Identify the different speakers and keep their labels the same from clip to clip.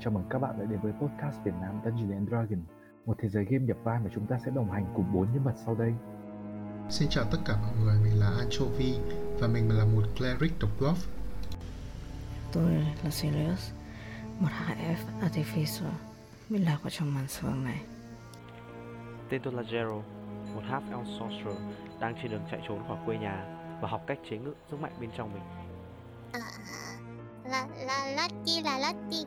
Speaker 1: Chào mừng các bạn đã đến với podcast Việt Nam Dungeons and Dragons, một thế giới game nhập vai mà chúng ta sẽ đồng hành cùng bốn nhân vật sau đây.
Speaker 2: Xin chào tất cả mọi người, mình là Anchovy và mình là một cleric độc love.
Speaker 3: Tôi là Sirius, một HF Artificer, mình lạc ở trong màn sương này.
Speaker 4: Tên tôi là Gerald, một half elf sorcerer đang trên đường chạy trốn khỏi quê nhà và học cách chế ngự sức mạnh bên trong mình.
Speaker 5: là là Lucky là Lucky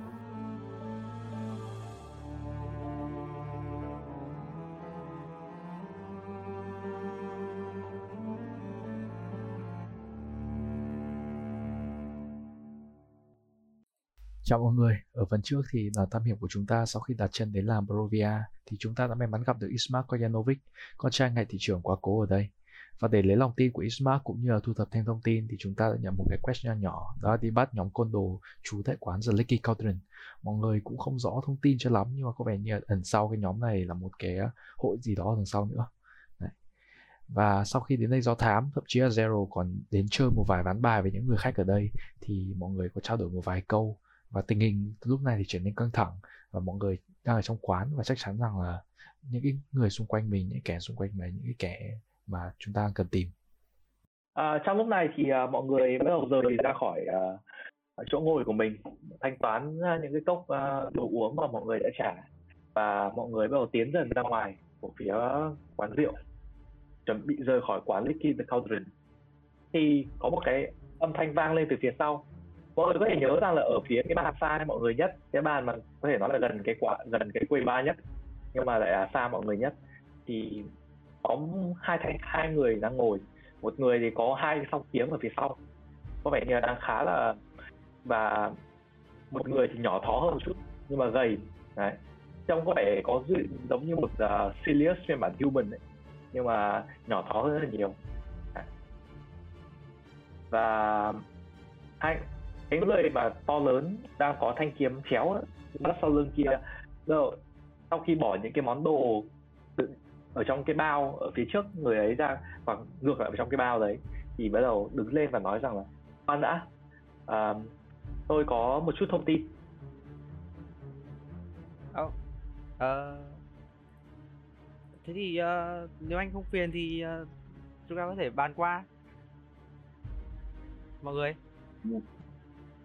Speaker 1: Chào mọi người, ở phần trước thì đoàn tam hiểm của chúng ta sau khi đặt chân đến làng Barovia thì chúng ta đã may mắn gặp được Ismark Koyanovic, con trai ngài thị trưởng quá cố ở đây. Và để lấy lòng tin của Ismark cũng như là thu thập thêm thông tin thì chúng ta đã nhận một cái quest nho nhỏ đó là đi bắt nhóm côn đồ trú tại quán The Leaky Cauldron. Mọi người cũng không rõ thông tin cho lắm nhưng mà có vẻ như là ẩn sau cái nhóm này là một cái hội gì đó đằng sau nữa. Đấy. Và sau khi đến đây do thám, thậm chí là Zero còn đến chơi một vài ván bài với những người khách ở đây thì mọi người có trao đổi một vài câu và tình hình lúc này thì trở nên căng thẳng và mọi người đang ở trong quán và chắc chắn rằng là những cái người xung quanh mình những kẻ xung quanh mình những cái kẻ mà chúng ta cần tìm
Speaker 6: À, trong lúc này thì à, mọi người bắt đầu rời ra khỏi à, chỗ ngồi của mình thanh toán à, những cái cốc à, đồ uống mà mọi người đã trả và mọi người bắt đầu tiến dần ra ngoài của phía quán rượu chuẩn bị rời khỏi quán Licky the Cauldron thì có một cái âm thanh vang lên từ phía sau mọi người có thể nhớ rằng là ở phía cái bàn xa mọi người nhất cái bàn mà có thể nói là gần cái quả gần cái quầy ba nhất nhưng mà lại là xa mọi người nhất thì có hai thầy, hai người đang ngồi một người thì có hai cái song kiếm ở phía sau có vẻ như là đang khá là và một người thì nhỏ thó hơn một chút nhưng mà gầy đấy trông có vẻ có dự, giống như một uh, Sirius phiên bản human ấy nhưng mà nhỏ thó hơn rất là nhiều Đấy. và hai cái người mà to lớn đang có thanh kiếm chéo ấy, bắt sau lưng kia rồi sau khi bỏ những cái món đồ tự- ở trong cái bao ở phía trước người ấy ra và Vâng, ngược lại vào trong cái bao đấy thì bắt đầu đứng lên và nói rằng là khoan đã à, tôi có một chút thông tin
Speaker 4: Ờ, thế thì ờ, nếu anh không phiền thì ờ, chúng ta có thể bàn qua. Mọi người,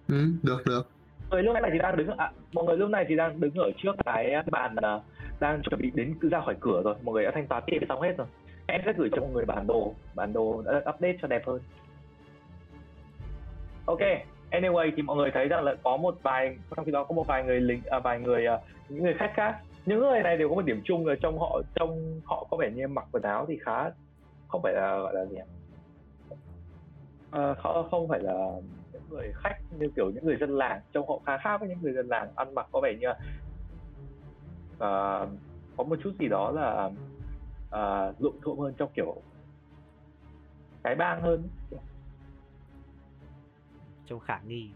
Speaker 2: Ừ, được được.
Speaker 6: người lúc này thì đang đứng à, mọi người lúc này thì đang đứng ở trước cái bàn à, đang chuẩn bị đến cứ ra khỏi cửa rồi mọi người đã thanh toán tiền xong hết rồi em sẽ gửi cho mọi người bản đồ bản đồ đã được update cho đẹp hơn ok anyway thì mọi người thấy rằng là có một vài trong khi đó có một vài người lính à, vài người à, những người khách khác những người này đều có một điểm chung là trong họ trong họ có vẻ như mặc quần áo thì khá không phải là gọi là gì ạ? Ờ, không không phải là những người khách như kiểu những người dân làng trông họ khá khác với những người dân làng ăn mặc có vẻ như là, ờ, có một chút gì đó là ờ, luộm thuộm hơn trong kiểu cái bang hơn
Speaker 4: trông khả nghi.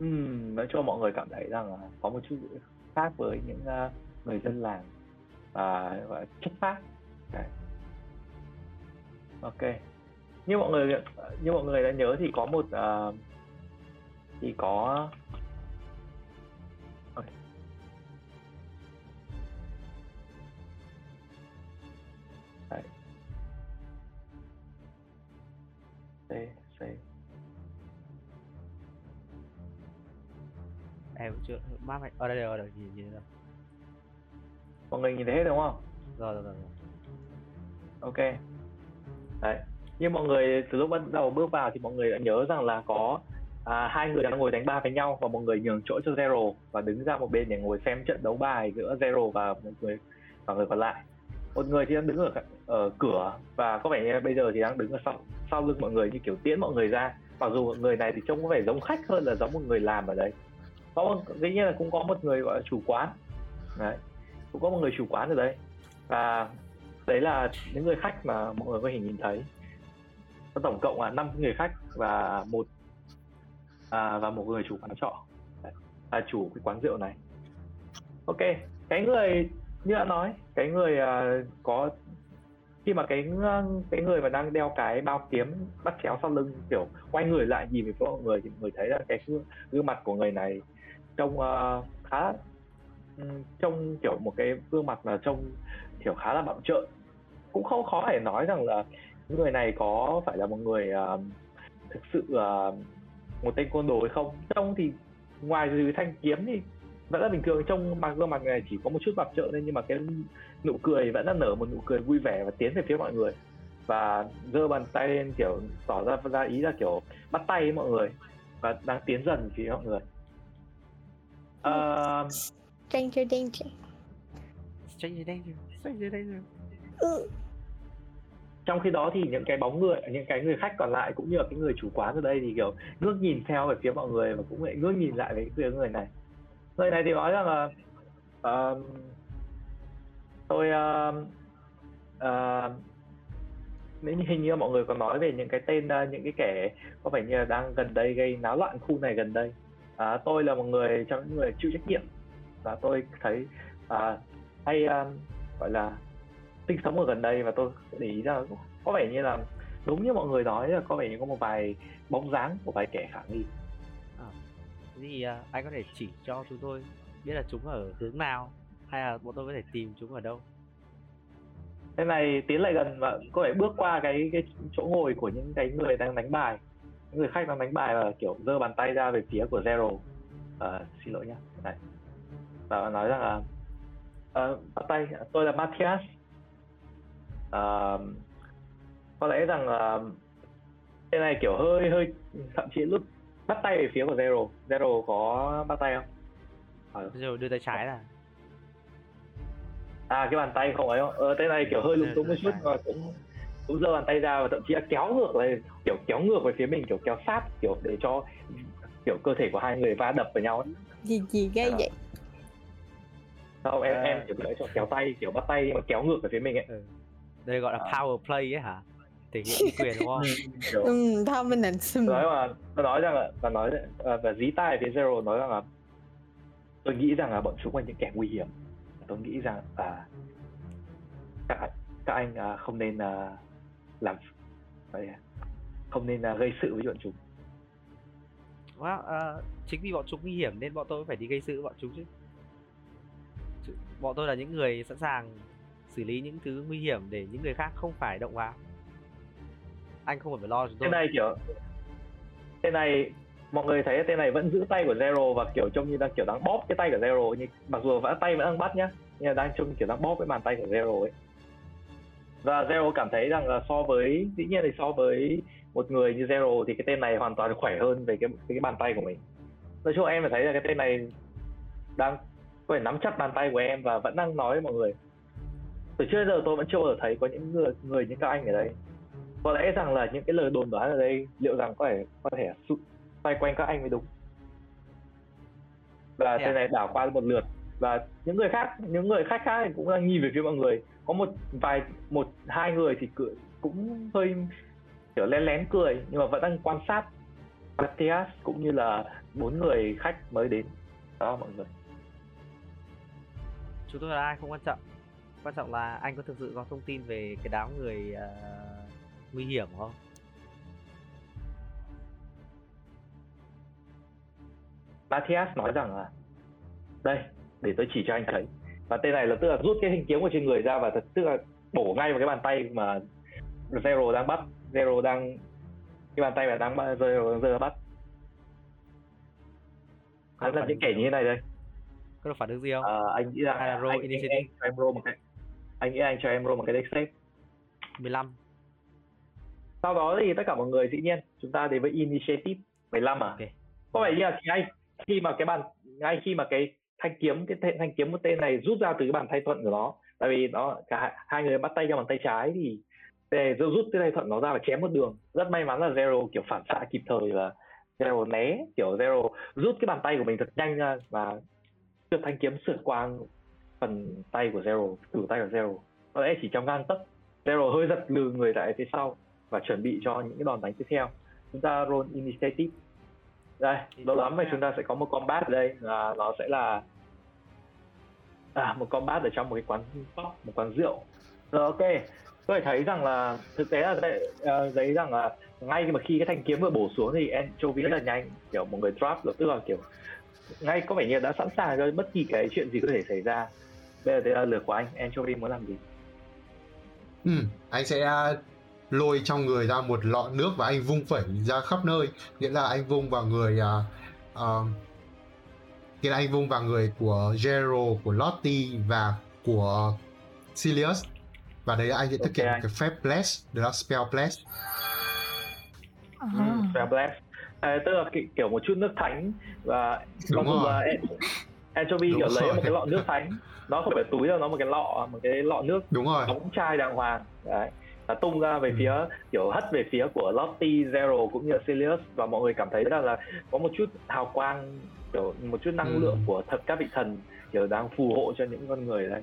Speaker 6: Ừm, nói cho mọi người cảm thấy rằng là có một chút khác với những ờ, người dân làng và và chất phác Đấy. ok như mọi người như mọi người đã nhớ thì có một ờ, thì có Ok. Đấy. Đây, đây.
Speaker 4: Em vẫn chưa map này. Ở đây rồi, ở đây nhìn nhìn rồi.
Speaker 6: mọi người nhìn thấy hết đúng không
Speaker 4: Rồi rồi rồi. rồi.
Speaker 6: ok đấy nhưng mọi người từ lúc bắt đầu bước vào thì mọi người đã nhớ rằng là có à, hai người đang ngồi đánh ba với nhau và mọi người nhường chỗ cho zero và đứng ra một bên để ngồi xem trận đấu bài giữa zero và một người và người còn lại một người thì đang đứng ở, ở cửa và có vẻ như bây giờ thì đang đứng ở sau sau lưng mọi người như kiểu tiễn mọi người ra mặc dù người này thì trông có vẻ giống khách hơn là giống một người làm ở đấy có một, dĩ nhiên là cũng có một người gọi là chủ quán đấy cũng có một người chủ quán ở đấy và đấy là những người khách mà mọi người có thể nhìn thấy có tổng cộng là 5 người khách và một à, và một người chủ quán trọ Đấy, là chủ cái quán rượu này ok cái người như đã nói cái người à, có khi mà cái ng- cái người mà đang đeo cái bao kiếm bắt chéo sau lưng kiểu quay người lại nhìn về phía mọi người thì mọi người thấy là cái gương, gương mặt của người này trông à, khá ừm, trông kiểu một cái gương mặt là trông kiểu khá là bặm trợn cũng không khó để nói rằng là người này có phải là một người ờ, thực sự ờ, một tên côn đồ hay không trông thì ngoài dưới thanh kiếm thì vẫn là bình thường trông mặt gương mặt người này chỉ có một chút bặm trợn thôi nhưng mà cái nụ cười vẫn là nở một nụ cười vui vẻ và tiến về phía mọi người và giơ bàn tay lên kiểu tỏ ra ra ý là kiểu bắt tay với mọi người và đang tiến dần về phía mọi người Ờ,
Speaker 5: Stranger danger.
Speaker 4: Stranger danger, stranger danger.
Speaker 5: Ừ.
Speaker 6: trong khi đó thì những cái bóng người những cái người khách còn lại cũng như là cái người chủ quán ở đây thì kiểu ngước nhìn theo về phía mọi người và cũng lại ngước nhìn lại về phía người này người này thì nói rằng là "Ờ, tôi ờ, ờ, nếu như hình như mọi người còn nói về những cái tên ờ, những cái kẻ có vẻ như là đang gần đây gây náo loạn khu này gần đây À, tôi là một người trong những người chịu trách nhiệm và tôi thấy à, hay ờ, gọi là sinh sống ở gần đây và tôi để ý là có vẻ như là đúng như mọi người nói là có vẻ như có một vài bóng dáng của vài kẻ khả nghi
Speaker 4: Ờ, Thế thì à, anh có thể chỉ cho chúng tôi biết là chúng ở hướng nào hay là bọn tôi có thể tìm chúng ở đâu?
Speaker 6: thế này tiến lại gần và có vẻ bước qua cái cái chỗ ngồi của những cái người đang đánh bài những người khách đang đánh bài và kiểu giơ bàn tay ra về phía của zero Ờ, xin lỗi nhá này và nói rằng là ờ, bắt tay tôi là Matthias Ờ, có lẽ rằng là thế này kiểu hơi hơi thậm chí lúc bắt tay về phía của zero zero có bắt tay không
Speaker 4: Rồi đưa tay trái là
Speaker 6: à cái bàn tay không ấy không? ờ, tay này kiểu hơi lúng túng một chút và cũng cũng giơ bàn tay ra và thậm chí là kéo ngược lên kiểu kéo ngược về phía mình kiểu kéo sát kiểu để cho kiểu cơ thể của hai người va đập vào nhau ấy.
Speaker 5: Gì gì ghê
Speaker 6: Ờ.
Speaker 5: vậy?
Speaker 6: sau em
Speaker 4: À.
Speaker 6: em kiểu lấy cho kéo tay kiểu bắt tay nhưng mà kéo ngược về phía mình ấy
Speaker 4: ừ. đây gọi là
Speaker 6: Ờ.
Speaker 4: power play ấy hả? Thể hiện quyền đúng không?
Speaker 6: kiểu
Speaker 5: Ừ, dominance.
Speaker 6: nói mà nó nói rằng là và nói à, và dí tai phía zero nói rằng là tôi nghĩ rằng là bọn chúng là những kẻ nguy hiểm tôi nghĩ rằng à các các anh à, không nên à, làm vậy à, không nên à, gây sự với bọn chúng
Speaker 4: Wow, à, chính vì bọn chúng nguy hiểm nên bọn tôi phải đi gây sự với bọn chúng chứ. chứ. Bọn tôi là những người sẵn sàng xử lý những thứ nguy hiểm để những người khác không phải động vào. Anh không cần phải lo chúng
Speaker 6: tên
Speaker 4: tôi.
Speaker 6: này kiểu tên này mọi người thấy tên này vẫn giữ tay của Zero và kiểu trông như đang kiểu đang bóp cái tay của Zero nhưng mặc dù vẫn tay vẫn đang bắt nhá nhưng mà đang trông kiểu đang bóp cái bàn tay của Zero ấy và Zero cảm thấy rằng là so với dĩ nhiên thì so với một người như Zero thì cái tên này hoàn toàn khỏe hơn về cái cái bàn tay của mình nói chung em phải thấy là cái tên này đang có thể nắm chặt bàn tay của em và vẫn đang nói với mọi người từ trước đến giờ tôi vẫn chưa bao giờ thấy có những người người như các anh ở đây có lẽ rằng là những cái lời đồn đoán ở đây liệu rằng có thể có thể sự xoay quanh các anh mới đúng và
Speaker 4: Thế
Speaker 6: thế
Speaker 4: à?
Speaker 6: này đảo qua một lượt và những người khác những người khách khác thì cũng đang nhìn về phía mọi người có một vài một hai người thì cự- cũng hơi kiểu lén lén cười nhưng mà vẫn đang quan sát Matthias cũng như là bốn người khách mới đến đó mọi người
Speaker 4: Chúng tôi là ai không quan trọng. Quan trọng là anh có thực sự có thông tin về cái đám người à, nguy hiểm không?
Speaker 6: Matthias nói rằng là đây để tôi chỉ cho anh thấy và tên này là tức là rút cái hình kiếm của trên người ra và thật tức là bổ ngay vào cái bàn tay mà Zero đang bắt Zero đang cái bàn tay mà đang bắt- Zero đang Zero bắt
Speaker 4: Có
Speaker 6: hắn
Speaker 4: được
Speaker 6: là
Speaker 4: phản
Speaker 6: những
Speaker 4: ứng
Speaker 6: kẻ
Speaker 4: gì
Speaker 6: như thế
Speaker 4: không?
Speaker 6: này đây
Speaker 4: Có được phản ứng gì không?
Speaker 6: Ờ, anh nghĩ rằng
Speaker 4: Hay là roll
Speaker 6: anh, anh,
Speaker 4: initiative?
Speaker 6: anh cho em roll một cái anh nghĩ anh cho em roll một cái deck save
Speaker 4: 15.
Speaker 6: sau đó thì tất cả mọi người dĩ nhiên chúng ta đến với initiative 15 à
Speaker 4: Ok.
Speaker 6: có vẻ như là ngay khi mà cái bàn ngay khi mà cái thanh kiếm cái thanh, thanh kiếm một tên này rút ra từ cái bàn tay thuận của nó tại vì nó cả hai- hai người bắt tay nhau bàn tay trái thì tên này rút cái tay thuận nó ra và chém một đường rất may mắn là zero kiểu phản xạ kịp thời và zero né kiểu zero rút cái bàn tay của mình thật nhanh ra và được thanh kiếm sượt qua phần tay của zero từ tay của zero có lẽ chỉ trong gang tấc Daryl hơi giật lừ người lại phía sau và chuẩn bị cho những cái đòn đánh tiếp theo chúng ta roll initiative đây lâu lắm rồi chúng ta sẽ có một combat ở đây là nó sẽ là à, một combat ở trong một cái quán pub một quán rượu rồi ok tôi thấy rằng là thực tế là dễ- ờ, thấy rằng là ngay mà khi cái thanh kiếm vừa bổ xuống thì Anchovy rất là nhanh kiểu một người drop lập tức là kiểu ngay có vẻ như đã sẵn sàng cho bất kỳ cái chuyện gì có thể xảy ra bây giờ thế là lượt của anh Anchovy muốn làm gì
Speaker 2: Ừ, anh sẽ à, lôi trong người ra một lọ nước và anh vung phẩy ra khắp nơi nghĩa là anh vung vào người à, à, nghĩa là anh vung vào người của Gero của Lottie và của Silius và đấy anh sẽ thực
Speaker 6: Ok
Speaker 2: hiện một
Speaker 6: anh.
Speaker 2: cái phép bless đó là spell bless
Speaker 6: Ừ, Spell Blast à, tức là ki- kiểu một chút nước thánh và
Speaker 2: Đúng
Speaker 6: nói chung
Speaker 2: rồi.
Speaker 6: là an- anchovy
Speaker 2: Đúng
Speaker 6: kiểu lấy
Speaker 2: rồi.
Speaker 6: một cái lọ nước thánh nó không phải túi đâu nó một cái lọ một cái lọ nước
Speaker 2: đúng rồi
Speaker 6: đóng chai đàng hoàng đấy là tung ra về
Speaker 2: À. Ừ.
Speaker 6: phía kiểu hất về phía của Lottie, Zero cũng như là Sirius và mọi người cảm thấy rằng là có một chút hào quang kiểu một chút năng
Speaker 2: Ừ.
Speaker 6: lượng của thật các vị thần kiểu đang phù hộ cho những con người đấy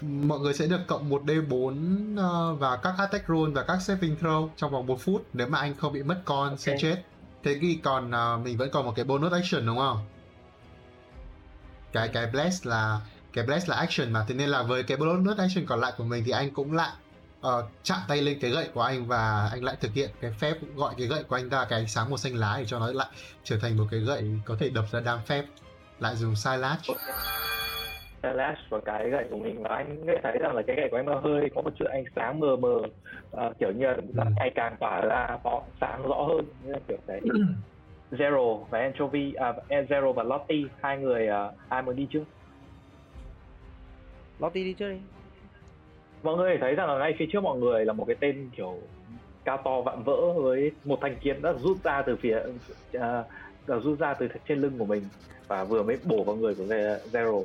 Speaker 2: mọi người sẽ được cộng 1d4 ờ, và các attack roll và các saving throw trong vòng 1 phút nếu mà anh không bị mất con sẽ
Speaker 6: Ok.
Speaker 2: chết thế thì còn ờ, mình vẫn còn một cái bonus action đúng không cái cái bless là cái bless là action mà thế nên là với cái bonus action còn lại của mình thì anh cũng lại ờ, chạm tay lên cái gậy của anh và anh lại thực hiện cái phép gọi cái gậy của anh ra cái ánh sáng màu xanh lá để cho nó lại trở thành một cái gậy có thể đập ra đam phép lại dùng silash
Speaker 6: Lash và cái gậy của mình và anh nghe thấy rằng là cái gậy của em nó hơi có một chút ánh sáng mờ mờ ờ, kiểu như là
Speaker 2: Ừ.
Speaker 6: ngày càng tỏa ra có sáng rõ hơn như là kiểu đấy Zero và Anchovy à, Zero và Lottie hai người ờ, ai muốn đi trước
Speaker 4: Lottie đi trước đi
Speaker 6: mọi người thấy rằng là ngay phía trước mọi người là một cái tên kiểu cao to vạm vỡ với một thanh kiếm đã rút ra từ phía à, đã rút ra từ trên lưng của mình và vừa mới bổ vào người của Ze- Zero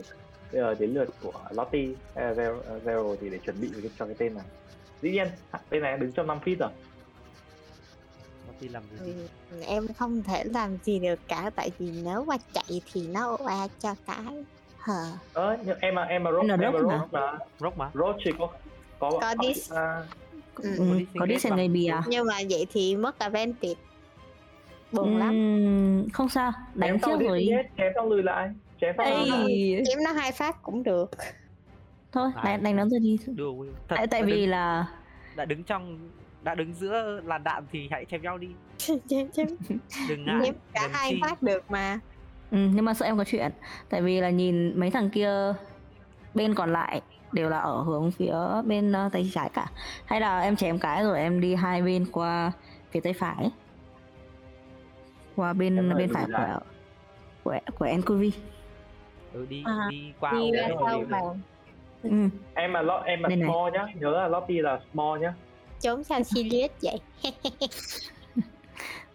Speaker 6: bây giờ đến lượt của Lottie hay là Zero, à, Zero thì để chuẩn bị cho cái- cho cái tên này dĩ nhiên tên này đứng trong 5 feet rồi
Speaker 4: Lottie làm cái gì
Speaker 5: Ừ, em không thể làm gì được cả tại vì nếu mà chạy thì nó oa cho cái hờ
Speaker 6: ơ nhưng em mà em mà rock
Speaker 3: Là
Speaker 6: em mà
Speaker 3: rock mà.
Speaker 6: rock mà
Speaker 4: Rock mà
Speaker 6: rock chỉ có có
Speaker 5: Có
Speaker 6: có-
Speaker 5: this.
Speaker 6: à,
Speaker 5: Ừ,
Speaker 3: Ừ,
Speaker 4: có
Speaker 3: có
Speaker 4: đi
Speaker 3: đi
Speaker 4: xem
Speaker 3: xem người bì à?
Speaker 5: nhưng mà vậy thì mất advantage buồn lắm
Speaker 3: Ừm, Không sao, đánh
Speaker 6: chém
Speaker 3: trước
Speaker 6: xong
Speaker 3: rồi đi.
Speaker 6: disengage, chém xong lùi lại chém xong lùi lại.
Speaker 3: Ê,
Speaker 5: chém nó hai phát cũng được
Speaker 3: thôi
Speaker 4: Phải.
Speaker 3: đánh đánh nó rồi đi.
Speaker 4: đưa Will. Thật,
Speaker 3: Tại tại
Speaker 4: đã
Speaker 3: vì
Speaker 4: đứng,
Speaker 3: là
Speaker 4: đã đứng trong đã đứng giữa làn đạn thì hãy chém nhau đi
Speaker 5: chém, chém,
Speaker 4: đừng ngại
Speaker 5: chém cả
Speaker 4: Dạ, đừng
Speaker 5: hai
Speaker 4: chi.
Speaker 5: phát được mà
Speaker 3: ừ, nhưng mà sợ em có chuyện. Tại vì là nhìn mấy thằng kia bên còn lại đều là ở hướng phía bên ờ, tay trái cả. Hay là em chém cái rồi em đi hai bên qua phía tay phải. Qua
Speaker 6: Em
Speaker 3: bên
Speaker 6: ơi,
Speaker 3: bên
Speaker 6: lùi
Speaker 3: phải
Speaker 6: lại.
Speaker 3: của của của NQV.
Speaker 4: ừ, đi
Speaker 5: À,
Speaker 4: đi qua
Speaker 5: đi
Speaker 4: ổ
Speaker 5: ra
Speaker 4: đấy rồi
Speaker 5: sau
Speaker 4: đi.
Speaker 5: mà
Speaker 3: Ừ.
Speaker 6: em mà lo em mà
Speaker 3: Đây này.
Speaker 6: small nhá nhớ là lobby là small nhá
Speaker 5: trốn sao serious vậy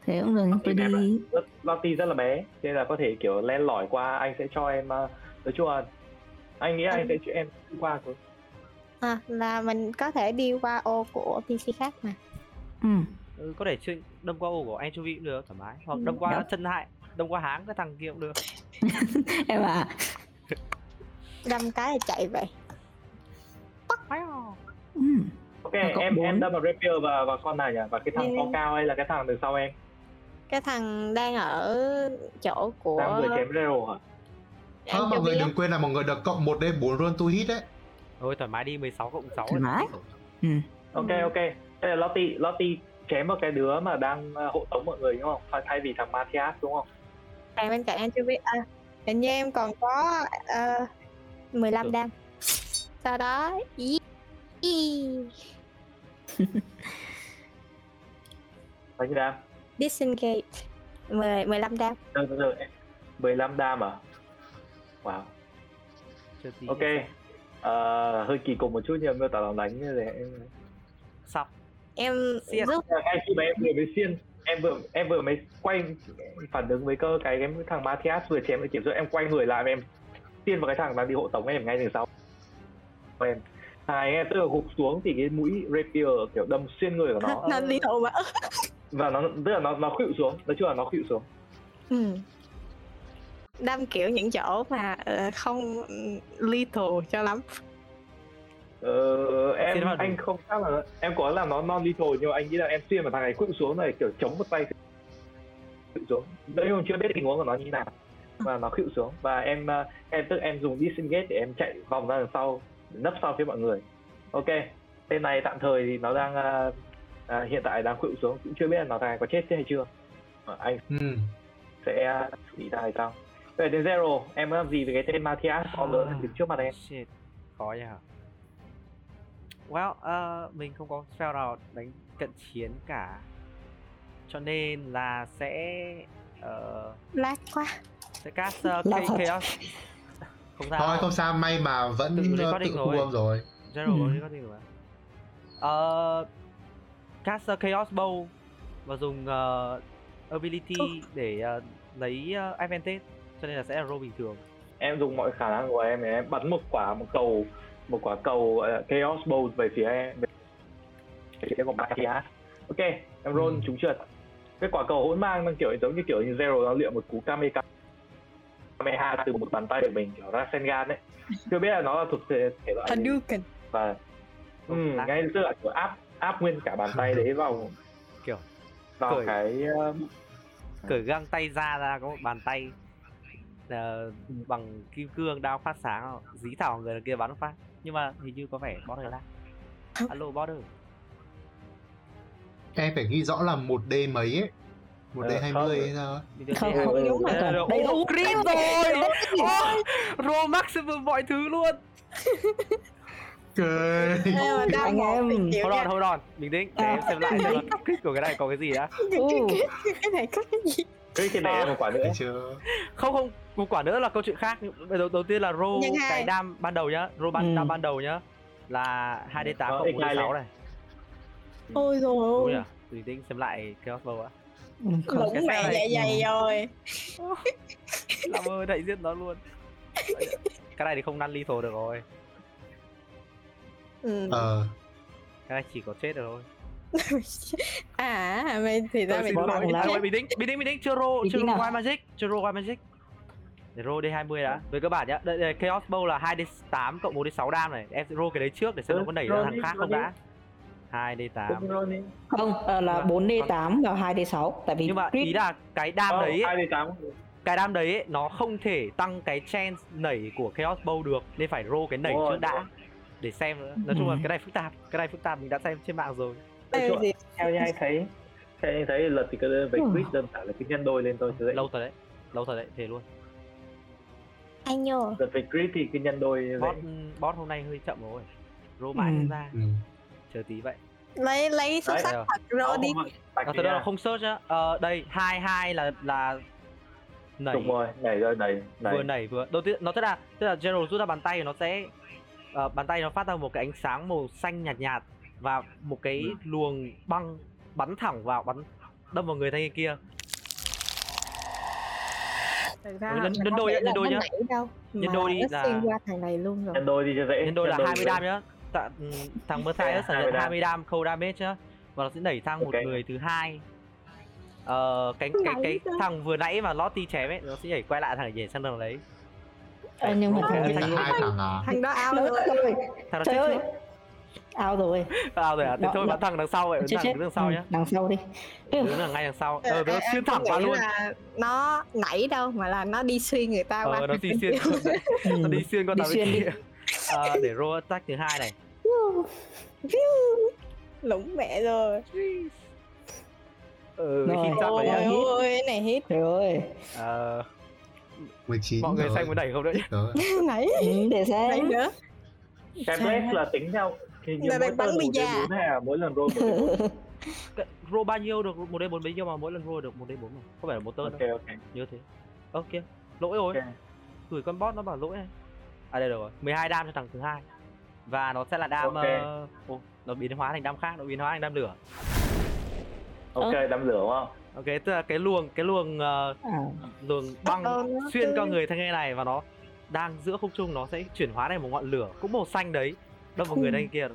Speaker 3: Thế cũng được, tôi
Speaker 6: đẹp ạ.
Speaker 3: đi
Speaker 6: Rất- lobby rất là bé nên là có thể kiểu len lỏi qua anh sẽ cho em ờ, nói chung là anh nghĩ anh sẽ cho em qua thôi
Speaker 5: à, là mình có thể đi qua ô của pc khác mà
Speaker 3: Ừ.
Speaker 4: ừ, có thể chuyên đâm qua ổ của anchovy cũng được thoải mái hoặc
Speaker 5: Ừ,
Speaker 4: đâm qua
Speaker 3: đúng.
Speaker 4: chân hại đâm qua háng cái thằng kia cũng được
Speaker 3: Em à,
Speaker 5: đâm cái là chạy vậy
Speaker 3: ừ.
Speaker 6: ok
Speaker 3: Mà cộng
Speaker 6: em em
Speaker 3: bốn.
Speaker 6: đâm vào rapier và và con này nhỉ và cái thằng
Speaker 5: Ừ.
Speaker 6: to cao hay là cái thằng đằng sau em
Speaker 5: cái thằng đang ở chỗ
Speaker 6: đang
Speaker 5: của
Speaker 6: vừa chém rêu hả
Speaker 5: Anh
Speaker 2: Ờ,
Speaker 5: cho
Speaker 2: mọi người
Speaker 5: biết.
Speaker 2: đừng quên là mọi người được cộng 1d4 roll to hit đấy.
Speaker 4: thôi thoải mái đi 16 cộng 6
Speaker 3: Thoải mái.
Speaker 6: ok
Speaker 5: Ừ.
Speaker 6: ok đây là lotty lotty chém vào cái đứa mà đang ờ, hộ tống mọi người đúng không Thay- thay vì thằng Matthias đúng không
Speaker 5: Tại bên cạnh em chưa biết à, hình như em còn có ờ, 15
Speaker 4: Ừ.
Speaker 5: đam sau đó ý, ý
Speaker 6: bao nhiêu đam
Speaker 5: disengage 10 15 đam
Speaker 6: từ từ từ em 15 đam à wow
Speaker 4: Chưa tí
Speaker 6: ok
Speaker 4: nữa.
Speaker 6: Ờ, hơi kỳ cục một chút nhưng mà miêu tả lòng đánh như thế em
Speaker 4: xong
Speaker 5: em
Speaker 4: Xiên.
Speaker 5: giúp
Speaker 6: Là ngay khi mà Dạ, em vừa mới xiên em vừa em vừa mới quay phản ứng với cơ cái cái thằng Matthias vừa chém cái kiểm soát em quay người lại và em xiên vào cái thằng đang đi hộ tống em ngay từ sau Và em hai em tức là gục xuống thì cái mũi rapier kiểu đâm xuyên người của nó
Speaker 5: nó đi hậu mà
Speaker 6: và nó tức là nó nó khuỵu xuống nói chung là nó khuỵu xuống
Speaker 5: ừ. đâm kiểu những chỗ mà ờ, không ừ, lethal cho lắm
Speaker 6: Ờ, em
Speaker 4: Xin hỏi
Speaker 6: anh
Speaker 4: đủ.
Speaker 6: không chắc là em có làm nó non lethal nhưng mà anh nghĩ là em xuyên vào thằng này cựu xuống này kiểu chống một tay cựu xuống đấy không chưa biết tình huống của nó như thế nào mà nó cựu xuống và em ờ, em tức em dùng disengage để em chạy vòng ra đằng sau nấp sau phía mọi người ok tên này tạm thời thì nó đang ờ, ờ, hiện tại đang cựu xuống cũng chưa biết là nó thằng này có chết hay chưa Ờ, anh
Speaker 2: ừ.
Speaker 6: sẽ xử lý thằng này sau về đến zero em có làm gì về cái tên Matthias to lớn đang đứng trước mặt em
Speaker 4: Shit, khó nhỉ. Well, ờ, mình không có spell nào đánh cận chiến cả. Cho nên là sẽ ờ,
Speaker 5: Lát quá
Speaker 4: sẽ cast ờ,
Speaker 3: Là
Speaker 4: Cha-
Speaker 3: thật.
Speaker 4: chaos. Không sao.
Speaker 2: thôi không sao may mà vẫn
Speaker 4: Tự lấy
Speaker 2: ờ,
Speaker 4: phát
Speaker 2: tự
Speaker 4: định
Speaker 2: thu
Speaker 4: rồi.
Speaker 2: âm rồi
Speaker 4: General
Speaker 3: Ừ.
Speaker 4: có có gì mà. Ờ cast ờ, chaos bow và dùng ờ, ability để ờ, lấy ờ, advantage cho nên là sẽ là roll bình thường.
Speaker 6: em dùng mọi khả năng của em để em bắn một quả một cầu một quả cầu gọi là chaos bow về phía em về phía của Matthias ok em roll
Speaker 2: Ừ.
Speaker 6: trúng trượt cái quả cầu hỗn mang đang kiểu giống như kiểu như zero nó liệu một cú kameka kameha từ một bàn tay của mình kiểu rasengan ấy chưa biết là nó là thuộc thể, thể loại gì
Speaker 7: Hadouken
Speaker 6: và ừ, ngay lập tức là kiểu áp áp nguyên cả bàn tay đấy vào
Speaker 4: Kiểu
Speaker 6: vào
Speaker 4: cười.
Speaker 6: cái uh,
Speaker 4: cởi găng tay ra ra có một bàn tay ờ, bằng kim cương đao phát sáng dí thảo người đằng kia bắn một phát nhưng mà hình như có vẻ border lag alo border
Speaker 2: em phải ghi rõ là một d mấy ấy một d
Speaker 6: Ờ,
Speaker 2: hai
Speaker 6: không.
Speaker 2: mươi hay sao ấy.
Speaker 4: Bình thường
Speaker 3: Không,
Speaker 4: thế.
Speaker 3: không
Speaker 6: đúng
Speaker 3: mà
Speaker 4: Đây
Speaker 3: còn-
Speaker 4: là-
Speaker 3: đây
Speaker 4: ô,
Speaker 3: là-
Speaker 4: crit Ờ, rồi Ôi, roll maximum mọi thứ luôn
Speaker 2: cười
Speaker 7: Đây là đang
Speaker 3: Anh
Speaker 7: bỏ
Speaker 3: em,
Speaker 7: cái kiểu
Speaker 4: hold on
Speaker 7: nha.
Speaker 4: hold on bình tĩnh để em xem lại xem là crit của cái này có cái gì đã
Speaker 3: Ừ.
Speaker 7: Cái này có cái gì
Speaker 6: cái cái này một quả nữa
Speaker 2: Thấy chưa
Speaker 4: không không một quả nữa là câu chuyện khác Nhưng đầu, đầu tiên là roll
Speaker 7: Nhân
Speaker 4: cái
Speaker 7: hai.
Speaker 4: đam ban đầu nhá roll ban
Speaker 3: Ừ.
Speaker 4: đam ban đầu nhá là 2 d 8
Speaker 6: Ờ,
Speaker 4: cộng 4
Speaker 6: x2
Speaker 4: d
Speaker 6: lên.
Speaker 4: 6 này
Speaker 7: Ôi dồi
Speaker 4: đúng
Speaker 7: ôi
Speaker 4: nhỉ bình tĩnh xem lại cái á
Speaker 3: Không,
Speaker 4: cái
Speaker 7: Lũng mẹ
Speaker 4: này-
Speaker 7: dạ dày rồi
Speaker 4: làm ơn hãy giết nó luôn cái này thì không năn lethal được rồi
Speaker 7: Ừ.
Speaker 2: ờ
Speaker 4: cái này chỉ có chết được thôi
Speaker 7: À mày thì ra
Speaker 4: Tôi
Speaker 7: mày
Speaker 4: xin
Speaker 3: bỏ
Speaker 4: lỗi,
Speaker 3: bằng
Speaker 4: xin
Speaker 3: lá.
Speaker 4: lỗi, bình tĩnh bình tĩnh bình tĩnh chưa roll
Speaker 3: Bình
Speaker 4: chưa
Speaker 3: tĩnh
Speaker 4: roll
Speaker 3: nào.
Speaker 4: wild magic chưa roll wild magic để roll d 20 đã với cơ bản nhá đây, đây, chaos bow là 2 d 8 cộng 4 d 6 đam này em sẽ roll cái đấy trước để xem nó
Speaker 6: Ừ,
Speaker 4: có đẩy
Speaker 6: roll
Speaker 4: ra
Speaker 6: đi,
Speaker 4: thằng khác
Speaker 6: roll
Speaker 4: không
Speaker 6: đi.
Speaker 4: đã 2 d 8
Speaker 3: không ờ, là 4D8 và 2D6 Tại vì
Speaker 4: Vâng. nhưng mà
Speaker 3: crit
Speaker 4: ý là cái đam đấy ấy,
Speaker 6: hai đến tám
Speaker 4: cái đam đấy ấy, nó không thể tăng cái chance nảy của chaos bow được nên phải roll cái nảy
Speaker 6: Đúng rồi,
Speaker 4: trước đã
Speaker 6: đúng
Speaker 4: để xem nữa. nói chung là cái này phức tạp cái này phức tạp mình đã xem trên mạng rồi
Speaker 7: Đây
Speaker 6: Chỗ-
Speaker 7: gì
Speaker 6: theo như anh thấy theo như anh thấy lật thì cái đơn về
Speaker 3: Ừ.
Speaker 6: quýt đơn giản là cứ nhân đôi lên thôi chứ dễ
Speaker 4: lâu thật đấy lâu thật đấy thế luôn
Speaker 5: Anh nhờ
Speaker 6: lật về quýt thì cứ nhân đôi dễ
Speaker 4: bot bot hôm nay hơi chậm rồi rô mãi không
Speaker 3: Ừ.
Speaker 4: ra
Speaker 2: ừ.
Speaker 4: chờ tí vậy Ờ.
Speaker 7: Lấy lấy xúc
Speaker 6: Đấy,
Speaker 7: sắc
Speaker 4: rồi.
Speaker 7: thật
Speaker 6: Đó,
Speaker 7: rồi đi
Speaker 6: không ạ. Bạch
Speaker 4: à,
Speaker 6: thì
Speaker 4: thật ra
Speaker 6: nha.
Speaker 4: là không search á ờ, đây hai hai là là nảy
Speaker 6: đúng rồi nhảy rồi đẩy
Speaker 4: vừa
Speaker 6: đẩy
Speaker 4: nảy vừa đầu tiên nó tức là tức là Gerald rút ra bàn tay nó sẽ ờ, bàn tay nó phát ra một cái ánh sáng màu xanh nhạt nhạt và một cái
Speaker 6: Ừ.
Speaker 4: luồng băng bắn thẳng vào bắn đâm vào người thanh niên kia
Speaker 7: Thực
Speaker 4: Ừ,
Speaker 7: ra
Speaker 4: nhân-
Speaker 7: là
Speaker 4: nhân đôi nhá, nhân đôi nhá.
Speaker 5: nãy đâu
Speaker 4: Nhân
Speaker 5: mà
Speaker 4: đôi đi
Speaker 5: đã
Speaker 4: là-
Speaker 5: xuyên qua thằng này luôn rồi
Speaker 6: nhân đôi đi cho dễ
Speaker 4: nhân đôi là
Speaker 6: nhân
Speaker 4: 20
Speaker 6: thì
Speaker 4: đam nhá Tạ, ừ, thằng Mercedes sẽ
Speaker 6: 20
Speaker 4: nhận
Speaker 6: đam.
Speaker 4: 20 đam khâu damage nhá và nó sẽ đẩy sang một
Speaker 6: Ok.
Speaker 4: người thứ hai ờ, cái cái cái thằng vừa nãy mà Lottie chém ấy nó sẽ nhảy quay lại thằng nhảy sang thằng đấy
Speaker 3: Ờ, Nhưng mà
Speaker 4: Roll
Speaker 3: thằng
Speaker 2: thế là
Speaker 4: Thanh-
Speaker 3: này
Speaker 2: hai thằng à
Speaker 7: Thằng đó ao
Speaker 3: Trời
Speaker 7: rồi
Speaker 3: ơi, trời ơi,
Speaker 4: thằng đó
Speaker 3: Trời
Speaker 4: chết
Speaker 3: ơi
Speaker 4: chưa?
Speaker 3: Ao rồi
Speaker 4: à rồi à thế
Speaker 3: Đó,
Speaker 4: thôi
Speaker 3: đó.
Speaker 4: bắn thằng đằng sau vậy bắn
Speaker 3: Chết
Speaker 4: thằng
Speaker 3: chết
Speaker 4: đứng Ờ, đằng sau
Speaker 3: Ừ,
Speaker 4: nhá
Speaker 3: Đằng sau đi Ừ.
Speaker 4: đứng là ngay đằng sau
Speaker 7: Ờ,
Speaker 4: ờ nó
Speaker 7: em- em
Speaker 4: xuyên
Speaker 7: không
Speaker 4: thẳng vào
Speaker 7: nghĩ
Speaker 4: luôn
Speaker 7: là nó nảy đâu mà là nó đi xuyên người ta qua
Speaker 4: ờ nó đi xuyên
Speaker 3: Ừ.
Speaker 4: nó đi xuyên con
Speaker 3: Đi
Speaker 4: tàu
Speaker 3: xuyên đi.
Speaker 4: kia Ờ, để roll attack thứ hai này
Speaker 7: lũng mẹ rồi
Speaker 4: ừ
Speaker 3: Rồi. Ôi,
Speaker 4: hit up
Speaker 7: Ờ, ôi
Speaker 4: rồi nhá
Speaker 3: hít.
Speaker 7: ôi cái này hit
Speaker 3: Trời ơi
Speaker 4: Ờ,
Speaker 2: 19
Speaker 4: mọi người
Speaker 2: rồi.
Speaker 4: xem muốn đẩy không đấy
Speaker 2: Đó.
Speaker 7: nảy
Speaker 3: Ừ, Để
Speaker 7: nảy
Speaker 3: xem
Speaker 7: nữa
Speaker 6: cái
Speaker 7: Sao
Speaker 6: bless
Speaker 7: á?
Speaker 6: là tính theo thì như
Speaker 7: Là
Speaker 6: mỗi
Speaker 7: đánh bắn
Speaker 6: tuần
Speaker 7: bị
Speaker 6: một đến
Speaker 7: già.
Speaker 6: bốn hay là mỗi lần roll một đến bốn
Speaker 4: roll bao nhiêu được một d bốn bấy nhiêu mà mỗi lần roll được một d bốn mà không phải là một tơn
Speaker 6: ok
Speaker 4: đâu
Speaker 6: ok
Speaker 4: nhớ thế ok lỗi rồi
Speaker 6: Ok.
Speaker 4: gửi con bot nó bảo lỗi này à đây rồi 12 đam cho thằng thứ hai và nó sẽ là đam
Speaker 6: Ok.
Speaker 4: ờ, ô, nó biến hóa thành đam khác nó biến hóa thành đam lửa
Speaker 6: ok
Speaker 4: Ờ.
Speaker 6: đâm lửa đúng không
Speaker 4: ok tức là cái luồng cái luồng ờ,
Speaker 3: À,
Speaker 4: luồng băng
Speaker 7: Ôi, Ờ, nó
Speaker 4: xuyên
Speaker 7: tươi.
Speaker 4: qua người thanh niên này và
Speaker 7: Ừ.
Speaker 4: nó đang giữa không trung nó sẽ chuyển hóa thành một ngọn lửa cũng màu xanh đấy đâm vào người thanh niên kia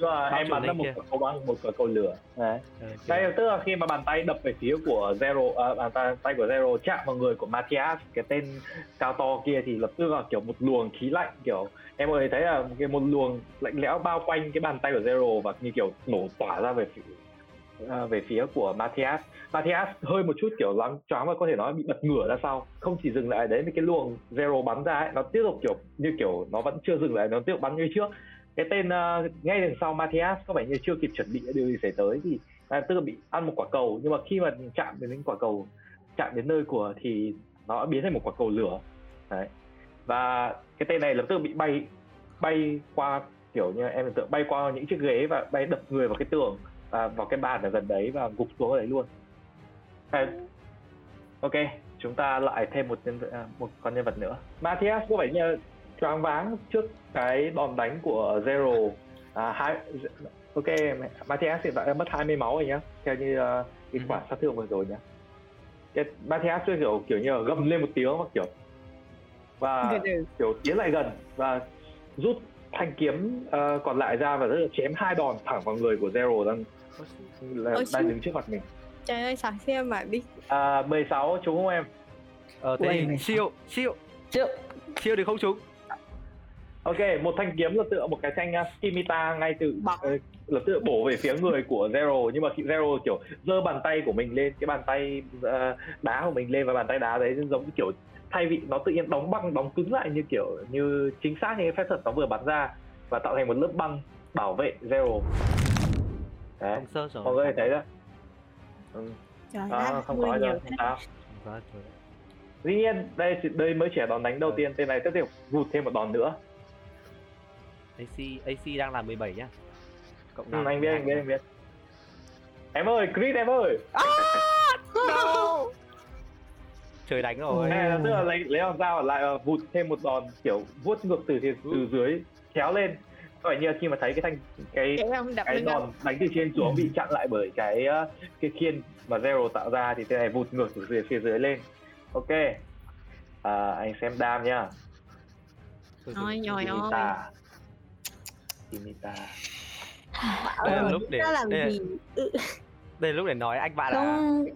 Speaker 6: và
Speaker 4: Bao
Speaker 6: em
Speaker 4: trùm
Speaker 6: bắn ra
Speaker 4: lên
Speaker 6: một
Speaker 4: kia.
Speaker 6: quả cầu băng một quả cầu lửa đấy
Speaker 4: Ờ, kiểu-
Speaker 6: Đấy, tức là khi mà bàn tay đập về phía của Zero, à, bàn tay, tay của Zero chạm vào người của Matthias, cái tên cao to kia thì lập tức là kiểu một luồng khí lạnh kiểu em ơi thấy là một cái một luồng lạnh lẽo bao quanh cái bàn tay của Zero và như kiểu nổ tỏa ra về phía à, về phía của Matthias. Matthias hơi một chút kiểu loáng choáng và có thể nói bị bật ngửa ra sau. Không chỉ dừng lại ở đấy mà cái luồng Zero bắn ra ấy, nó tiếp tục kiểu như kiểu nó vẫn chưa dừng lại, nó tiếp tục bắn như trước. Cái tên à, ngay đằng sau Matthias có vẻ như chưa kịp chuẩn bị điều gì xảy tới thì à, tức là bị ăn một quả cầu nhưng mà khi mà chạm đến những quả cầu chạm đến nơi của thì nó đã biến thành một quả cầu lửa đấy và cái tên này lập tức bị bay bay qua kiểu như em tưởng tượng bay qua những chiếc ghế và bay đập người vào cái tường và vào cái bàn ở gần đấy và gục xuống ở đấy luôn à, ok chúng ta lại thêm một nhân à, một con nhân vật nữa Matthias có vẻ như choáng váng trước cái đòn đánh của Zero à, hai Ok, mẹ- Matthias hiện tại đã mất 20 máu rồi nhá Theo như ờ, cái quả sát thương vừa rồi nhá Cái Matthias chưa kiểu, kiểu như là gầm lên một tiếng hoặc kiểu
Speaker 4: À.
Speaker 6: Và kiểu tiến lại gần và rút thanh kiếm ờ, còn lại ra và rất là chém hai đòn thẳng vào người của Zero đang, là,
Speaker 7: Ôi,
Speaker 6: đang
Speaker 7: chú.
Speaker 6: đứng trước mặt mình
Speaker 7: trời ơi sao xem mà đi
Speaker 6: à, 16 trúng không em?
Speaker 4: Ờ, thế
Speaker 3: Ui,
Speaker 4: thì
Speaker 3: mày-
Speaker 4: siêu, siêu,
Speaker 3: Siêu.
Speaker 4: siêu thì không trúng.
Speaker 6: Ok, một thanh kiếm là tựa một cái thanh uh, Skimita ngay từ
Speaker 7: Bắn.
Speaker 6: ờ, là tựa bổ về phía người của Zero nhưng mà khi Zero kiểu giơ bàn tay của mình lên cái bàn tay ờ, đá của mình lên và bàn tay đá đấy giống như kiểu thay vì nó tự nhiên đóng băng đóng cứng lại như kiểu như chính xác như cái phép thuật nó vừa bắn ra và tạo thành một lớp băng bảo vệ Zero. Đấy,
Speaker 4: Không sơ rồi.
Speaker 6: mọi người thấy đó. Ừ.
Speaker 7: trời
Speaker 6: À,
Speaker 7: ơi
Speaker 6: không
Speaker 7: mưa
Speaker 6: có
Speaker 7: nhiều
Speaker 6: rồi,
Speaker 7: thế.
Speaker 6: không sao.
Speaker 4: Không có rồi.
Speaker 6: Dĩ nhiên, đây chỉ- đây mới chỉ là đòn đánh đầu
Speaker 4: Ừ.
Speaker 6: tiên, tên này tiếp tục vụt thêm một đòn nữa.
Speaker 4: AC, AC đang là 17 nhá. Cộng
Speaker 6: Ừ,
Speaker 4: năm
Speaker 6: anh biết, anh biết,
Speaker 4: 12.
Speaker 6: anh biết. Em ơi, crit em ơi.
Speaker 4: Trời đánh
Speaker 6: Cái
Speaker 4: rồi.
Speaker 6: này là tức là lấy lấy con dao lại ờ, vụt thêm một đòn kiểu vuốt ngược từ từ, từ dưới kéo lên. Có vẻ như là khi mà thấy cái thanh cái
Speaker 7: Cái ông đập
Speaker 6: cái
Speaker 7: lên đầu
Speaker 6: đòn đánh từ trên xuống bị chặn lại bởi cái ờ, cái khiên mà Zero tạo ra thì tên này vụt ngược từ dưới phía dưới lên. Ok. À, anh xem đam nha.
Speaker 4: Ôi
Speaker 7: Ôi,
Speaker 4: dồi,
Speaker 7: nhồi ôi
Speaker 6: Timita. Timita.
Speaker 7: bảo
Speaker 4: Đây là
Speaker 7: rồi
Speaker 4: lúc để,
Speaker 7: ra làm
Speaker 4: đây, là-
Speaker 7: gì ừ,
Speaker 4: đây là lúc để nói anh bạn là
Speaker 3: Không,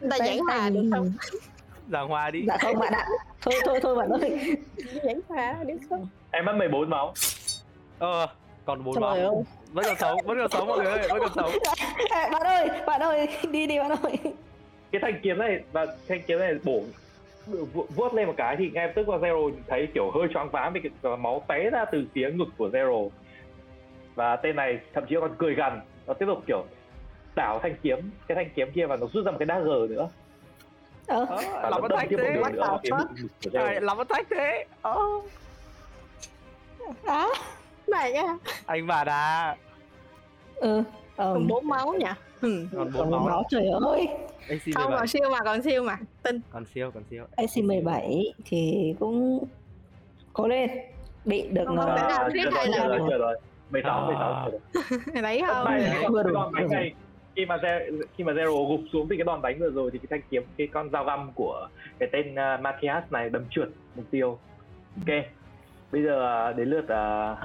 Speaker 7: ta
Speaker 3: Đấy,
Speaker 7: giảng
Speaker 3: tại
Speaker 7: hòa được
Speaker 3: vì-
Speaker 7: không
Speaker 4: giảng hòa đi.
Speaker 3: Dạ không bạn ạ. Thôi thôi thôi bạn ơi.
Speaker 7: giảng hòa được không
Speaker 6: Em mất 14 máu.
Speaker 4: Ờ, còn 4
Speaker 7: trời ơi
Speaker 4: máu. Vẫn còn sống, vẫn còn sống mọi người ơi, vẫn còn sống.
Speaker 3: Ê, bạn ơi, bạn ơi, đi đi bạn ơi.
Speaker 6: cái thanh kiếm này và thanh kiếm này bổ vu- vuốt lên một cái thì ngay lập tức là Zero thấy kiểu hơi choáng váng vì cái và máu té ra từ phía ngực của Zero và tên này thậm chí còn cười gằn nó tiếp tục kiểu đảo thanh kiếm cái thanh kiếm kia và nó rút ra một cái dagger nữa
Speaker 3: Ờ,
Speaker 4: Ờ,
Speaker 6: và
Speaker 4: Làm
Speaker 6: nó
Speaker 4: bất
Speaker 6: đâm
Speaker 4: thách
Speaker 6: tiếp một
Speaker 4: thế.
Speaker 6: đường
Speaker 7: what
Speaker 6: nữa vào
Speaker 7: the
Speaker 6: phía
Speaker 7: fuck?
Speaker 6: ngực của
Speaker 4: Trời,
Speaker 6: Zero
Speaker 4: Làm bất thách thế. Ờ,
Speaker 7: đó này nha
Speaker 4: Anh bạn à.
Speaker 3: ừ. Ờ,
Speaker 7: còn bốn máu nhỉ ừ.
Speaker 4: Còn
Speaker 3: còn
Speaker 4: 4 máu. à?
Speaker 3: máu
Speaker 4: đó.
Speaker 3: trời ơi.
Speaker 4: AC
Speaker 7: không
Speaker 4: 17.
Speaker 7: còn siêu mà còn siêu mà tin
Speaker 4: Còn siêu, còn siêu.
Speaker 3: AC17 thì cũng cố lên bị được ờ, ừ.
Speaker 7: Không,
Speaker 3: nó
Speaker 7: không, cái nào
Speaker 6: à,
Speaker 7: biết
Speaker 6: chưa
Speaker 7: hay
Speaker 6: rồi
Speaker 7: là-
Speaker 6: chưa rồi chưa rồi 16
Speaker 4: À.
Speaker 6: 16
Speaker 7: đấy không
Speaker 6: May là
Speaker 3: Ừ.
Speaker 6: cái
Speaker 3: Vừa
Speaker 6: con- cái
Speaker 3: đủ,
Speaker 6: đòn đánh
Speaker 3: vừa đủ.
Speaker 6: này khi mà Zero, khi mà Zero gục xuống vì cái đòn đánh vừa rồi thì cái thanh kiếm cái con dao găm của cái tên uh, Matthias này đâm trượt mục tiêu. Ok. Bây giờ à, đến lượt à,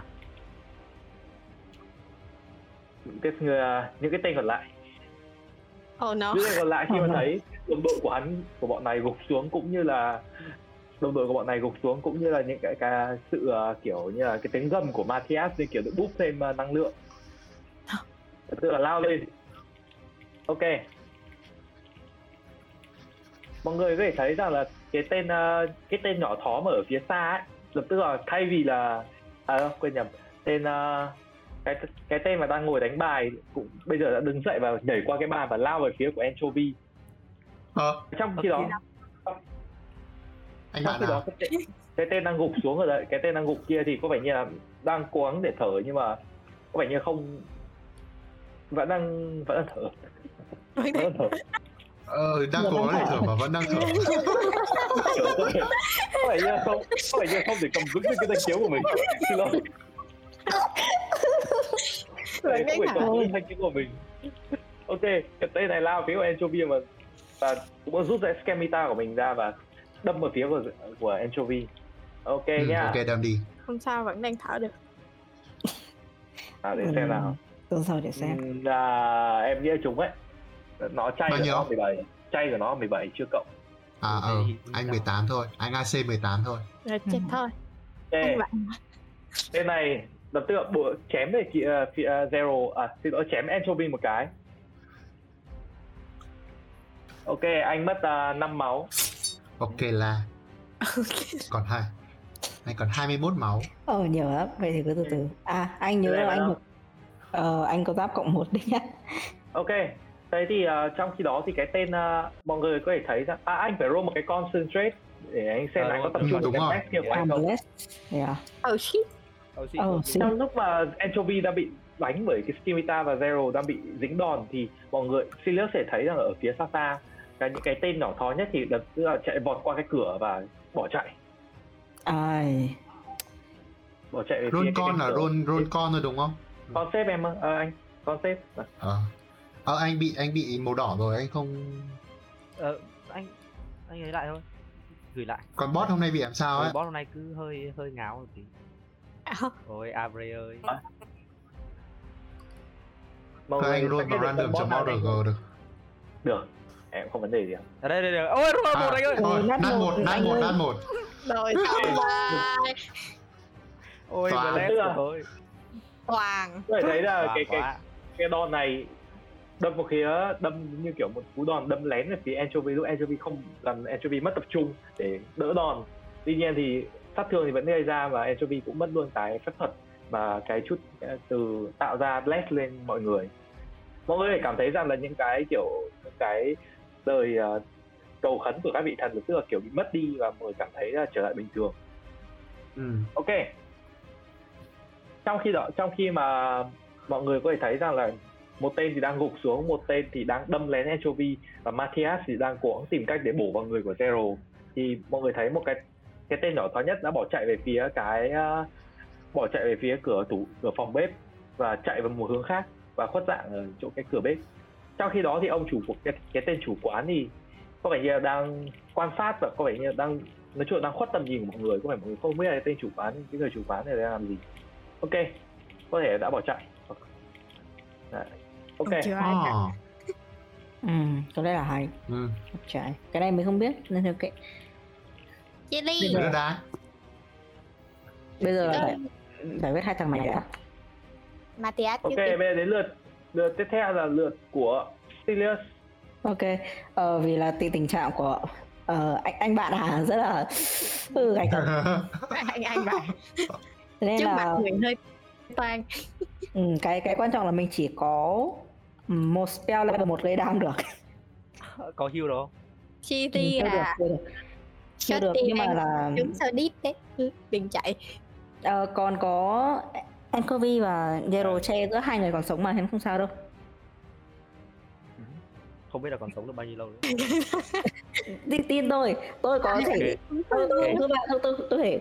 Speaker 6: những cái người- những cái tên còn lại.
Speaker 7: ồ nó
Speaker 6: Những tên còn lại khi mà thấy đồng đội của hắn của bọn này gục xuống cũng như là đồng đội của bọn này gục xuống cũng như là những cái, cái sự à, kiểu như là cái tiếng gầm của Matthias như kiểu được boost thêm à, năng lượng. Tức là lao lên. Ok. Mọi người có thể thấy rằng là cái tên ờ, cái tên nhỏ thóm ở phía xa ấy, lập tức là thay vì là à đâu, quên nhầm, tên ờ, cái cái tên mà đang ngồi đánh bài cũng bây giờ đã đứng dậy và nhảy qua cái bàn và lao về phía của Anchovy.
Speaker 2: Ờ,
Speaker 6: Trong khi đó
Speaker 4: Ok.
Speaker 2: anh
Speaker 6: trong
Speaker 2: bạn à?
Speaker 6: khi đó
Speaker 2: nào?
Speaker 6: cái tên, cái tên đang gục xuống rồi đấy, cái tên đang gục kia thì có vẻ như là đang cố gắng để thở nhưng mà có vẻ như không vẫn đang vẫn đang thở, vẫn đang thở.
Speaker 2: Ờ, đang
Speaker 3: Dạ,
Speaker 2: cố
Speaker 3: đang
Speaker 2: để
Speaker 3: thở.
Speaker 2: thở mà vẫn đang thở.
Speaker 6: kiểu có vẻ có vẻ như là không có vẻ như là không thể cầm vững được cái danh chiếu của mình xin lỗi
Speaker 7: Rồi
Speaker 6: Đấy,
Speaker 7: cái
Speaker 6: không thể
Speaker 7: nào?
Speaker 6: cầm vững danh chiếu của mình ok cái tên này lao phía của anchovy mà và cũng rút ra scamita của mình ra và đâm vào phía của của anchovy ok
Speaker 2: Ừ,
Speaker 6: nhá
Speaker 2: ok, đâm đi.
Speaker 7: không sao vẫn đang thở được
Speaker 6: à, để xem nào
Speaker 3: Tuần sau Ừ, để
Speaker 4: Ừ.
Speaker 3: xem.
Speaker 6: Ừm, là em nghĩ là trúng ấy nó chay
Speaker 2: Bao
Speaker 6: của
Speaker 2: nhiêu?
Speaker 6: nó 17 chay của nó 17 chưa cộng
Speaker 2: à
Speaker 4: Thế
Speaker 2: ờ
Speaker 4: thì-
Speaker 2: anh 18 thôi anh AC 18 thôi
Speaker 7: Rồi chết
Speaker 3: Ừ.
Speaker 7: thôi
Speaker 6: Ê,
Speaker 7: anh bạn
Speaker 6: tên này lập tức là bộ chém về kia phía zero à xin lỗi chém anchovy một cái ok anh mất 5 máu
Speaker 2: ok là còn hai anh còn 21 máu
Speaker 3: Ờ nhiều lắm, vậy thì cứ từ từ. À anh nhớ
Speaker 6: Thế
Speaker 3: là
Speaker 6: là
Speaker 3: anh
Speaker 6: đâu?
Speaker 3: được Ờ anh có giáp cộng 1 đấy nhá.
Speaker 6: ok thế thì ờ, trong khi đó thì cái tên ờ, mọi người có thể thấy rằng à anh phải roll một cái concentrate để anh xem
Speaker 4: À,
Speaker 6: là anh có
Speaker 4: đúng
Speaker 6: tập
Speaker 2: rồi,
Speaker 6: trung
Speaker 2: đúng
Speaker 6: vào
Speaker 2: rồi.
Speaker 6: cái quest kia của
Speaker 3: À
Speaker 6: anh không
Speaker 3: bless. Yeah.
Speaker 7: oh shit
Speaker 4: Ờ, xin,
Speaker 3: Ờ
Speaker 4: ờ,
Speaker 3: xin.
Speaker 6: trong lúc mà anchovy đang bị đánh bởi cái skimita và zero đang bị dính đòn thì mọi người Silius sẽ thấy rằng ở phía xa xa cái những cái tên nhỏ thó nhất thì lập tức là chạy vọt qua cái cửa và bỏ chạy
Speaker 3: Ai.
Speaker 6: bỏ chạy về phía
Speaker 2: roll
Speaker 6: cái
Speaker 2: con
Speaker 6: cánh
Speaker 2: là
Speaker 6: cửa.
Speaker 2: roll roll con thôi đúng không
Speaker 6: con xếp em ơi, ờ, anh con xếp à,
Speaker 2: ờ ờ anh bị anh bị màu đỏ rồi anh không
Speaker 4: ờ, anh anh ấy lại thôi gửi lại
Speaker 2: còn boss hôm nay bị làm sao
Speaker 4: Ôi,
Speaker 2: ấy
Speaker 4: boss hôm nay cứ hơi hơi ngáo một tí ôi Abre ơi
Speaker 6: mọi
Speaker 2: Các anh roll vào
Speaker 6: sẽ biết được
Speaker 2: random
Speaker 6: con
Speaker 2: cho
Speaker 6: boss nào
Speaker 2: model
Speaker 6: đánh.
Speaker 2: g được
Speaker 6: được em không vấn đề gì ạ.
Speaker 4: ở đây đây đây ôi rồi
Speaker 2: à,
Speaker 4: một anh ơi
Speaker 2: thôi
Speaker 3: Ôi, Ừ, nát
Speaker 2: nát
Speaker 3: một,
Speaker 2: một nát
Speaker 3: anh
Speaker 2: một
Speaker 3: ơi.
Speaker 2: nát một
Speaker 7: rồi xong rồi
Speaker 4: ôi
Speaker 2: toàn.
Speaker 4: bless của tôi
Speaker 7: hoàng
Speaker 6: có thể thấy là
Speaker 4: Toàn
Speaker 6: cái cái
Speaker 4: quá.
Speaker 6: cái đòn này đâm vào phía đâm như kiểu một cú đòn đâm lén về phía anchovy lúc anchovy không làm anchovy mất tập trung để đỡ đòn tuy nhiên thì sát thương thì vẫn gây ra và anchovy cũng mất luôn cái phép thuật mà cái chút ờ, từ tạo ra bless lên mọi người mọi người cảm thấy rằng là những cái kiểu những cái lời ờ, cầu khấn của các vị thần tức là kiểu bị mất đi và mọi người cảm thấy là trở lại bình thường
Speaker 2: ừ.
Speaker 6: ok trong khi đó trong khi mà mọi người có thể thấy rằng là một tên thì đang gục xuống một tên thì đang đâm lén anchovy và Matthias thì đang cố gắng tìm cách để bổ vào người của Zero thì mọi người thấy một cái cái tên nhỏ to nhất đã bỏ chạy về phía cái ờ, bỏ chạy về phía cửa tủ cửa phòng bếp và chạy vào một hướng khác và khuất dạng ở chỗ cái cửa bếp trong khi đó thì ông chủ của cái, cái tên chủ quán thì có vẻ như là đang quan sát và có vẻ như là đang nói chung là đang khuất tầm nhìn của mọi người có phải mọi người không biết là tên chủ quán cái người chủ quán này đang làm gì ok có thể đã bỏ chạy Đấy. ok
Speaker 7: chưa ai cả
Speaker 2: Ờ.
Speaker 3: Ừ, có lẽ là hay.
Speaker 2: ừ.
Speaker 3: Trời, cái này mình không biết nên thôi kệ.
Speaker 5: Jelly,
Speaker 2: Đứa đá
Speaker 3: Bây giờ là
Speaker 5: Ờ.
Speaker 3: phải giải quyết hai thằng này đã.
Speaker 5: Matthias,
Speaker 6: Ok,
Speaker 5: you
Speaker 6: bây
Speaker 5: can-
Speaker 6: giờ đến lượt lượt tiếp theo là lượt của Sirius.
Speaker 3: Ok, ờ, vì là tùy tình trạng của ờ, anh anh bạn à rất là ừ, gạch thật.
Speaker 7: anh anh bạn
Speaker 3: Thế nên
Speaker 7: trước
Speaker 3: là
Speaker 7: mặt người hơi toan
Speaker 3: ừ, cái cái quan trọng là mình chỉ có ừ, một spell level một gây đam được.
Speaker 4: có hưu đó
Speaker 7: chi
Speaker 3: Ừ,
Speaker 7: ti
Speaker 3: chưa được,
Speaker 7: à
Speaker 3: chưa được. Chưa
Speaker 7: Cho
Speaker 3: được
Speaker 7: tim
Speaker 3: nhưng mà
Speaker 7: anh
Speaker 3: là
Speaker 7: chúng sao đít đấy Ừ, đừng chạy
Speaker 3: ờ, còn có Ankovi và Zero che giữa hai người còn sống mà nên không sao đâu.
Speaker 4: không biết là còn sống được bao nhiêu lâu nữa
Speaker 3: Tin tin tôi, tôi có
Speaker 7: Dạ.
Speaker 3: thể tôi tôi
Speaker 4: Ok.
Speaker 3: tôi bạn tôi tôi tôi thể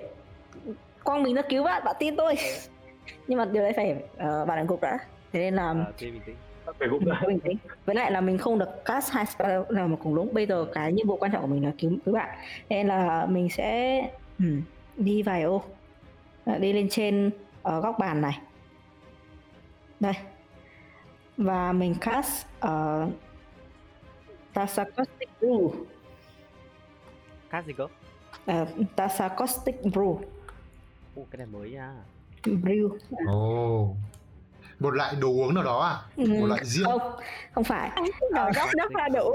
Speaker 3: quang mình đã cứu bạn, bạn tin tôi. Nhưng mà điều đấy phải ờ, bạn đánh gục đã. Thế nên là
Speaker 4: à, thế bình tĩnh
Speaker 6: Phải cũng
Speaker 3: Mình bình tĩnh. với lại là mình không được cast hai spell là một cùng lúc bây giờ cái nhiệm vụ quan trọng của mình là cứu cứu bạn nên là mình sẽ ừ, đi vài ô Ờ, đi lên trên ở góc bàn này đây và mình cast ở Tassacaustic Brew
Speaker 4: khác gì cơ
Speaker 3: Ờ, Tassacaustic Brew
Speaker 4: Ô, cái này mới nha
Speaker 3: Brew
Speaker 2: Ồ Một loại đồ uống nào đó à Một
Speaker 3: ừ,
Speaker 2: loại rượu
Speaker 3: không không phải
Speaker 7: đỏ góc đó ra đủ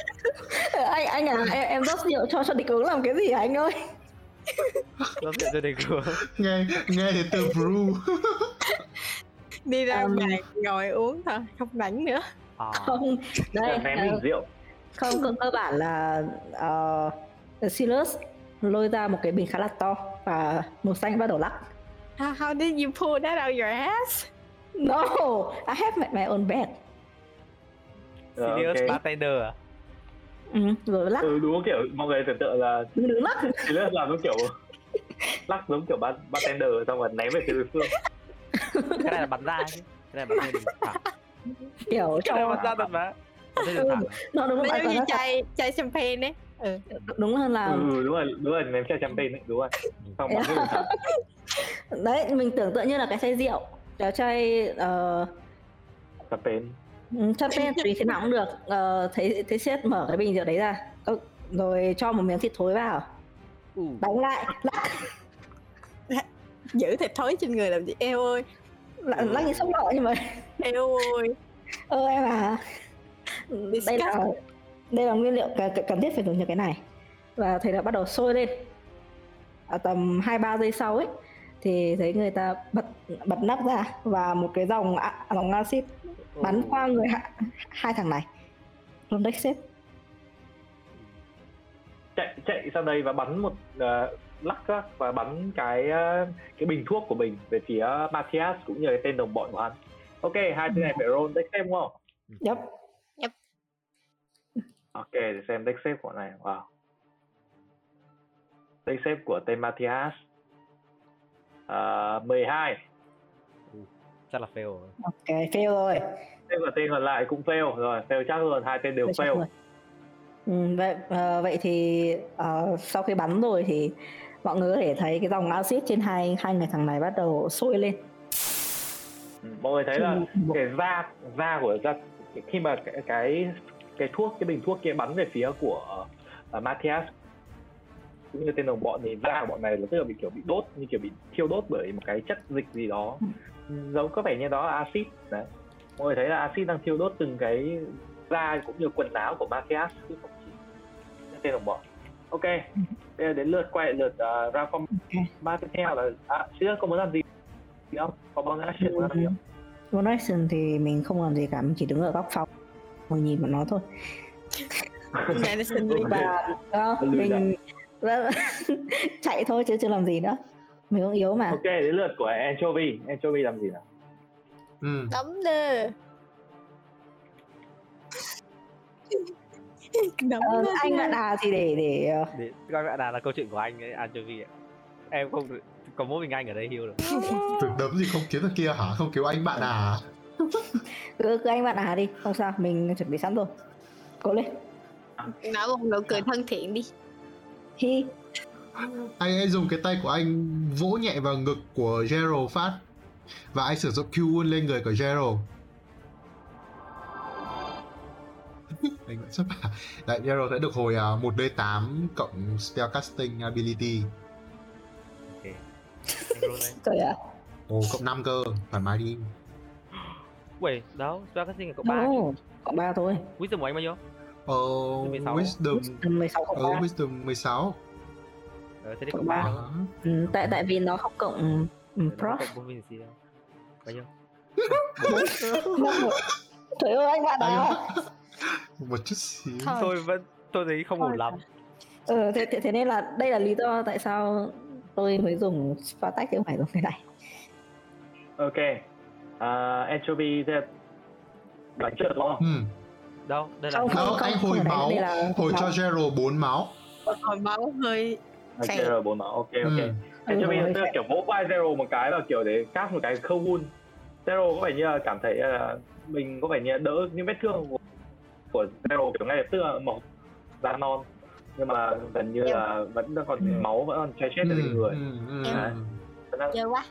Speaker 3: anh anh à em, em rót rượu cho cho địch uống làm cái gì hả anh ơi
Speaker 4: nó sẽ cho đầy cửa
Speaker 2: Nghe nghe thì từ brew
Speaker 7: đi ra
Speaker 3: Ừm.
Speaker 7: ngoài ngồi uống thôi không đánh nữa
Speaker 4: à,
Speaker 3: không đây
Speaker 6: ném
Speaker 3: ờ,
Speaker 6: bình rượu.
Speaker 3: không cơ, cơ bản là uh, Silas lôi ra một cái bình khá là to và màu xanh bắt đầu lắc
Speaker 7: how, how did you pull that out your ass
Speaker 3: no I have my, my own bed
Speaker 6: Ờ, ok.
Speaker 4: Sirius bartender à
Speaker 3: ừ, rồi lắc
Speaker 6: Ừ, đúng kiểu mọi người tưởng tượng là
Speaker 3: đứng đứng lắc
Speaker 6: Sirius làm giống kiểu lắc giống kiểu bar- bartender xong rồi ném về phía đối phương.
Speaker 4: cái này là bắn ra chứ cái này bắn ra đừng thẳng
Speaker 3: kiểu
Speaker 4: cái này
Speaker 3: cho
Speaker 4: bắn ra thật mà bắn ra đừng thẳng
Speaker 3: nó đúng
Speaker 7: nó
Speaker 3: là
Speaker 7: giống
Speaker 3: cảm
Speaker 7: như
Speaker 3: giác là-
Speaker 7: chai chai champagne đấy ừ.
Speaker 3: đúng hơn là
Speaker 6: Ừ, đúng rồi, đúng rồi,
Speaker 3: à?
Speaker 6: ném chai champagne đấy, đúng rồi. Xong bắn cái bình thẳng.
Speaker 3: đấy mình tưởng tượng như là cái chai rượu trò chơi ờ,
Speaker 6: tập tên
Speaker 3: ừ, cho nên tùy thế nào cũng được Ờ, thấy thấy siết mở cái bình rượu đấy ra Ơ, rồi cho một miếng thịt thối vào
Speaker 4: Ủ,
Speaker 3: đánh lại lắc
Speaker 7: giữ thịt thối trên người làm gì eo ơi
Speaker 6: Ừ.
Speaker 3: lắc, lắc như sốc nọ nhưng mà
Speaker 7: eo ơi
Speaker 3: ơ em à đây
Speaker 7: disgust
Speaker 3: là đây là nguyên liệu cần, cần thiết phải dùng cho cái này và thấy là bắt đầu sôi lên ở tầm hai ba giây sau ấy thì thấy người ta bật bật nắp ra và một cái dòng a- dòng axit bắn
Speaker 6: Ừ.
Speaker 4: ủ.
Speaker 3: qua người hạ, hai thằng này luôn đấy xếp
Speaker 6: chạy chạy sang đây và bắn một ờ, lắc ra và bắn cái ờ, cái bình thuốc của mình về phía Matthias cũng như cái tên đồng bọn của hắn ok hai tên này phải roll deck save đúng không
Speaker 3: Yep.
Speaker 6: ok để xem deck save của này wow deck save của tên Matthias uh, 12
Speaker 4: chắc là fail rồi
Speaker 3: ok fail rồi
Speaker 6: tên và tên còn lại cũng fail rồi fail chắc luôn hai tên đều
Speaker 3: Vậy chắc
Speaker 6: fail
Speaker 3: rồi. Ừ, vậy ờ, vậy thì ờ, sau khi bắn rồi thì mọi người có thể thấy cái dòng axit trên hai hai người thằng này bắt đầu sôi lên
Speaker 6: Ừ, mọi người thấy là cái da da của da khi mà cái cái cái thuốc cái bình thuốc kia bắn về phía của ờ, Matthias cũng như tên đồng bọn thì da của bọn này là tức là bị kiểu bị đốt như kiểu bị thiêu đốt bởi một cái chất dịch gì đó giống có vẻ như đó là axit đấy mọi người thấy là axit đang thiêu đốt từng cái da cũng như quần áo của Matthias chứ không chỉ những tên đồng bọn ok bây giờ đến lượt quay lượt uh, ra phong ba tiếp theo là à, chưa có muốn làm gì không có bao nhiêu action muốn làm gì không?
Speaker 3: One Action Ừ. thì mình không làm gì cả mình chỉ đứng ở góc phòng mình nhìn bọn nó thôi
Speaker 7: này là sinh viên
Speaker 3: và
Speaker 6: Lùi
Speaker 3: mình Vâng. chạy thôi chứ chưa làm gì nữa mình cũng yếu mà
Speaker 6: Ok, đến lượt của Anchovy. Anchovy làm gì nào?
Speaker 2: ừ.
Speaker 7: đấm nè đấm
Speaker 3: Ờ,
Speaker 7: lên
Speaker 3: anh
Speaker 7: nha.
Speaker 3: bạn à thì để để ờ,
Speaker 4: để các bạn đã là câu chuyện của anh ấy anchovy ạ em không được- có mỗi mình anh ở đây hiểu được
Speaker 2: Thực đấm gì không kiếm được kia hả? Không cứu anh bạn à?
Speaker 3: cứ cứ anh bạn à đi không sao mình chuẩn bị sẵn rồi cố lên
Speaker 7: nói một nụ cười thân thiện đi
Speaker 3: hi
Speaker 2: Anh ấy dùng cái tay của anh vỗ nhẹ vào ngực của Gerald phát và anh sử dụng Q Wound lên người của Gerald. anh vẫn sắp à? Đấy, Gerald sẽ được hồi à, 1d8 cộng Spellcasting Ability.
Speaker 4: Anh roll đây.
Speaker 3: trời
Speaker 7: à?
Speaker 3: ạ
Speaker 2: Ồ, cộng 5 cơ, thoải mái đi.
Speaker 4: Uầy, đó, Spell Casting là cộng 3
Speaker 3: Ồ, cộng ba thôi Ừ,
Speaker 4: Wisdom của anh bao nhiêu?
Speaker 2: Ờ,
Speaker 4: Thế 16.
Speaker 2: Wisdom...
Speaker 3: Tầm 16 cộng
Speaker 2: Ờ,
Speaker 3: 3
Speaker 2: Wisdom 16.
Speaker 4: Ờ, thế thì
Speaker 3: Cộng
Speaker 4: cộng
Speaker 3: ba.
Speaker 4: 3
Speaker 2: Đó.
Speaker 3: ừ, tại tại vì nó không cộng um, prof
Speaker 4: Cộng 4 gì đâu Bao nhiêu?
Speaker 3: trời ơi anh bạn
Speaker 2: Anh-
Speaker 3: à
Speaker 2: Một chút xíu.
Speaker 7: Thôi.
Speaker 4: Tôi vẫn, tôi thấy không ổn lắm
Speaker 3: ừ, thế, thế, thế nên là đây là lý do tại sao tôi mới dùng Spartak chứ không phải dùng cái này
Speaker 6: Ok. Uh, Anchovy thế là đoán trượt đúng không?
Speaker 2: Ừ.
Speaker 4: Đâu, đây là
Speaker 3: Không, không,
Speaker 2: Đâu,
Speaker 3: không,
Speaker 2: anh
Speaker 3: không
Speaker 2: hồi
Speaker 3: phải đấy,
Speaker 2: máu,
Speaker 3: đây là
Speaker 2: Hồi
Speaker 3: máu.
Speaker 2: cho Gerald 4 máu.
Speaker 7: hồi máu hơi
Speaker 6: Ok,
Speaker 7: Phải.
Speaker 6: rồi bốn máu. Ok, ok.
Speaker 2: Ừ.
Speaker 6: Anchovy
Speaker 3: Ừ,
Speaker 6: tức là kiểu vỗ vai Zero một cái và kiểu để cast một cái khâu vun. Zero có vẻ như là cảm thấy là mình có vẻ như là đỡ những vết thương của, của Zero kiểu ngay lập tức là mọc da non nhưng mà gần như là vẫn đang còn
Speaker 3: Ừ.
Speaker 6: máu vẫn còn chảy chết ở trên người.
Speaker 2: ừ, ừ,
Speaker 6: Em-
Speaker 2: ừ.
Speaker 5: Giờ quá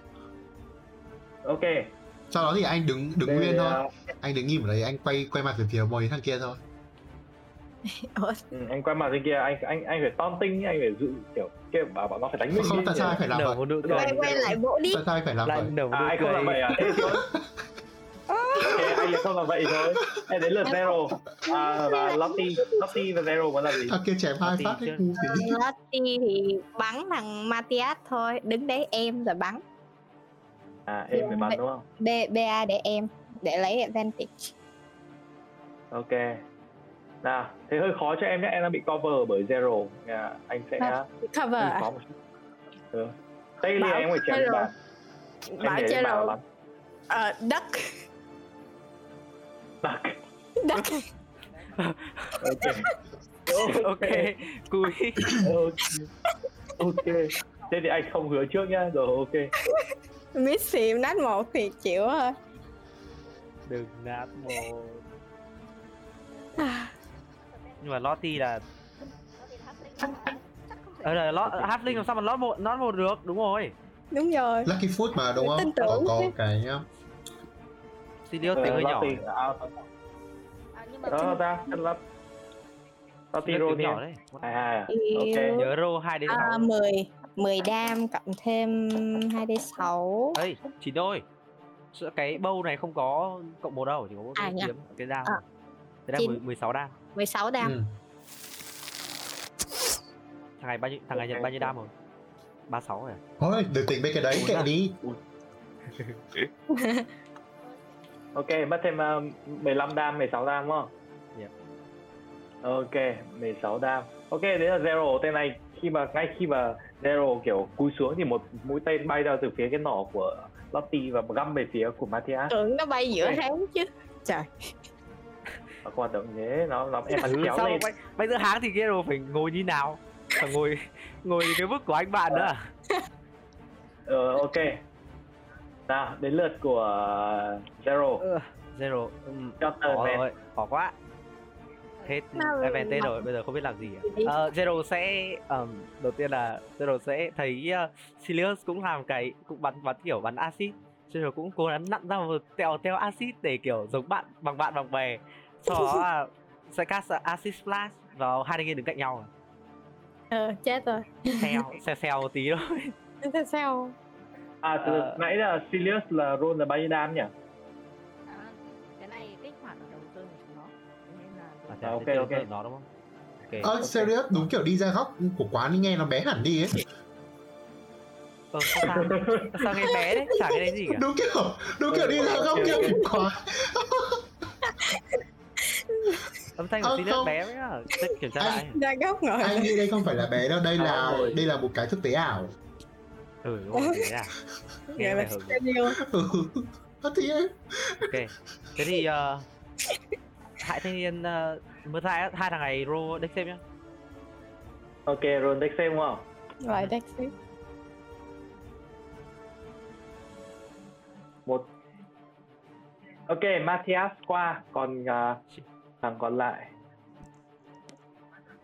Speaker 3: Ừ.
Speaker 6: Ok. à,
Speaker 2: Sau đó thì anh đứng đứng
Speaker 6: đây
Speaker 2: nguyên
Speaker 6: là-
Speaker 2: thôi. Anh đứng im ở đấy, anh quay quay mặt về phía mấy thằng kia thôi.
Speaker 6: Ừ, anh quay mặt bên kia anh anh anh phải tom tinh anh phải dự kiểu kia bảo bọn nó phải đánh mình
Speaker 2: Không,
Speaker 6: đi
Speaker 2: tại sao
Speaker 6: nhỉ?
Speaker 2: anh phải làm
Speaker 4: nở
Speaker 2: vậy?
Speaker 4: một nụ cười
Speaker 6: Quay-
Speaker 7: quay quay lại vỗ đi
Speaker 2: Tại sao anh phải làm
Speaker 4: Lại
Speaker 2: vậy?
Speaker 4: nở một
Speaker 6: à
Speaker 4: nụ
Speaker 6: anh không
Speaker 4: cười
Speaker 6: làm vậy à thế thôi Thế anh lại không làm vậy thôi em đến lượt zero à, và lottie lottie và zero muốn làm gì
Speaker 2: Thằng kia chém hai
Speaker 4: Tin
Speaker 2: phát
Speaker 4: chưa?
Speaker 2: đấy, ngu thế.
Speaker 7: Lottie Ờ, thì bắn thằng Matias thôi đứng đấy em rồi bắn
Speaker 6: à em phải bắn đúng không
Speaker 7: B BA để em để lấy advantage
Speaker 6: ok nào thế hơi khó cho em nhé em đang bị cover bởi zero à, anh sẽ
Speaker 7: cover
Speaker 6: anh
Speaker 7: à?
Speaker 6: khó một chút ừ. đây là
Speaker 7: Bảo
Speaker 6: em phải chém
Speaker 7: zero.
Speaker 6: bạn anh
Speaker 7: bảo
Speaker 6: để
Speaker 7: chơi
Speaker 6: bảo
Speaker 7: rồi
Speaker 6: lắm
Speaker 7: ờ đất
Speaker 6: Tắc.
Speaker 7: đất
Speaker 6: ok
Speaker 4: Ok, cúi
Speaker 6: ok ok thế thì anh không hứa trước nhá rồi ok
Speaker 7: miss xìm nát một thì chịu thôi
Speaker 4: Đừng nát một À. Nhưng mà Lottie là Ờ là Lot Halfling làm sao mà Lot một Lot một được, đúng rồi
Speaker 7: đúng rồi
Speaker 2: Lucky Food mà đúng
Speaker 7: Tin
Speaker 2: không?
Speaker 7: tưởng.
Speaker 2: Có có cái uh,
Speaker 4: Sirius
Speaker 7: Ờ,
Speaker 4: tiếng hơi nhỏ.
Speaker 6: Lottie-
Speaker 4: Tiếng
Speaker 6: à,
Speaker 5: Ờ, nhưng mà
Speaker 6: đó ra chân lắp Lottie roll
Speaker 4: tiếng
Speaker 6: đi À,
Speaker 4: nhỏ đấy.
Speaker 6: hai hai
Speaker 7: Yêu.
Speaker 4: Nhớ roll 2 đến 6.
Speaker 7: à, 10 10 đam cộng thêm 2 d 6
Speaker 4: Ê, chín đôi. Sợ cái bâu này không có cộng một đâu, chỉ có mỗi
Speaker 7: À,
Speaker 4: cái
Speaker 7: nhỉ.
Speaker 4: kiếm cái đam.
Speaker 7: Ờ.
Speaker 4: Cái
Speaker 7: Chín.
Speaker 4: đam 16 đam.
Speaker 7: 16 đam
Speaker 2: ừ.
Speaker 4: Thằng này bao nhiêu thằng này nhận bao nhiêu đam rồi? 36 rồi. à?
Speaker 2: Thôi, đừng tính mấy cái đấy, kệ đi
Speaker 6: Ok, mất thêm uh, 15 đam, 16 đam đúng không?
Speaker 4: Yep.
Speaker 6: Ok, 16 đam. Ok, đấy là Zero tên này. Khi mà ngay khi mà Zero kiểu cúi xuống thì một mũi tên bay ra từ phía cái nỏ của Lottie và găm về phía của
Speaker 4: Ừ.
Speaker 6: Matthias.
Speaker 7: tưởng nó bay giữa
Speaker 6: Ê.
Speaker 7: ráng chứ
Speaker 6: Nó không hoạt động như thế, nó nó em bắn
Speaker 4: Ừ,
Speaker 6: chéo
Speaker 4: sao
Speaker 6: lên.
Speaker 4: bay, bay giữa háng thì kia rồi phải ngồi như nào? Phải ngồi ngồi cái bước của anh bạn nữa. à?
Speaker 6: Ờ, ok. Nào, đến lượt của Zero.
Speaker 4: Ừ, Zero. ừm,
Speaker 6: Cho tờ
Speaker 4: Khó
Speaker 6: men.
Speaker 4: rồi, khó quá. Hết
Speaker 7: Nào,
Speaker 4: event
Speaker 7: mặc-
Speaker 4: rồi, bây giờ không biết làm gì.
Speaker 7: Gì đi?
Speaker 4: Ờ, Zero sẽ ờm, đầu tiên là Zero sẽ thấy ờ, Sirius cũng làm cái cũng bắn bắn kiểu bắn acid. Zero cũng cố gắng nặn ra một tèo tèo acid để kiểu giống bạn bằng bạn bằng bè. Sau đó là sẽ cast acid splash vào hai đứa kia đứng cạnh nhau.
Speaker 7: ờ chết rồi
Speaker 4: Xèo, xèo xèo một tí thôi.
Speaker 7: thế sao
Speaker 6: À, từ
Speaker 4: Ờ.
Speaker 6: nãy là Sirius là roll là bao nhiêu đam nhỉ?
Speaker 5: À, cái này kích hoạt ở đầu tư của chúng nó nên là
Speaker 4: À,
Speaker 6: Ờ, ok,
Speaker 4: thế
Speaker 6: ok.
Speaker 4: Zero Đó đúng không? Ok.
Speaker 2: Ơ, serious, đúng kiểu đi ra góc của quán nghe nó bé hẳn đi ấy
Speaker 4: Ờ, sao, sao nghe bé đấy, chả cái đấy gì cả.
Speaker 2: Đúng kiểu, đúng kiểu đi ra góc kiểu của quán
Speaker 4: Âm thanh
Speaker 2: Ờ,
Speaker 4: của Sirius
Speaker 2: không.
Speaker 4: bé mới là Thế kiểm tra lại.
Speaker 7: ra góc ngồi
Speaker 2: Anh nghĩ đây không phải là bé đâu, đây
Speaker 6: À,
Speaker 2: là
Speaker 6: rồi.
Speaker 2: đây là một cái thực tế ảo
Speaker 4: Ừ, đúng rồi, thế à. Nghe
Speaker 7: là
Speaker 4: phải hưởng.
Speaker 7: studio
Speaker 2: Ừ, thì em
Speaker 4: Thế thì ờ, Hại thanh niên uh, mới hai hai thằng này roll deck xem nhá.
Speaker 6: Ok, roll deck save đúng không?
Speaker 7: rồi đắc xíu
Speaker 6: một ok Matthias qua còn à, thằng còn lại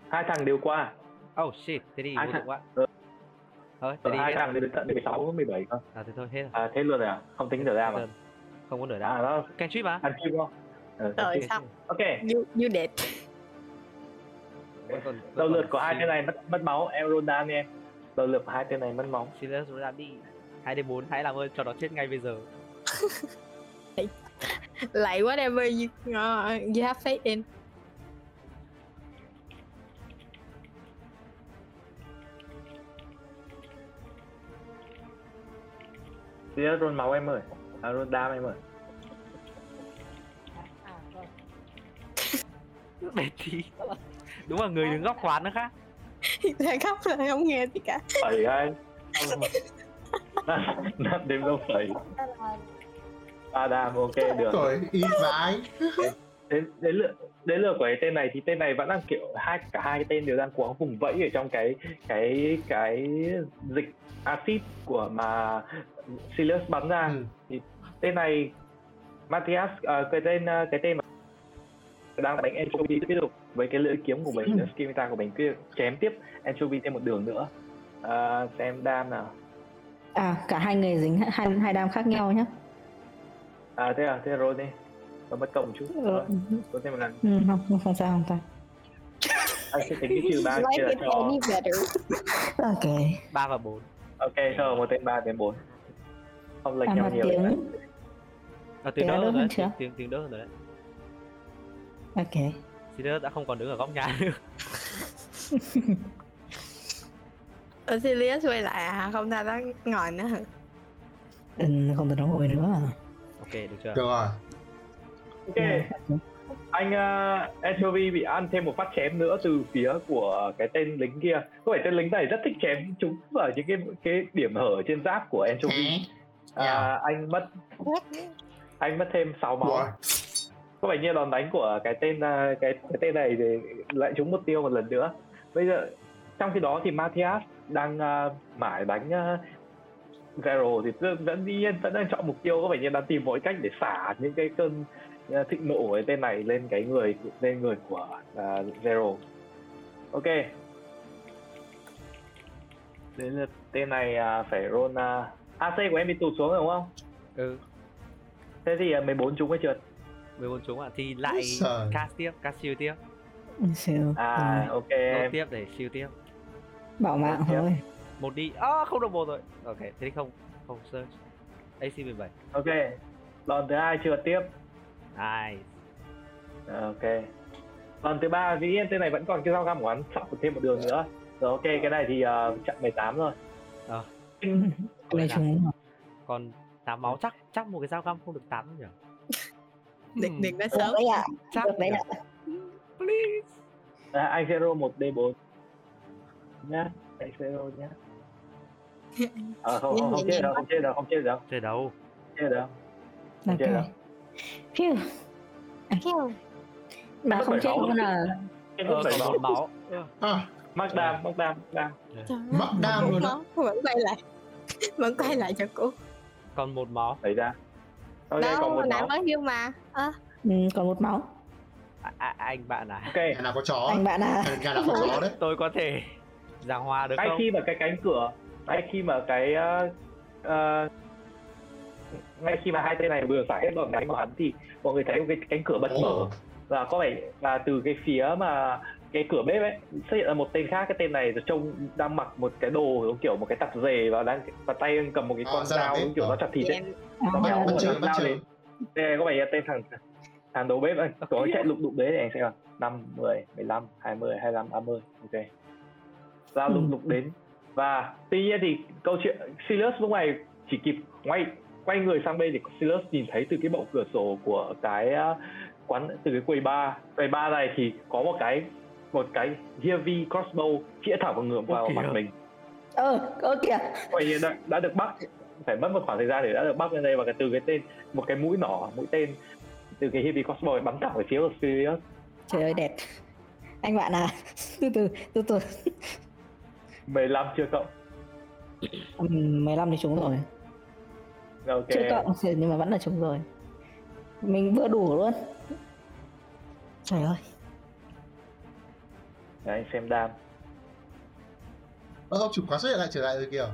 Speaker 6: hai thằng đều qua
Speaker 4: Oh shit, thế thì
Speaker 6: Hai
Speaker 4: vô
Speaker 6: thằng.
Speaker 4: dụng quá.
Speaker 6: Ừ.
Speaker 4: Thôi, thế
Speaker 6: Ở
Speaker 4: đi
Speaker 6: hai
Speaker 4: hết.
Speaker 6: thằng đều đến tận 16 17 cơ
Speaker 4: À thế thôi, hết rồi.
Speaker 6: à thế luôn rồi à không tính được ra mà
Speaker 4: Dần. Không có nửa đá.
Speaker 6: à đó
Speaker 4: Can trip mà.
Speaker 6: ăn chim không ừ.
Speaker 7: Ờ.
Speaker 4: Can
Speaker 7: xong.
Speaker 4: trip.
Speaker 6: ok
Speaker 7: you, you dead
Speaker 4: Vẫn còn- vẫn
Speaker 6: đầu
Speaker 4: còn
Speaker 6: lượt của hai
Speaker 4: Sirius-
Speaker 6: tên này mất mất máu em Ronda đi em đầu lượt của hai tên này mất máu
Speaker 4: Sirius rồi đã đi. 2 đến 4, hãy làm ơn cho nó chết ngay bây giờ.
Speaker 7: lại whatever you, uh, you have faith in
Speaker 6: thì Ron máu em ơi à, Ronda em ơi
Speaker 5: à rồi
Speaker 4: Bé tí. Đúng là người đứng góc quán nó khác.
Speaker 7: ra góc là không nghe gì cả
Speaker 6: phẩy anh nắp đêm đâu phẩy
Speaker 5: ta là
Speaker 6: ba đam ok được
Speaker 2: Rồi, ít vãi
Speaker 6: đến đến lượt đến lượt của cái tên này thì tên này vẫn đang kiểu hai cả hai cái tên đều đang cuống vùng vẫy ở trong cái cái cái dịch axit của mà Sirius bắn ra
Speaker 2: Ừ.
Speaker 6: tên này Matthias à, cái tên à, cái tên mà đang đánh anchovy tiếp tục với cái lưỡi kiếm của mình
Speaker 2: Ừ.
Speaker 6: skimita của mình kia chém tiếp anchovy thêm một đường nữa à, xem đam nào
Speaker 3: à cả hai người dính hai hai đam khác nhau nhá
Speaker 6: à thế à thế là roll đi nó mất cộng một chút
Speaker 3: ừ.
Speaker 6: Rồi, roll thêm một lần
Speaker 3: ừ, không không- không sao không sao
Speaker 6: anh sẽ tính cái trừ
Speaker 4: À,
Speaker 6: ba kia
Speaker 7: life
Speaker 6: là
Speaker 7: is
Speaker 6: cho
Speaker 7: any better
Speaker 3: ok
Speaker 4: 3 và À, 4.
Speaker 6: Ok, sơ một tên 3 tên 4 Không lệch
Speaker 3: à,
Speaker 6: nhau
Speaker 3: mà
Speaker 6: nhiều đấy.
Speaker 3: tiếng
Speaker 4: À tiếng
Speaker 3: Thế
Speaker 4: đỡ
Speaker 3: đỡ
Speaker 4: rồi
Speaker 3: hơn
Speaker 4: đấy,
Speaker 3: chưa?
Speaker 4: tiếng- tiếng tiếng đỡ rồi đấy.
Speaker 3: ok
Speaker 4: Sirius đã không còn đứng ở góc nhà nữa.
Speaker 7: ở Sirius quay lại à không ta đã ngồi nữa hả?
Speaker 3: ừ, không thể nói ngồi nữa à
Speaker 4: Ok, được chưa?
Speaker 2: Được rồi,
Speaker 6: Ok,
Speaker 3: Ừ,
Speaker 6: anh uh, Anchovy bị ăn thêm một phát chém nữa từ phía của cái tên lính kia Có vẻ tên lính này rất thích chém chúng vào những cái cái điểm hở trên giáp của Anchovy
Speaker 2: à,
Speaker 6: à, Anh mất anh mất thêm 6 máu
Speaker 2: rồi.
Speaker 6: Có vẻ như đòn đánh của cái tên à, cái, cái tên này thì lại trúng mục tiêu một lần nữa Bây giờ trong khi đó thì Matthias đang à, mải đánh à, Zero thì tự- vẫn dĩ nhiên vẫn đang chọn mục tiêu có vẻ như đang tìm mọi cách để xả những cái cơn à, thịnh nộ của cái tên này lên cái người lên người của à, Zero. Ok. Đến lượt tên này à, phải roll à, AC của em bị tụt xuống rồi đúng không?
Speaker 4: ừ
Speaker 6: Thế thì à, 14 chúng mới trượt.
Speaker 4: 14 trúng ạ thì lại
Speaker 2: Trời.
Speaker 4: cast tiếp cast siêu tiếp
Speaker 3: Siêu. Ừ.
Speaker 6: À ok
Speaker 4: đốt
Speaker 6: em.
Speaker 4: tiếp để siêu tiếp
Speaker 3: Bảo mạng
Speaker 6: tiếp.
Speaker 3: thôi.
Speaker 4: một đi à, không được một rồi ok thế thì không không search AC 17
Speaker 6: Ok. Lần thứ hai trượt tiếp.
Speaker 4: nice
Speaker 6: À, ok. Lần thứ ba dĩ nhiên tên này vẫn còn cái dao găm của hắn sọc thêm một đường nữa. Rồi ok cái này thì à, chặn 18 rồi.
Speaker 4: Ờ.
Speaker 3: Đây chúng nó
Speaker 4: còn tám máu chắc chắc một cái dao găm không được tám đâu nhỉ
Speaker 8: định định đã
Speaker 3: sớm
Speaker 8: sớm
Speaker 3: đấy
Speaker 7: à?
Speaker 3: ạ.
Speaker 4: chắc
Speaker 3: Được đấy ạ.
Speaker 4: please
Speaker 6: À, anh sẽ roll 1 D4 nhá. Anh sẽ roll nhá. Ờ không không, không chết đâu, không chết đâu, không chết đâu,
Speaker 4: trời đâu
Speaker 6: không chết đâu. Không chết đâu.
Speaker 3: Ok. Phew.
Speaker 5: Phew.
Speaker 3: Mà
Speaker 6: Mất
Speaker 3: không
Speaker 6: bảy
Speaker 3: chết
Speaker 6: máu
Speaker 3: luôn
Speaker 6: rồi.
Speaker 3: à.
Speaker 6: Em
Speaker 4: ờ,
Speaker 6: vẫn phải
Speaker 4: còn
Speaker 6: bảo
Speaker 4: một máu Ờ,
Speaker 2: à,
Speaker 6: mắc đam, mắc đam, mắc đam.
Speaker 2: mắc đam luôn á
Speaker 8: nó vẫn quay lại vẫn quay lại cho cũ
Speaker 4: còn một máu
Speaker 6: Đấy ra. Ok còn
Speaker 7: đâu
Speaker 6: một
Speaker 7: hồi nãy
Speaker 6: máu.
Speaker 7: mới kêu mà
Speaker 3: Ừ, còn một máu.
Speaker 4: à, à, anh bạn à
Speaker 6: Ok.
Speaker 2: nhà nào có chó
Speaker 3: Anh bạn à.
Speaker 2: nhà nào có chó đấy
Speaker 4: tôi có thể giảng hòa được
Speaker 6: ngay
Speaker 4: không
Speaker 6: khi mà cái cánh cửa ngay khi mà cái ờ, ờ, ngay khi mà hai tên này vừa xả hết bọn đánh của hắn thì mọi người thấy một cái cánh cửa bật mở
Speaker 2: Ồ,
Speaker 6: và có vẻ là từ cái phía mà cái cửa bếp ấy xuất hiện là một tên khác cái tên này trông đang mặc một cái đồ giống kiểu một cái tạp dề và đang và tay đang cầm một cái
Speaker 2: À,
Speaker 6: con
Speaker 2: ra làm
Speaker 6: dao
Speaker 2: bếp
Speaker 6: giống kiểu
Speaker 2: à.
Speaker 6: nó chặt thịt ấy
Speaker 8: em
Speaker 6: nó
Speaker 3: À,
Speaker 6: kéo
Speaker 2: bắt
Speaker 6: một
Speaker 2: chước,
Speaker 6: con
Speaker 2: bắt
Speaker 6: dao
Speaker 2: chịu
Speaker 6: đến Thế này có vẻ là tên thằng thằng đầu bếp ấy có chạy lục đục đấy thì anh sẽ là 5, 10, 15, 20, 25, 30 ok dao lục
Speaker 3: Ừ.
Speaker 6: đục đến và tuy nhiên thì câu chuyện Silas lúc này chỉ kịp quay quay người sang bên thì Silas nhìn thấy từ cái bậu cửa sổ của cái ờ, quán từ cái quầy bar quầy bar này thì có một cái một cái heavy crossbow chĩa thẳng vào ngựa vào
Speaker 4: kìa.
Speaker 6: mặt mình
Speaker 3: Ờ, ơ kìa.
Speaker 6: coi như đã, đã được bắt phải mất một khoảng thời gian để đã được bắt lên đây và cái từ cái tên một cái mũi nỏ mũi tên từ cái heavy crossbow ấy bắn thẳng về phía của Sirius
Speaker 3: Trời ơi đẹp. Anh bạn à. Từ từ, từ từ.
Speaker 6: 15 chưa cộng
Speaker 3: Ừm, 15 thì trúng rồi.
Speaker 6: ok
Speaker 3: Chưa cộng thì- nhưng mà vẫn là trúng rồi. Mình vừa đủ luôn. Trời ơi.
Speaker 6: Để anh xem đam
Speaker 2: Ơ, ông chủ quán xuất hiện lại trở lại rồi kìa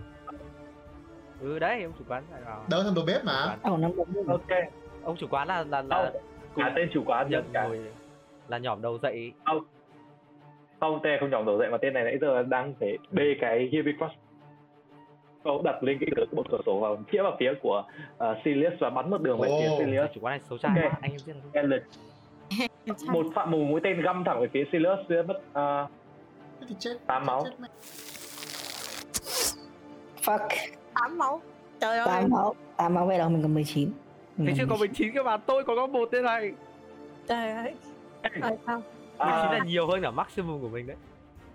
Speaker 4: ừ đấy ông chủ quán lại vào
Speaker 2: đâu thằng đồ bếp
Speaker 4: Chủ
Speaker 2: mà
Speaker 4: quán.
Speaker 3: Ảo năm đúng rồi.
Speaker 6: ok
Speaker 4: ông chủ quán là là là
Speaker 6: Đâu? cả À, tên chủ quán
Speaker 4: nhận
Speaker 6: nhận cả
Speaker 4: ngồi là nhỏm đầu dậy ý.
Speaker 6: không tên này không nhỏm đầu dậy mà tên này nãy giờ đang phải bê cái heavy crossbow đặt lên cái cửa bộ cửa sổ vào chĩa vào phía của uh, Sirius và bắn một đường về phía
Speaker 2: Ồ.
Speaker 6: Sirius
Speaker 4: Trời, chủ quán này xấu trai
Speaker 6: Ok.
Speaker 4: quá anh em biết là
Speaker 6: Em lượt một phạm mù mũi tên găm thẳng về phía Sirius Sirius mất ờ,
Speaker 2: Thế thì chết
Speaker 6: tám máu.
Speaker 2: chết mẹ.
Speaker 3: Fuck.
Speaker 8: tám máu trời ơi
Speaker 3: 8 máu. 8 máu về đâu mình còn 19.
Speaker 4: thế
Speaker 3: còn
Speaker 4: chứ có
Speaker 3: 19.
Speaker 4: 19 cơ mà tôi còn có một thế này 19
Speaker 8: trời ơi Ờ,
Speaker 6: à,
Speaker 8: không
Speaker 4: là nhiều hơn cả maximum của mình đấy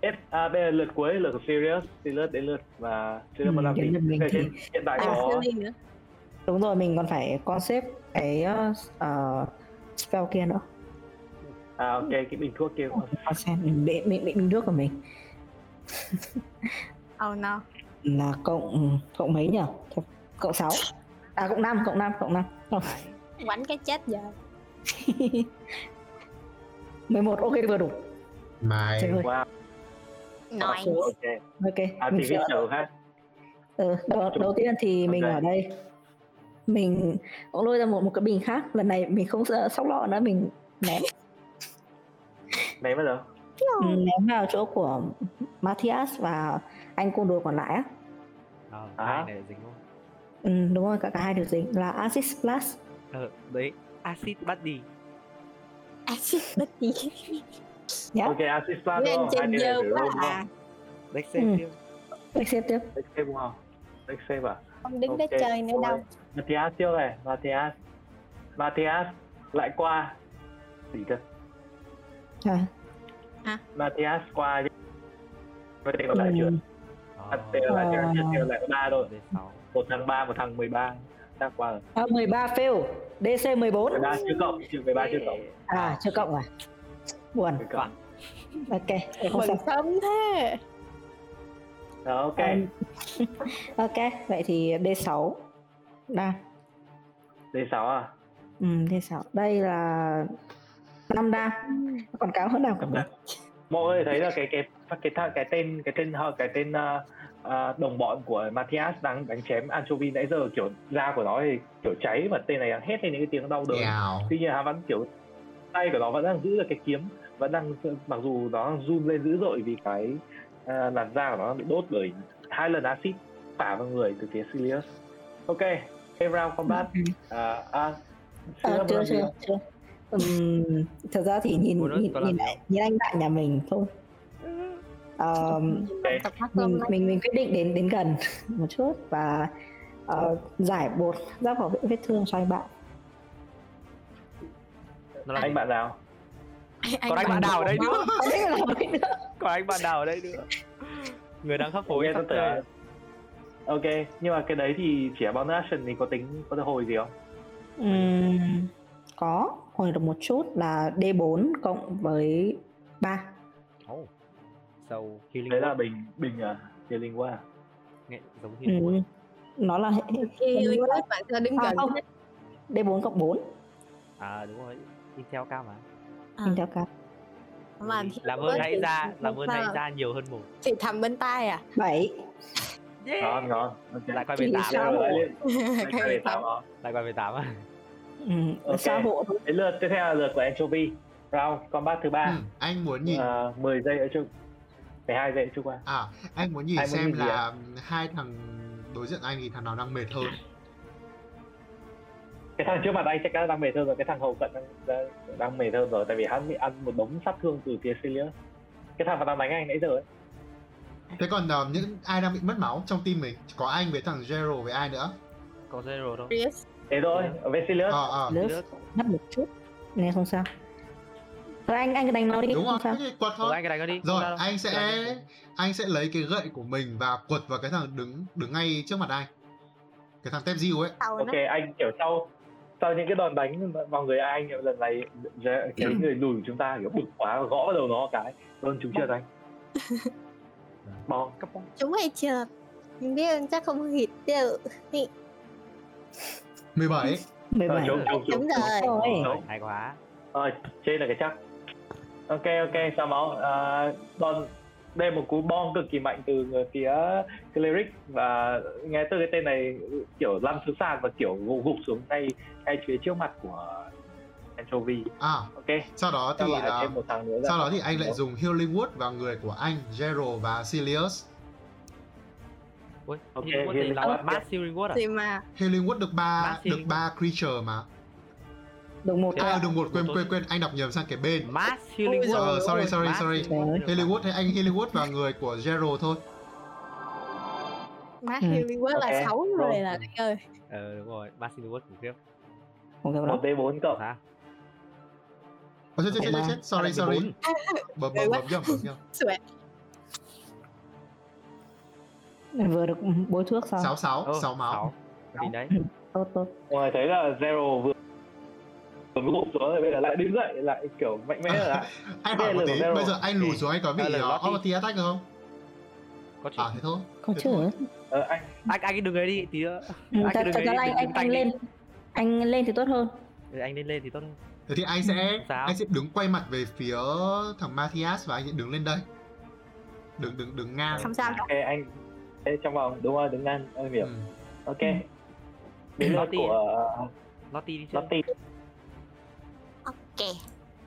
Speaker 6: Ép, à, bây giờ lượt cuối lượt của Sirius Sirius đến lượt và Sirius
Speaker 3: Ừ,
Speaker 6: muốn làm
Speaker 3: đến
Speaker 6: gì
Speaker 3: lượt mình
Speaker 6: Về
Speaker 3: thì-
Speaker 6: trên hiện tại
Speaker 8: à,
Speaker 6: có
Speaker 8: Siri nữa
Speaker 3: Đúng rồi, mình còn phải concept cái uh, ờ, spell kia nữa.
Speaker 6: à, ok cái bình thuốc kia
Speaker 3: Con Xem mình bị bị bị nước của mình
Speaker 8: oh no
Speaker 3: là cộng cộng mấy nhỉ? Cộng 6. À cộng 5, cộng 5, cộng 5.
Speaker 5: Quánh cái chết giờ
Speaker 3: 11 ok vừa đủ.
Speaker 2: mày
Speaker 3: Trời ơi.
Speaker 6: wow
Speaker 5: Nói
Speaker 6: Ờ, ok
Speaker 3: Ok,
Speaker 6: à, thì
Speaker 3: mình
Speaker 6: cái
Speaker 3: sửa.
Speaker 6: chờ ha
Speaker 3: Ừ, đầu, đầu tiên thì mình
Speaker 6: Ok.
Speaker 3: ở đây mình cũng lôi ra một một cái bình khác lần này mình không sợ sóc lọ nữa mình ném
Speaker 6: ném vào đâu
Speaker 3: ừ, ném vào chỗ của Matthias và anh côn đồ còn lại á
Speaker 4: Ờ,
Speaker 6: À.
Speaker 4: hai này dính không
Speaker 3: ừ, đúng rồi cả cả hai đều dính là acid splash
Speaker 4: ờ, đấy acid bắt đi
Speaker 7: À,
Speaker 5: Acid bất đi
Speaker 3: nhá
Speaker 6: ok acid splash À, đúng
Speaker 8: lên
Speaker 6: không hai
Speaker 8: Dạ. trên
Speaker 6: tên này phải roll đúng
Speaker 8: dơ quá à
Speaker 6: không
Speaker 4: Dex xem
Speaker 3: Ừ.
Speaker 4: tiếp
Speaker 3: Mình xếp tiếp
Speaker 6: Dex save đúng không Dex save à
Speaker 5: Không đứng đấy
Speaker 6: Ok,
Speaker 5: chơi nữa
Speaker 6: thôi.
Speaker 5: đâu
Speaker 6: Matthias siêu này Matthias Matthias lại qua gì cơ
Speaker 3: à,
Speaker 6: Matthias qua chứ Vậy thì còn lại
Speaker 3: Ừ.
Speaker 6: chưa
Speaker 4: Ờ,
Speaker 6: Matthias lại chưa
Speaker 3: Ờ.
Speaker 6: Matthias lại có ba rồi
Speaker 4: d 6
Speaker 6: một thằng ba một thằng 13 đang qua rồi
Speaker 3: à 13 fail DC 14
Speaker 6: 13 chưa cộng, trừ 13 chưa cộng.
Speaker 4: Ờ,
Speaker 3: à chưa cộng à buồn
Speaker 6: Chưa cộng.
Speaker 3: ok không sao
Speaker 8: mừng sớm thế
Speaker 6: Đó, ok.
Speaker 3: ok vậy thì D6 đang
Speaker 6: D6 à?
Speaker 3: Ừ, thế sao? Đây là 5 đam. Ừ. Còn cao hơn nào cả
Speaker 6: Mọi người thấy là cái cái cái cái, cái, cái tên cái tên họ cái tên ờ, à, đồng bọn của Matthias đang đánh chém Anchovy nãy giờ kiểu da của nó thì kiểu cháy mà tên này hét lên những cái tiếng đau đớn
Speaker 2: Nhào.
Speaker 6: tuy nhiên hắn vẫn kiểu tay của nó vẫn đang giữ được cái kiếm vẫn đang mặc dù nó đang run lên dữ dội vì cái à, làn da của nó đang bị đốt bởi hai lần axit phả vào người từ phía Sirius ok em round combat à, à,
Speaker 3: À,
Speaker 6: Sirius
Speaker 3: chưa
Speaker 6: làm gì
Speaker 3: chưa
Speaker 6: ạ?
Speaker 3: chưa Ừm, thật ra thì nhìn
Speaker 4: Ủa, nó
Speaker 3: nhìn,
Speaker 4: có làm
Speaker 3: nhìn,
Speaker 4: gì
Speaker 3: lại- nhìn anh bạn nhà mình không Ờm,
Speaker 7: Tập hát
Speaker 3: mình
Speaker 6: Ừ.
Speaker 7: cơm này.
Speaker 3: mình mình quyết định đến đến gần một chút và ờ, giải bột giáp bảo vệ vết thương cho anh bạn
Speaker 4: nó là
Speaker 6: anh bạn nào
Speaker 4: còn anh bạn nào ở đây nữa
Speaker 3: Có lẽ là vậy nữa.
Speaker 4: còn anh bạn nào ở đây nữa người đang hấp hối
Speaker 6: nghe
Speaker 4: khắp
Speaker 6: tôi
Speaker 4: nơi
Speaker 6: tưởng ok nhưng mà cái đấy thì chỉ là bonus action thì có tính có thể hồi gì không
Speaker 3: Ừm, có hồi được một chút là D4 cộng với 3
Speaker 4: oh. so healing
Speaker 6: đấy là
Speaker 4: word.
Speaker 6: bình bình à thì linh quá à?
Speaker 4: nghe giống
Speaker 3: Ừ.
Speaker 4: healing word.
Speaker 3: Nó là hệ
Speaker 9: Khi
Speaker 3: Đúng rồi.
Speaker 9: bạn sẽ đứng
Speaker 3: à,
Speaker 9: gần
Speaker 3: không. D4 cộng 4
Speaker 4: à đúng rồi intel cao mà
Speaker 7: À,
Speaker 3: mình theo cả
Speaker 6: Ừ.
Speaker 9: mà
Speaker 4: Thì
Speaker 9: thì
Speaker 4: làm
Speaker 9: lúc đó
Speaker 4: ơn hãy
Speaker 9: chị-
Speaker 4: ra làm ơn hãy
Speaker 9: sao?
Speaker 4: ra nhiều hơn một
Speaker 9: Chị thầm bên tai à
Speaker 3: 7
Speaker 6: ngon ngon
Speaker 4: lại quay
Speaker 6: ok Dạ,
Speaker 4: về
Speaker 3: Chị
Speaker 4: tám
Speaker 3: sao?
Speaker 4: rồi.
Speaker 6: Lại quay về tám đó.
Speaker 4: lại quay về tám à
Speaker 3: ừ,
Speaker 6: Ok.
Speaker 3: xã hộ
Speaker 6: Đến lượt tiếp theo là lượt của Anchovy Round combat thứ
Speaker 2: Ừ,
Speaker 6: ba
Speaker 2: anh muốn nhìn
Speaker 6: à, 10 giây ở chung 12 giây ở chung qua
Speaker 2: à anh muốn nhìn
Speaker 6: Anh muốn
Speaker 2: xem
Speaker 6: nhìn gì
Speaker 2: là hai thằng đối diện anh thì thằng nào đang mệt hơn
Speaker 6: Cái thằng trước mặt anh chắc chắn đang mệt hơn rồi Cái thằng hậu cận đang, đang, đang mệt hơn rồi Tại vì hắn bị ăn một đống sát thương từ phía Sirius Cái thằng mà đang đánh anh nãy giờ ấy
Speaker 2: thế còn ờ, những ai đang bị mất máu trong team mình có anh với thằng Zero với ai nữa
Speaker 4: có zero đâu
Speaker 9: Yes.
Speaker 6: Thế thôi, ở bên Sirius
Speaker 2: ờ ờ
Speaker 3: lớp
Speaker 4: Lớp.
Speaker 3: mất một chút nên không sao Thôi anh anh cứ đánh nó đi
Speaker 2: đúng rồi
Speaker 3: không sao
Speaker 2: thế thì quật
Speaker 4: Ủa,
Speaker 2: thôi
Speaker 4: anh cái này có đi
Speaker 2: rồi
Speaker 4: Không sao đâu.
Speaker 2: anh
Speaker 4: Làm
Speaker 2: sẽ
Speaker 4: đi.
Speaker 2: anh sẽ lấy cái gậy của mình và quật vào cái thằng đứng đứng ngay trước mặt anh cái thằng Tepzio ấy
Speaker 7: tàu nó
Speaker 6: Ok, anh kiểu sau sau những cái đòn đánh vào người anh lần này dạ, cái người lùi của chúng ta kiểu bực quá và gõ vào đầu nó một cái luôn chúng chưa anh bom
Speaker 10: chúng hay trượt
Speaker 7: mình biết chắc không hít được
Speaker 2: 17 ấy.
Speaker 3: 17
Speaker 4: Ờ,
Speaker 6: chống chống chống
Speaker 7: đúng rồi
Speaker 3: Ôi,
Speaker 4: Rồi, hay quá
Speaker 6: Rồi, trên là cái chắc ok ok sao máu à, đòn đây là một cú bom cực kỳ mạnh từ người phía cleric và nghe từ cái tên này kiểu lăn xuống sàn và kiểu gục gục xuống ngay ngay phía trước mặt của anchovy
Speaker 2: à
Speaker 6: ok
Speaker 2: sau đó thì
Speaker 6: các bạn
Speaker 2: là
Speaker 6: thêm một thằng nữa ra.
Speaker 2: sau đó thì anh lại dùng Healing Word vào người của anh Zero và Silius
Speaker 4: Ôi,
Speaker 6: Ok,
Speaker 4: healing word thì
Speaker 6: healing
Speaker 4: là
Speaker 6: word.
Speaker 4: mass healing word à
Speaker 9: Thì mà
Speaker 2: Healing Word được
Speaker 4: Bác
Speaker 2: 3
Speaker 4: Healing
Speaker 2: được ba creature mà
Speaker 3: đồng một
Speaker 4: Thế
Speaker 2: à
Speaker 4: à?
Speaker 2: đừng một quên
Speaker 4: Một
Speaker 2: quên
Speaker 4: số-
Speaker 2: quên anh đọc nhầm sang cái bên
Speaker 4: mass healing
Speaker 9: Ôi
Speaker 4: word
Speaker 2: Ờ, sorry sorry
Speaker 4: Mass
Speaker 2: sorry
Speaker 4: healing word.
Speaker 2: Healing Word hay anh Healing Word vào người của Zero thôi
Speaker 9: má
Speaker 3: Ừ.
Speaker 9: healing word
Speaker 6: Ok,
Speaker 9: là 6
Speaker 6: rồi.
Speaker 9: người là anh ơi
Speaker 4: ờ đúng rồi mass healing word khủng khiếp
Speaker 3: không sao
Speaker 6: một
Speaker 3: đâu
Speaker 6: d 4 cộng
Speaker 2: Dạ.
Speaker 4: sao
Speaker 2: Ờ, chết chết chết, chết chết sorry sorry
Speaker 4: Bốn.
Speaker 2: bấm bấm bấm nhầm bấm nhầm
Speaker 9: Sủa.
Speaker 3: vừa được bôi thuốc xong
Speaker 2: sáu sáu
Speaker 4: Ô,
Speaker 2: sáu máu
Speaker 4: sáu. thì đấy
Speaker 3: tốt tốt
Speaker 6: ngoài thấy là zero vừa vừa mới gục xuống rồi bây giờ lại đứng dậy lại kiểu mạnh mẽ rồi lại
Speaker 2: anh
Speaker 6: Đây
Speaker 2: hỏi một
Speaker 6: là
Speaker 2: tí
Speaker 6: Zero.
Speaker 2: bây giờ anh lùi
Speaker 4: Ok.
Speaker 2: xuống anh có bị
Speaker 4: Đây là
Speaker 2: uh,
Speaker 4: Lottie.
Speaker 2: Overty attack được không
Speaker 4: có chuyện
Speaker 2: à thế thôi
Speaker 3: có
Speaker 2: Thế
Speaker 3: chữ
Speaker 2: thôi.
Speaker 6: ờ, anh
Speaker 4: anh anh đừng ấy đi tí nữa
Speaker 3: Ừ,
Speaker 4: Anh cứ
Speaker 3: thật
Speaker 4: đứng
Speaker 3: thật
Speaker 4: đấy
Speaker 3: ra
Speaker 4: đi,
Speaker 3: là anh
Speaker 4: đừng-
Speaker 3: anh
Speaker 4: đừng
Speaker 3: anh
Speaker 4: tanh đi.
Speaker 3: lên anh lên thì tốt hơn
Speaker 4: Ừ, anh lên lên thì tốt hơn
Speaker 2: thế thì anh sẽ
Speaker 4: Sao?
Speaker 2: anh sẽ đứng quay mặt về phía thằng Matthias và anh sẽ đứng lên đây đừng đừng đừng ngang
Speaker 4: Ờ,
Speaker 10: không sao đâu
Speaker 6: ok anh Thế trong vòng đúng rồi đứng ngang em hiểu
Speaker 2: Ừ.
Speaker 6: ok đến lượt
Speaker 4: Lottie à?
Speaker 6: của
Speaker 4: Lottie đi chứ
Speaker 2: Vâng.
Speaker 6: Lottie
Speaker 7: ok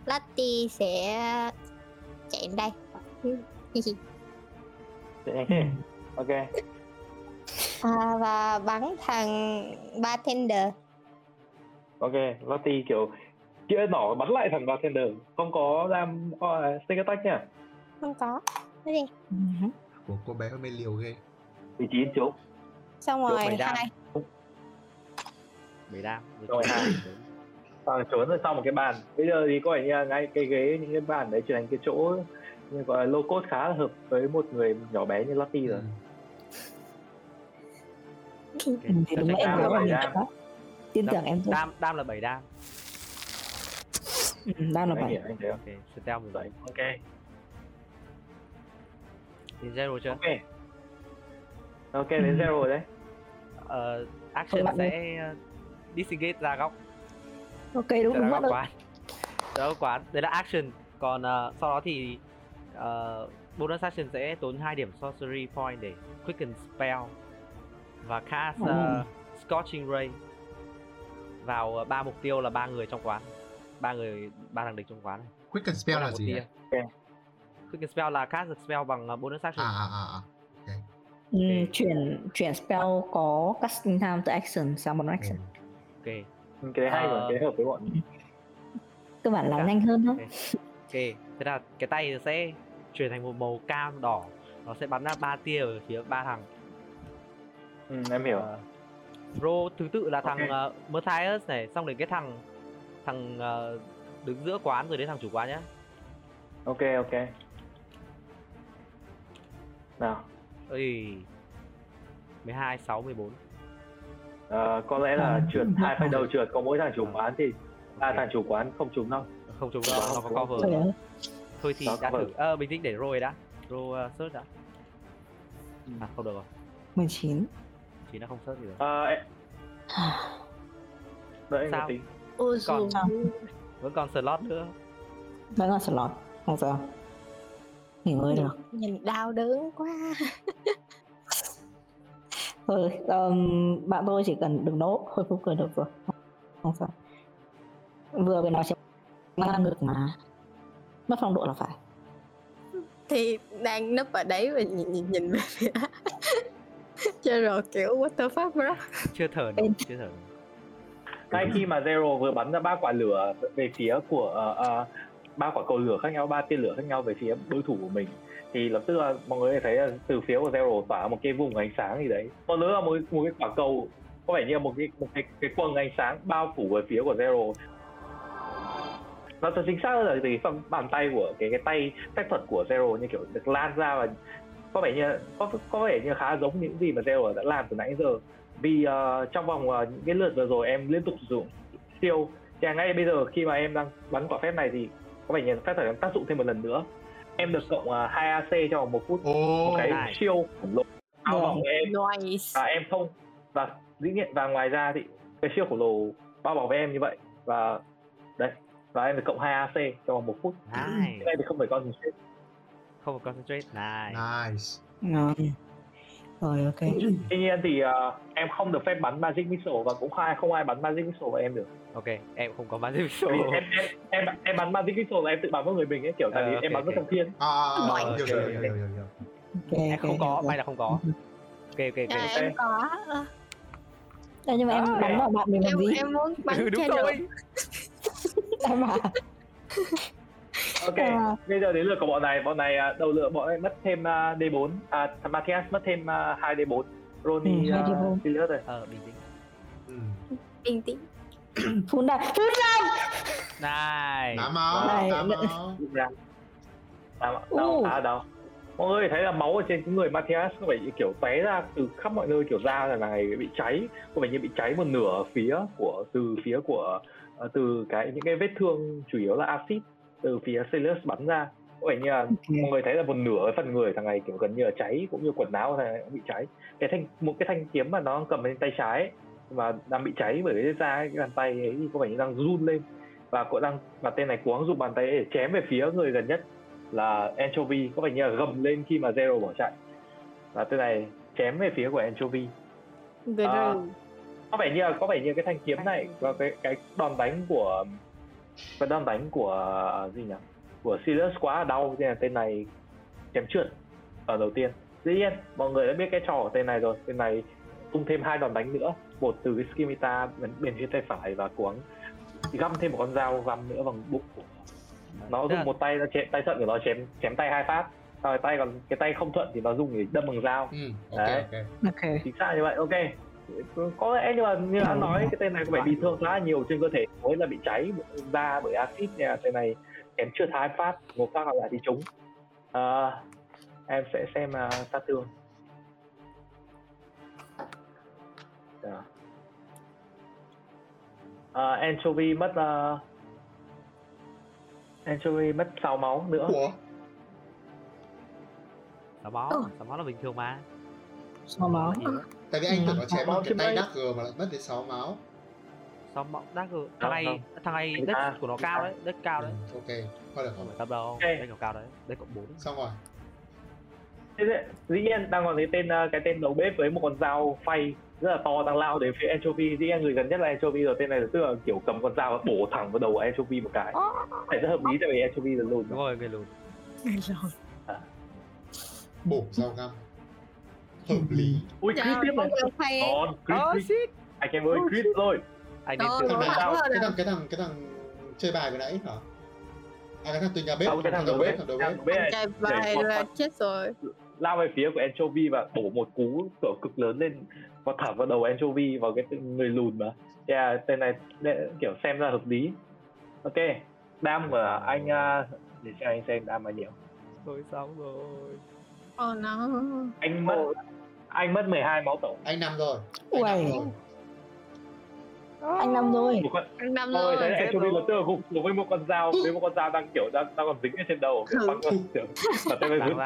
Speaker 7: Lottie sẽ chạy đến đây
Speaker 6: Ừ. ok
Speaker 7: à, và bắn thằng bartender
Speaker 6: ok Lottie kiểu chĩa nỏ bắn lại thằng bartender không có làm uh, stick attack nha
Speaker 7: không có
Speaker 3: Ừ.
Speaker 2: của cô bé hôm nay liều ghê
Speaker 6: vị trí trúng
Speaker 7: xong
Speaker 4: Chỗ
Speaker 7: rồi
Speaker 4: mày đang.
Speaker 7: hai
Speaker 4: mười đam
Speaker 6: Rồi, hai. toàn Ờ, trốn rồi sau một cái bàn bây giờ thì có vẻ như là ngay cái ghế những cái bàn đấy chỉ thành cái chỗ như gọi là low code khá là hợp với một người nhỏ bé như Lottie rồi
Speaker 2: Ừ.
Speaker 3: Ừ, thì đúng là em
Speaker 6: Đam
Speaker 3: có
Speaker 6: là
Speaker 3: mình
Speaker 6: bảy đam.
Speaker 3: đó tin tưởng em thôi
Speaker 4: đam đam là bảy đam
Speaker 3: Ừ, đang là
Speaker 6: anh
Speaker 3: bảy
Speaker 6: hiểu anh thấy không
Speaker 4: ok stel mười
Speaker 6: Đấy,
Speaker 4: bảy
Speaker 6: ok
Speaker 4: thì zero chưa
Speaker 6: ok ok đến
Speaker 3: Ừ.
Speaker 6: zero rồi đấy
Speaker 4: ờ action
Speaker 3: bạn
Speaker 4: sẽ ờ, disengage ra góc
Speaker 3: ok đúng
Speaker 4: Dạ,
Speaker 3: đúng mất
Speaker 4: góc
Speaker 3: rồi
Speaker 4: quán Dạ, góc quán đấy là action còn ờ, sau đó thì ờ, bonus action sẽ tốn 2 điểm sorcery point để quicken spell và cast uh,
Speaker 11: Ồ.
Speaker 4: scorching ray vào uh, ba mục tiêu là ba người trong quán, ba người ba thằng địch trong quán. này.
Speaker 2: Quicken spell
Speaker 4: Mỗi
Speaker 2: là
Speaker 4: thằng một à?
Speaker 2: gì
Speaker 4: tia.
Speaker 2: ạ?
Speaker 4: Quicken spell là cast được spell bằng uh, bonus
Speaker 2: À
Speaker 4: action.
Speaker 2: à à. à.
Speaker 11: Ừ,
Speaker 4: Ok.
Speaker 11: chuyển chuyển spell có casting time từ action sang bonus
Speaker 2: Ừ.
Speaker 11: action
Speaker 4: Ok.
Speaker 6: Ừ, cái đấy hay rồi
Speaker 4: Ờ.
Speaker 6: cái đấy hợp với bọn
Speaker 11: cơ bản là
Speaker 4: Dạ.
Speaker 11: nhanh hơn thôi
Speaker 4: Ok, thế là cái tay sẽ chuyển thành một màu cam đỏ Nó sẽ bắn ra ba tia ở phía ba thằng
Speaker 6: ừ, em hiểu
Speaker 4: Ờ, Roll thứ tự là thằng
Speaker 6: Ok.
Speaker 4: uh, Matthias này Xong đến cái thằng thằng ờ, đứng giữa quán rồi đến thằng chủ quán nhá
Speaker 6: ok ok nào
Speaker 4: Ui 12, 6, 14
Speaker 6: ờ, có lẽ là trượt hai phải đầu trượt có mỗi thằng chủ quán thì ba
Speaker 4: Ok,
Speaker 6: thằng chủ quán không trúng đâu
Speaker 4: Không
Speaker 6: Ờ,
Speaker 4: trúng đâu, nó có cover
Speaker 11: Trời ơi,
Speaker 4: Thôi thì
Speaker 6: Nó
Speaker 4: đã
Speaker 6: cover.
Speaker 4: thử, ờ bình tĩnh để roll rồi đã Roll ờ, search đã
Speaker 6: Ừ.
Speaker 4: À không được rồi,
Speaker 11: 19
Speaker 4: chỉ nó không search thì được
Speaker 6: Ờ, em- đợi em
Speaker 4: Sao?
Speaker 6: tính
Speaker 8: Ôi
Speaker 4: Còn-
Speaker 8: dồi ôi.
Speaker 4: Vẫn còn slot nữa
Speaker 11: vẫn là slot không sao nghỉ ngơi được
Speaker 7: nhìn đau đớn quá
Speaker 11: rồi ờm, bạn tôi chỉ cần đừng nỗ khôi phục cười được rồi không sao vừa vừa nói chuyện ngang ngược mà mất phong độ là phải
Speaker 8: thì đang nấp ở đấy và nhìn nhìn nhìn về phía chơi rồi kiểu what the fuck bro
Speaker 4: Chưa thở nữa, chưa thở nữa
Speaker 6: ngay khi mà Zero vừa bắn ra ba quả lửa về phía của ờ, ờ, ba quả cầu lửa khác nhau ba tia lửa khác nhau về phía đối thủ của mình thì lập tức là mọi người thấy là từ phía của Zero tỏa ra một cái vùng ánh sáng gì đấy còn nữa là một, một cái quả cầu có vẻ như là một cái một cái cái quầng ánh sáng bao phủ về phía của Zero nó thật chính xác hơn là từ phần bàn tay của cái cái tay phép thuật của Zero như kiểu được lan ra và có vẻ như có có vẻ như khá giống những gì mà Zero đã làm từ nãy giờ vì ờ, trong vòng ờ, những cái lượt vừa rồi em liên tục sử dụng siêu thì ngay bây giờ khi mà em đang bắn quả phép này thì có vẻ như phép thuật em tác dụng thêm một lần nữa em được cộng uh, 2 AC trong vòng một phút
Speaker 2: Ô.
Speaker 6: một cái
Speaker 4: nice.
Speaker 6: siêu khổng lồ bao
Speaker 11: Wow.
Speaker 6: vòng em
Speaker 8: nice
Speaker 6: và em không và dĩ nhiên và ngoài ra thì cái siêu khổng lồ bao bọc với em như vậy và đấy và em được cộng 2 AC trong vòng một phút cái
Speaker 4: Nice,
Speaker 6: này thì không phải con gì hết.
Speaker 4: không phải concentrate, nice
Speaker 2: Nice.
Speaker 11: ngon rồi ok
Speaker 6: tuy nhiên thì ờ, em không được phép bắn magic missile và cũng ai không ai bắn magic missile vào em được
Speaker 4: Ok, em không có magic
Speaker 6: Tại vì
Speaker 4: missile
Speaker 6: em, em em em bắn magic missile là em tự bắn vào người mình ấy kiểu tại
Speaker 4: Ờ,
Speaker 6: vì
Speaker 4: ok,
Speaker 6: em bắn vào
Speaker 4: ok.
Speaker 6: trong thiên
Speaker 2: À, à, à,
Speaker 4: Bỏi.
Speaker 2: hiểu, hiểu, hiểu, hiểu, hiểu, hiểu.
Speaker 11: ok
Speaker 4: em Dạ, không
Speaker 11: ok,
Speaker 4: có,
Speaker 11: hiểu
Speaker 4: may là không có
Speaker 11: Ừ.
Speaker 4: Ok ok Ừ,
Speaker 8: à,
Speaker 4: ok
Speaker 8: em có
Speaker 11: Ê, nhưng mà em
Speaker 6: Đó,
Speaker 11: bắn
Speaker 6: em-
Speaker 11: vào bạn mình làm
Speaker 8: em
Speaker 11: gì
Speaker 8: em muốn bắn
Speaker 4: Ừ, đúng
Speaker 8: cho
Speaker 4: rồi.
Speaker 8: được
Speaker 11: em bảo
Speaker 6: ok
Speaker 11: Ờ.
Speaker 6: bây giờ đến lượt của bọn này bọn này à, đầu lượt bọn này mất thêm à, d4 à thằng Matthias mất thêm à, 2 d4 Ronnie
Speaker 11: Ừ, hai
Speaker 6: à,
Speaker 11: D4.
Speaker 6: thì lướt rồi
Speaker 4: Ờ, bình tĩnh
Speaker 2: Ừ.
Speaker 8: bình tĩnh
Speaker 11: phun ra phun ra
Speaker 4: Này
Speaker 2: Đá máu,
Speaker 11: Này,
Speaker 2: đá máu.
Speaker 6: Rút ra. Đau, đau,
Speaker 11: Uh.
Speaker 6: à, đau. Mọi người thấy là máu ở trên cái người Matthias có vẻ như kiểu té ra từ khắp mọi nơi kiểu da là này bị cháy, có vẻ như bị cháy một nửa phía của từ phía của ờ, từ cái những cái vết thương chủ yếu là axit từ phía Celus bắn ra. Có vẻ như là mọi người thấy là một nửa phần người thằng này kiểu gần như là cháy cũng như quần áo của thằng này cũng bị cháy. Cái thanh một cái thanh kiếm mà nó cầm trên tay trái ấy, mà đang bị cháy bởi cái da ấy, cái bàn tay ấy thì có vẻ như đang run lên và cậu đang và tên này cuống dùng bàn tay để chém về phía người gần nhất là anchovy có vẻ như là gầm lên khi mà zero bỏ chạy và tên này chém về phía của anchovy
Speaker 8: Gừ
Speaker 6: À,
Speaker 8: gừ.
Speaker 6: có vẻ như là có vẻ như cái thanh kiếm này và cái cái đòn đánh của cái đòn đánh của à, gì nhỉ của Silas quá là đau nên là tên này chém trượt ở đầu tiên dĩ nhiên mọi người đã biết cái trò của tên này rồi tên này tung thêm hai đòn đánh nữa một từ cái skimita bên, bên phía tay phải và cuống găm thêm một con dao găm nữa bằng bụng của nó
Speaker 4: Tức là-
Speaker 6: dùng một tay nó chém tay thuận của nó chém chém tay hai phát sau cái tay còn cái tay không thuận thì nó dùng để đâm bằng dao
Speaker 2: Ừ, ok,
Speaker 6: Đấy.
Speaker 2: ok.
Speaker 11: ok
Speaker 6: chính xác như vậy ok có lẽ nhưng mà như đã nói cái tên này có vẻ bị thương khá là nhiều trên cơ thể mới là bị cháy bởi da bởi axit nha tên này em chưa thái phát một phát còn lại thì trúng Ờ, em sẽ xem uh, sát thương Đó. Ờ, anchovy mất uh, anchovy mất 6 máu nữa
Speaker 2: Ủa?
Speaker 3: Ờ.
Speaker 4: Sáu máu, sáu máu là bình thường mà
Speaker 11: sao máu
Speaker 2: Tại vì anh tưởng nó
Speaker 6: Ừ.
Speaker 2: chém bằng cái
Speaker 6: Máu
Speaker 2: tay
Speaker 6: trên
Speaker 2: đắc rồi mà lại mất đến 6 máu.
Speaker 4: Sáu máu, đắc rồi
Speaker 6: Không,
Speaker 4: Thằng này, thằng này
Speaker 6: Anh
Speaker 4: đất
Speaker 6: ta-
Speaker 4: của nó
Speaker 6: anh
Speaker 4: cao
Speaker 6: ta.
Speaker 4: đấy, đất cao
Speaker 2: Ừ,
Speaker 4: đấy
Speaker 2: ok, qua được không?
Speaker 4: Không phải tập đâu,
Speaker 6: Ok.
Speaker 4: đất nó cao đấy, đất cộng 4
Speaker 2: Xong rồi.
Speaker 6: Thế đấy, dĩ nhiên đang còn cái tên ờ, cái tên đầu bếp với một con dao phay rất là to đang lao đến phía anchovy dĩ nhiên người gần nhất là anchovy rồi tên này tức là kiểu cầm con dao bổ thẳng vào đầu anchovy một cái phải rất hợp lý tại vì anchovy là lùn
Speaker 4: đúng rồi người lùn
Speaker 2: bổ rau ngâm hợp lý
Speaker 6: ui
Speaker 7: Trời
Speaker 6: crit
Speaker 7: ơi,
Speaker 6: tiếp
Speaker 7: con
Speaker 6: này
Speaker 7: người khoe
Speaker 6: còn crit
Speaker 4: oh
Speaker 6: crit
Speaker 4: shit
Speaker 6: anh em ơi crit rồi
Speaker 4: anh đến
Speaker 7: Trời
Speaker 4: từ
Speaker 7: ơi.
Speaker 2: cái
Speaker 7: Bảo
Speaker 2: thằng
Speaker 7: là-
Speaker 2: cái thằng cái thằng cái thằng chơi bài vừa nãy hả à cái thằng từ nhà bếp
Speaker 6: Không, cái thằng đầu bếp
Speaker 2: thằng đầu bếp
Speaker 6: thằng đầu bếp
Speaker 7: Anh
Speaker 6: này
Speaker 7: trai vai
Speaker 6: con
Speaker 7: là
Speaker 6: mắt.
Speaker 7: chết rồi
Speaker 6: lao về phía của anchovy và bổ một cú kiểu cực lớn lên và thẳng vào đầu anchovy vào cái tên- người lùn mà yeah, tên này đe- kiểu xem ra hợp lý ok đam của anh à, để cho anh xem đam bao nhiêu
Speaker 4: tôi xong rồi
Speaker 7: Ồ nó
Speaker 6: anh mất anh mất 12 máu tổng
Speaker 2: anh nằm rồi anh
Speaker 3: Uầy,
Speaker 2: nằm rồi
Speaker 3: anh năm rồi.
Speaker 6: một con
Speaker 7: Anh năm
Speaker 6: ôi thế
Speaker 7: rồi
Speaker 6: anh chuẩn bị một tơ gục xuống với một con dao với một con dao đang kiểu đang đang còn dính ở trên đầu kiểu băng con kiểu và tay
Speaker 4: Bà
Speaker 6: vướng
Speaker 4: bà.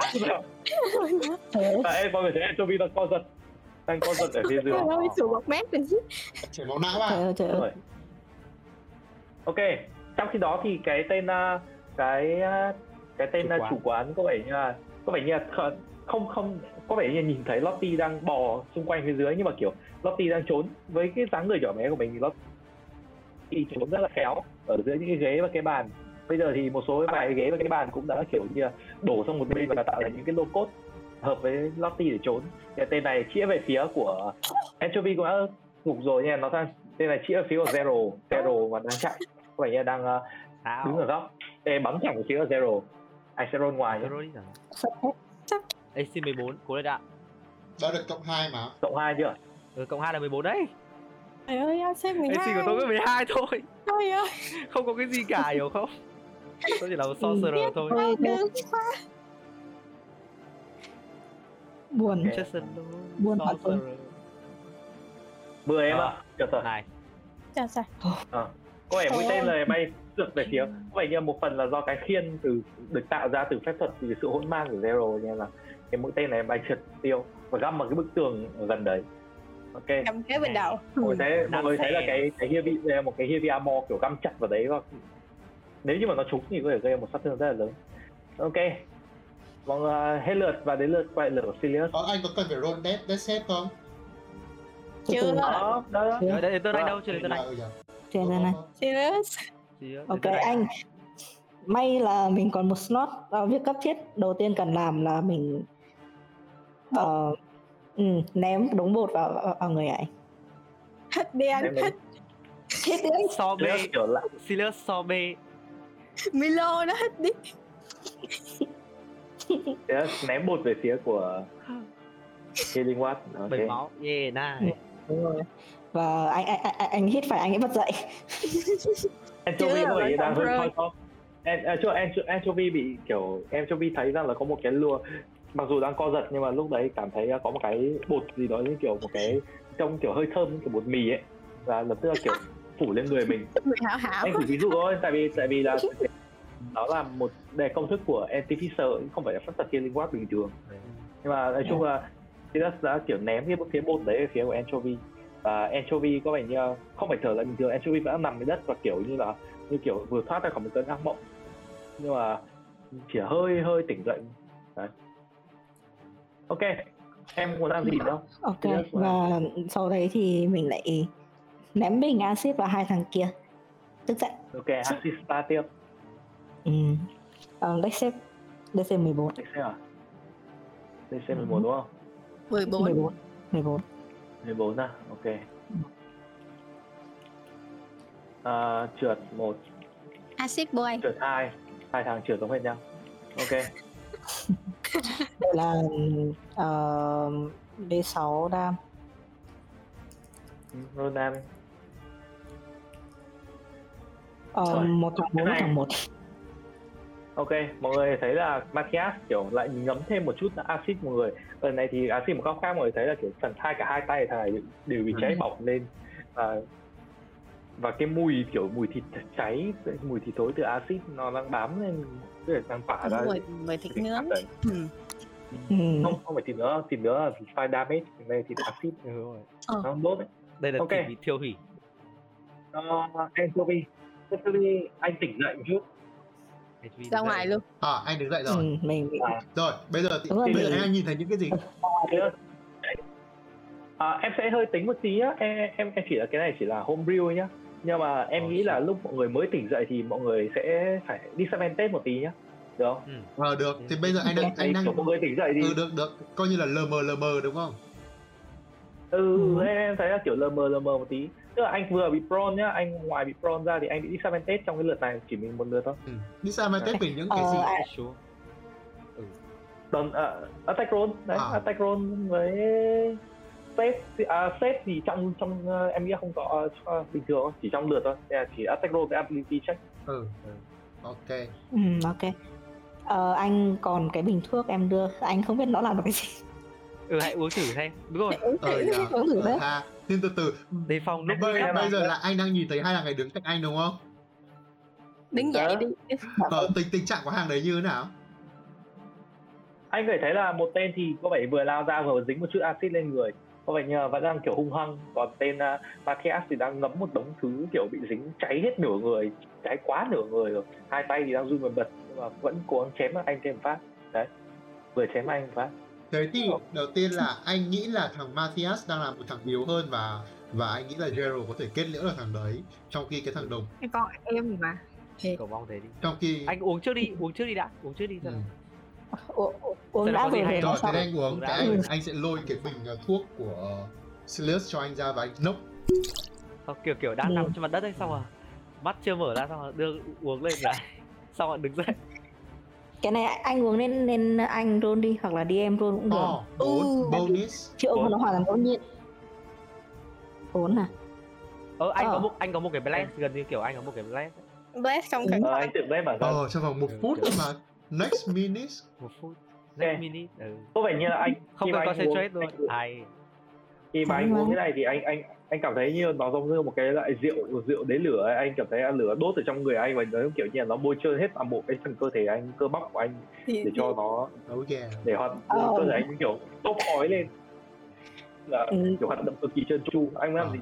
Speaker 3: Thế
Speaker 6: và em mọi người thấy anh chuẩn bị đang co giật đang co giật ở phía dưới
Speaker 7: Trời ơi xuống bọc mép rồi chứ
Speaker 2: chảy máu não à
Speaker 3: trời ơi, trời ơi.
Speaker 6: rồi ok trong khi đó thì cái tên à, cái à, cái tên
Speaker 4: Chủ
Speaker 6: à,
Speaker 4: quán.
Speaker 6: chủ quán có vẻ như là có vẻ như là kh- không không có vẻ như là nhìn thấy Lottie đang bò xung quanh phía dưới nhưng mà kiểu Lottie đang trốn với cái dáng người nhỏ bé của mình thì Lottie trốn rất là khéo ở giữa những cái ghế và cái bàn bây giờ thì một số vài cái ghế và cái bàn cũng đã kiểu như là đổ sang một bên và tạo thành những cái lô cốt hợp với Lottie để trốn cái tên này chĩa về phía của Anchovy cũng đã ngục rồi nha nó sang tên này chĩa ở phía của Zero Zero mà đang chạy có vẻ như là đang ờ, đứng ở
Speaker 4: sao
Speaker 6: góc Ê, bắn thẳng về phía của Zero anh sẽ roll ngoài nhé
Speaker 4: Zero đi chẳng
Speaker 3: Sắp hết.
Speaker 4: AC 14 cố lên đã
Speaker 2: đã được cộng hai mà
Speaker 6: cộng hai chưa
Speaker 4: ừ, cộng 2 là 14 đấy
Speaker 7: Trời ơi em xem mình
Speaker 4: AC của tôi có 12 thôi
Speaker 7: Trời ơi
Speaker 4: không có cái gì cả hiểu không tôi chỉ là một sorcerer thôi
Speaker 3: Thôi, đau-
Speaker 7: Đừng quá
Speaker 3: buồn.
Speaker 6: Ok.
Speaker 4: Justin
Speaker 3: Buồn thật
Speaker 4: sorcerer
Speaker 6: mười em
Speaker 4: Ờ.
Speaker 6: ạ được rồi
Speaker 4: này
Speaker 7: Trời trời
Speaker 6: có vẻ mũi
Speaker 7: Thế
Speaker 6: tên
Speaker 7: em-
Speaker 6: này bay trượt về phía có vẻ như một phần là do cái khiên từ được tạo ra từ phép thuật từ sự hỗn mang của Zero nên là cái mũi tên này bay trượt tiêu và găm vào cái bức tường ở gần đấy ok
Speaker 7: Cầm kế bên đầu
Speaker 6: mọi người thấy mọi
Speaker 4: Đan
Speaker 6: người thấy là
Speaker 4: xe.
Speaker 6: cái cái heavy một cái heavy armor kiểu găm chặt vào đấy và nếu như mà nó trúng thì có thể gây một sát thương rất là lớn ok mọi người hết lượt và đến lượt quay lửa của Silius
Speaker 2: Ờ, anh có cần phải roll dead dead save không
Speaker 3: Từ từ,
Speaker 7: Chưa.
Speaker 6: đó đó
Speaker 3: Thế.
Speaker 4: Đấy, để tôi đánh đâu chưa để tôi
Speaker 2: Ờ,
Speaker 4: đánh
Speaker 2: ừ nhờ.
Speaker 3: chuyển ra này.
Speaker 7: Serious
Speaker 4: Gì á, để
Speaker 3: Ok
Speaker 4: tôi đánh.
Speaker 3: anh. May là mình còn một slot vào việc cấp thiết. Đầu tiên cần làm là mình ờ, ừ, ném đúng bột vào, vào, vào người ấy.
Speaker 7: Hết đi anh
Speaker 6: Đấy,
Speaker 7: Hết
Speaker 3: Chết đấy.
Speaker 4: so b
Speaker 6: Silius kiểu lại
Speaker 4: Sirius so b
Speaker 7: Milo nó hết đi
Speaker 6: Silius ném bột về phía của Healing Watt À,
Speaker 4: bảy
Speaker 6: ok
Speaker 4: máu yeah này
Speaker 3: Đúng rồi. Và anh anh anh, anh- anh hít phải anh ấy bật dậy.
Speaker 6: Anchovy
Speaker 7: Chưa,
Speaker 6: có vẻ
Speaker 7: vẫn
Speaker 6: như đang
Speaker 7: còn
Speaker 6: hơi
Speaker 7: rơi.
Speaker 6: thoi thóp An- à, chỗ Ancho- Anchovy bị kiểu Anchovy thấy rằng là có một cái lùa mặc dù đang co giật nhưng mà lúc đấy cảm thấy có một cái bột gì đó như kiểu một cái trông kiểu hơi thơm kiểu bột mì ấy và lập tức là kiểu phủ lên người mình
Speaker 7: Người hảo hảo
Speaker 6: anh chỉ ví dụ thôi tại vì tại vì là đó là một đề công thức của Antificer không phải là phát tật kia linh quát bình thường nhưng mà nói chung là Titus đã kiểu ném cái phía bột đấy về phía của Anchovy và Anchovy có vẻ như là không phải thở lại bình thường Anchovy vẫn nằm trên đất và kiểu như là như kiểu vừa thoát ra khỏi một cơn ác mộng nhưng mà chỉ hơi hơi tỉnh dậy đấy. ok em muốn làm gì nữa
Speaker 3: Ok.
Speaker 6: Thế là-
Speaker 3: Và sau đấy thì mình lại ném bình axit vào hai thằng kia. Tức giận.
Speaker 6: ok assista tiếp
Speaker 3: Ừ. Uh, deck save deck save 14.
Speaker 6: DC à DC 11 đúng không
Speaker 7: 14
Speaker 3: 14. 14.
Speaker 6: 14 à, ok. À, trượt 1,
Speaker 7: Acid boy
Speaker 6: trượt 2, hai thằng trượt giống hết nhau. Ok,
Speaker 3: Vậy là ờ, D6 đam.
Speaker 6: roll nam.
Speaker 3: Ờ,
Speaker 6: Rồi.
Speaker 3: một thằng bốn một thằng một
Speaker 6: Ok, mọi người thấy là Matthias kiểu lại ngấm thêm một chút axit mọi người. Lần này thì axit một góc khác mọi người thấy là kiểu phần hai cả hai tay thằng này đều bị
Speaker 4: Ừ.
Speaker 6: cháy bỏng lên. À, và cái mùi kiểu mùi thịt cháy, mùi thịt thối từ axit nó đang bám lên, tức là đang tỏa ra.
Speaker 7: Người, người thịt
Speaker 6: cái
Speaker 7: nướng
Speaker 6: mặt đấy.
Speaker 7: ừ.
Speaker 3: ừ.
Speaker 6: Không, không phải thịt nữa, thịt nữa là thịt fire damage, thịt này thịt axit
Speaker 4: Ừ, đúng rồi.
Speaker 6: nó đốt ấy.
Speaker 4: đây là
Speaker 6: Ok.
Speaker 4: okay. bị thiêu hủy
Speaker 6: Uh, Anthony, Anthony, anh tỉnh dậy một chút.
Speaker 4: Hành vi
Speaker 8: ra
Speaker 4: đứng dậy.
Speaker 8: ngoài luôn
Speaker 2: à anh đứng dậy
Speaker 11: ừ,
Speaker 2: rồi
Speaker 11: mình bị
Speaker 2: rồi bây giờ thì,
Speaker 11: Đúng rồi,
Speaker 2: bây giờ
Speaker 11: mình-
Speaker 2: anh đang nhìn thấy những cái gì
Speaker 6: À, em sẽ hơi tính một tí á, em em em chỉ là cái này chỉ là homebrew thôi nhá. Nhưng mà em
Speaker 4: Ờ,
Speaker 6: nghĩ là lúc mọi người mới tỉnh dậy thì mọi người sẽ phải disadvantage một tí nhá. Được không?
Speaker 4: Ừ,
Speaker 2: ờ được thì bây giờ anh đang
Speaker 6: Thì
Speaker 2: anh đang
Speaker 6: kiểu mọi người tỉnh dậy thì
Speaker 2: ừ được được coi như là lờ mờ lờ mờ đúng không
Speaker 6: ừ, em thấy là kiểu lờ mờ lờ mờ một tí. Tức là anh vừa bị prone nhá, anh ngoài bị prone ra thì anh bị disadvantage trong cái lượt này chỉ mình một lượt thôi.
Speaker 2: ừ. đi sao mà test về những cái
Speaker 11: Ờ,
Speaker 2: gì
Speaker 11: à,
Speaker 4: Xuống.
Speaker 6: Đòn ờ, attack roll, đấy,
Speaker 2: À.
Speaker 6: attack roll với save thì- à, save thì trong trong ờ, em nghĩ là không có ờ, bình thường thôi, chỉ trong lượt thôi. Thế là Chỉ attack roll với ability check.
Speaker 2: ừ ừ. ok
Speaker 11: ừ, ok ờ, anh còn cái bình thuốc em đưa anh không biết nó làm được cái gì
Speaker 4: Ừ hãy uống thử xem. Đúng rồi.
Speaker 2: ờ nhờ
Speaker 11: uống thử
Speaker 2: ờ
Speaker 11: đấy
Speaker 2: ha nhưng từ từ
Speaker 4: Đề phòng lúc
Speaker 2: bây,
Speaker 6: em
Speaker 2: bây
Speaker 6: ạ.
Speaker 2: giờ là anh đang nhìn thấy hai thằng này đứng cạnh anh đúng không
Speaker 8: đứng dậy đi
Speaker 2: ờ, tình tình trạng của hàng đấy như thế nào
Speaker 6: anh có thể thấy là một tên thì có vẻ vừa lao ra vừa dính một chút axit lên người có vẻ như là vẫn đang kiểu hung hăng còn tên uh, Matthias thì đang ngấm một đống thứ kiểu bị dính cháy hết nửa người cháy quá nửa người rồi hai tay thì đang run bần bật nhưng mà vẫn cố gắng chém anh thêm một phát đấy vừa chém anh một phát
Speaker 2: thế thì đầu tiên là anh nghĩ là thằng Matthias đang là một thằng yếu hơn và và anh nghĩ là Gerald có thể kết liễu được thằng đấy trong khi cái thằng đồng
Speaker 8: Cái con em mà
Speaker 4: Cậu mong thế đi.
Speaker 2: trong khi
Speaker 4: Anh uống trước đi, uống trước đi đã, uống trước đi
Speaker 2: ừ.
Speaker 4: cho nó-
Speaker 11: U- u- uống
Speaker 4: Thế là
Speaker 11: đã
Speaker 4: có gì
Speaker 11: rồi
Speaker 4: hay
Speaker 11: về
Speaker 4: đâu,
Speaker 11: nó
Speaker 2: rồi
Speaker 4: thế
Speaker 11: sao Dạ vâng.
Speaker 2: thế nên anh uống
Speaker 4: Uống
Speaker 2: cái
Speaker 4: đã.
Speaker 2: anh, anh sẽ lôi cái bình uh, thuốc của Sirius cho anh ra và anh nốc
Speaker 4: Ờ, kiểu kiểu đang
Speaker 11: Ừ.
Speaker 4: nằm trên mặt đất ấy xong rồi mắt chưa mở ra xong rồi đưa uống lên lại xong rồi đứng dậy
Speaker 11: cái này anh uống nên nên anh roll đi hoặc là DM roll cũng được
Speaker 3: Dạ
Speaker 2: to bốn
Speaker 11: Ừ.
Speaker 2: bonus
Speaker 11: chứ ông nó hoàn toàn ngẫu nhiên bốn à
Speaker 4: ờ anh có
Speaker 11: Ờ.
Speaker 4: một anh có một cái blend gần như kiểu anh có một cái blend ấy.
Speaker 8: bless trong cái
Speaker 6: ờ, anh tự lấy bản thân
Speaker 2: ờ trong vòng một
Speaker 4: Ừ,
Speaker 2: phút
Speaker 4: được.
Speaker 2: mà next minute
Speaker 4: một phút next
Speaker 6: Ok.
Speaker 4: minute ừ.
Speaker 6: có vẻ như là anh
Speaker 4: không
Speaker 6: khi
Speaker 4: cần
Speaker 6: mà anh
Speaker 4: concentrate
Speaker 6: uống-
Speaker 4: luôn
Speaker 6: anh-
Speaker 4: ai
Speaker 6: khi mà anh
Speaker 11: Đúng
Speaker 6: uống
Speaker 11: rồi.
Speaker 6: cái này thì anh anh anh cảm thấy như nó giống như một cái loại rượu rượu đế lửa ấy. anh cảm thấy là lửa đốt ở trong người anh và nó kiểu như là nó bôi trơn hết toàn bộ cái phần cơ thể anh cơ bắp của anh
Speaker 8: thì
Speaker 6: để cho nó
Speaker 2: oh yeah
Speaker 6: để hoạt
Speaker 11: Ờ.
Speaker 6: cơ thể anh kiểu bốc khói lên là
Speaker 11: Ừ.
Speaker 6: kiểu hoạt động cực kỳ trơn tru anh làm
Speaker 2: Ờ.
Speaker 6: gì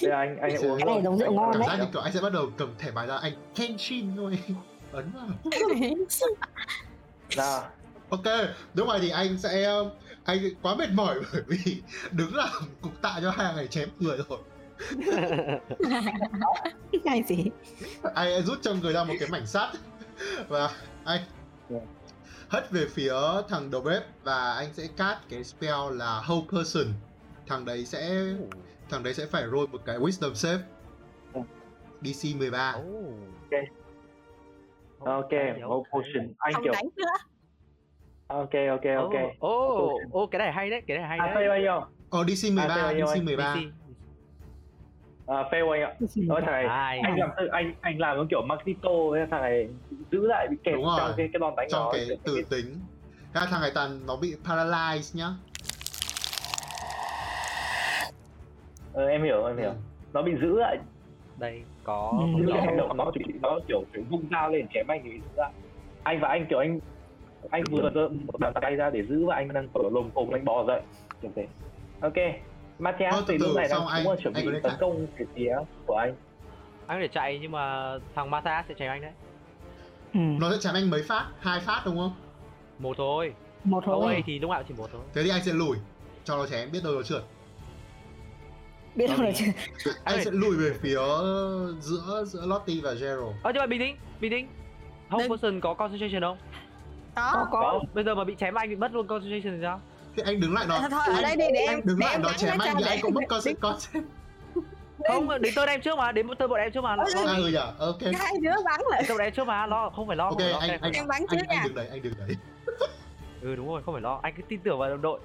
Speaker 6: Thế là anh anh
Speaker 2: Cái
Speaker 6: uống
Speaker 11: này
Speaker 6: luôn.
Speaker 11: giống rượu
Speaker 6: Anh
Speaker 11: ngon
Speaker 2: cảm
Speaker 11: đấy.
Speaker 2: giác như kiểu anh sẽ bắt đầu cầm thẻ bài ra anh kenshin thôi ấn vào
Speaker 6: là
Speaker 2: ok đúng rồi thì anh sẽ um, anh quá mệt mỏi bởi vì đứng làm cục tạ cho hai ngày chém người rồi
Speaker 11: cái gì
Speaker 2: anh rút trong người ra một cái mảnh sắt và anh hất về phía thằng đầu bếp và anh sẽ cast cái spell là whole person thằng đấy sẽ thằng đấy sẽ phải roll một cái wisdom save
Speaker 6: Ừ.
Speaker 2: DC 13
Speaker 6: ok một potion anh
Speaker 8: không
Speaker 6: kiểu
Speaker 8: đánh nữa
Speaker 6: ok ok ok
Speaker 4: ô ô cái này hay đấy cái này hay
Speaker 6: à fail
Speaker 4: đấy
Speaker 6: anh không
Speaker 2: Ờ DC
Speaker 6: À,
Speaker 2: 13
Speaker 6: thế là
Speaker 2: DC
Speaker 6: anh.
Speaker 2: 13
Speaker 4: DC.
Speaker 6: à fail anh ạ nói thằng này
Speaker 4: ai
Speaker 6: anh làm tự anh anh làm nó kiểu Magneto với thằng này giữ lại bị kẹt
Speaker 2: Đúng rồi.
Speaker 6: trong cái cái đòn đánh
Speaker 2: trong
Speaker 6: đó
Speaker 2: cái từ tính Thế là thằng này tàn nó bị paralyzed nhá
Speaker 6: Ờ, em hiểu em hiểu
Speaker 2: Ừ.
Speaker 6: nó bị giữ lại
Speaker 4: đây có
Speaker 11: Ừ.
Speaker 4: một
Speaker 6: giữ
Speaker 4: cái
Speaker 6: lại hành
Speaker 4: hành
Speaker 6: động của
Speaker 4: động
Speaker 6: nó chỉ nó kiểu phải vung dao lên chém anh thì bị giữ lại anh và anh kiểu anh anh vừa giơ một bàn tay ra để giữ và anh đang kiểu lồm cồm anh bò dậy kiểu thế ok Matthias
Speaker 2: Thôi, từ
Speaker 6: thì
Speaker 2: từ,
Speaker 6: lúc này đang
Speaker 2: xong anh-
Speaker 6: cũng là chuẩn
Speaker 2: anh
Speaker 6: bị
Speaker 2: có lên
Speaker 6: tấn
Speaker 2: cạnh.
Speaker 6: công cái phía của anh
Speaker 4: anh để chạy nhưng mà thằng Mata sẽ chém anh đấy
Speaker 11: ừ.
Speaker 2: Nó sẽ chém anh mấy phát? hai phát đúng không?
Speaker 4: một thôi
Speaker 11: một
Speaker 4: thôi
Speaker 11: thôi
Speaker 4: thì lúc nào cũng chỉ một thôi
Speaker 2: Thế thì anh sẽ lùi Cho nó chém biết đâu nó trượt
Speaker 11: biết đâu là chưa
Speaker 2: Anh sẽ lùi về phía giữa giữa Lottie và Gerald
Speaker 4: Ờ nhưng mà bình tĩnh, bình tĩnh. Home
Speaker 8: Đừng.
Speaker 4: person có concentration không?
Speaker 11: có
Speaker 8: có
Speaker 11: có
Speaker 4: Bây giờ mà bị chém anh bị mất luôn concentration thì sao?
Speaker 2: Thế anh đứng lại nó
Speaker 8: Thôi, thôi, ở
Speaker 2: anh-
Speaker 8: đây đi, để
Speaker 2: anh
Speaker 8: em-
Speaker 2: đứng
Speaker 8: để
Speaker 2: lại
Speaker 8: em
Speaker 2: nó
Speaker 8: đánh
Speaker 2: chém
Speaker 8: nó
Speaker 2: anh
Speaker 8: cho
Speaker 2: thì anh
Speaker 8: để-
Speaker 2: cũng mất con sẽ con sẽ
Speaker 4: Không, đến tơ em trước mà, đến tơ bọn em trước mà. Lo,
Speaker 2: à,
Speaker 4: lo.
Speaker 2: ừ nhở ok
Speaker 8: hai đứa bắn lại
Speaker 4: Đến tơ bọn em trước mà, lo không phải lo,
Speaker 2: ok
Speaker 4: không phải lo.
Speaker 2: anh anh
Speaker 4: em phải lo.
Speaker 8: em bắn
Speaker 2: anh,
Speaker 8: trước
Speaker 2: anh
Speaker 8: nha
Speaker 2: đứng đấy anh đứng đấy
Speaker 4: Ừ đúng rồi, không phải lo. Anh cứ tin tưởng vào đồng đội.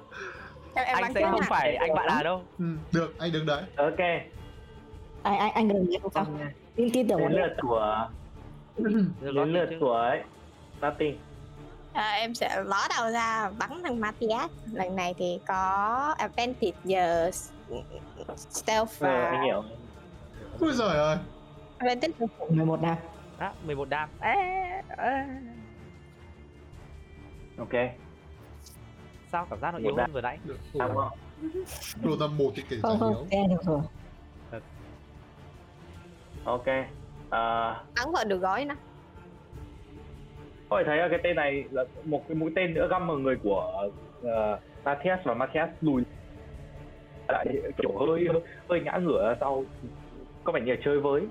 Speaker 8: em, em
Speaker 4: Anh
Speaker 8: bắn
Speaker 4: sẽ
Speaker 8: trước
Speaker 4: không
Speaker 8: nha
Speaker 4: phải anh bạn à đâu.
Speaker 2: ừ, được anh đứng đấy
Speaker 6: ok
Speaker 11: anh anh anh đừng nghe không
Speaker 6: xong
Speaker 11: tin tin tưởng một
Speaker 6: đến
Speaker 11: lượt
Speaker 6: lượt của
Speaker 4: Rồi lo
Speaker 6: đến lượt
Speaker 4: tin chứ.
Speaker 6: của ấy Nothing
Speaker 8: à, em sẽ ló đầu ra bắn thằng Matthias lần này thì có advantage giờ s- stealth
Speaker 6: Ờ,
Speaker 8: và
Speaker 6: anh hiểu
Speaker 2: ui giời ơi
Speaker 8: advantage phục vụ.
Speaker 11: 11 nào
Speaker 4: Đó, 11 đam. Ê, ê.
Speaker 6: ok
Speaker 4: Sao cảm giác nó
Speaker 6: Một
Speaker 4: yếu
Speaker 6: đam.
Speaker 4: hơn vừa nãy?
Speaker 2: được
Speaker 6: Xong
Speaker 2: rồi
Speaker 6: không?
Speaker 2: đồ ra một cái kể chả
Speaker 3: Ờ,
Speaker 11: không
Speaker 2: yếu
Speaker 11: không nghe được rồi
Speaker 6: ok à, Ờ,
Speaker 8: bắn vào được gói nó
Speaker 6: có thể thấy là cái tên này là một cái mũi tên nữa găm vào người của ờ, Matthias và Matthias lùi lại kiểu hơi hơi ngã ngửa ra sau có vẻ như là chơi với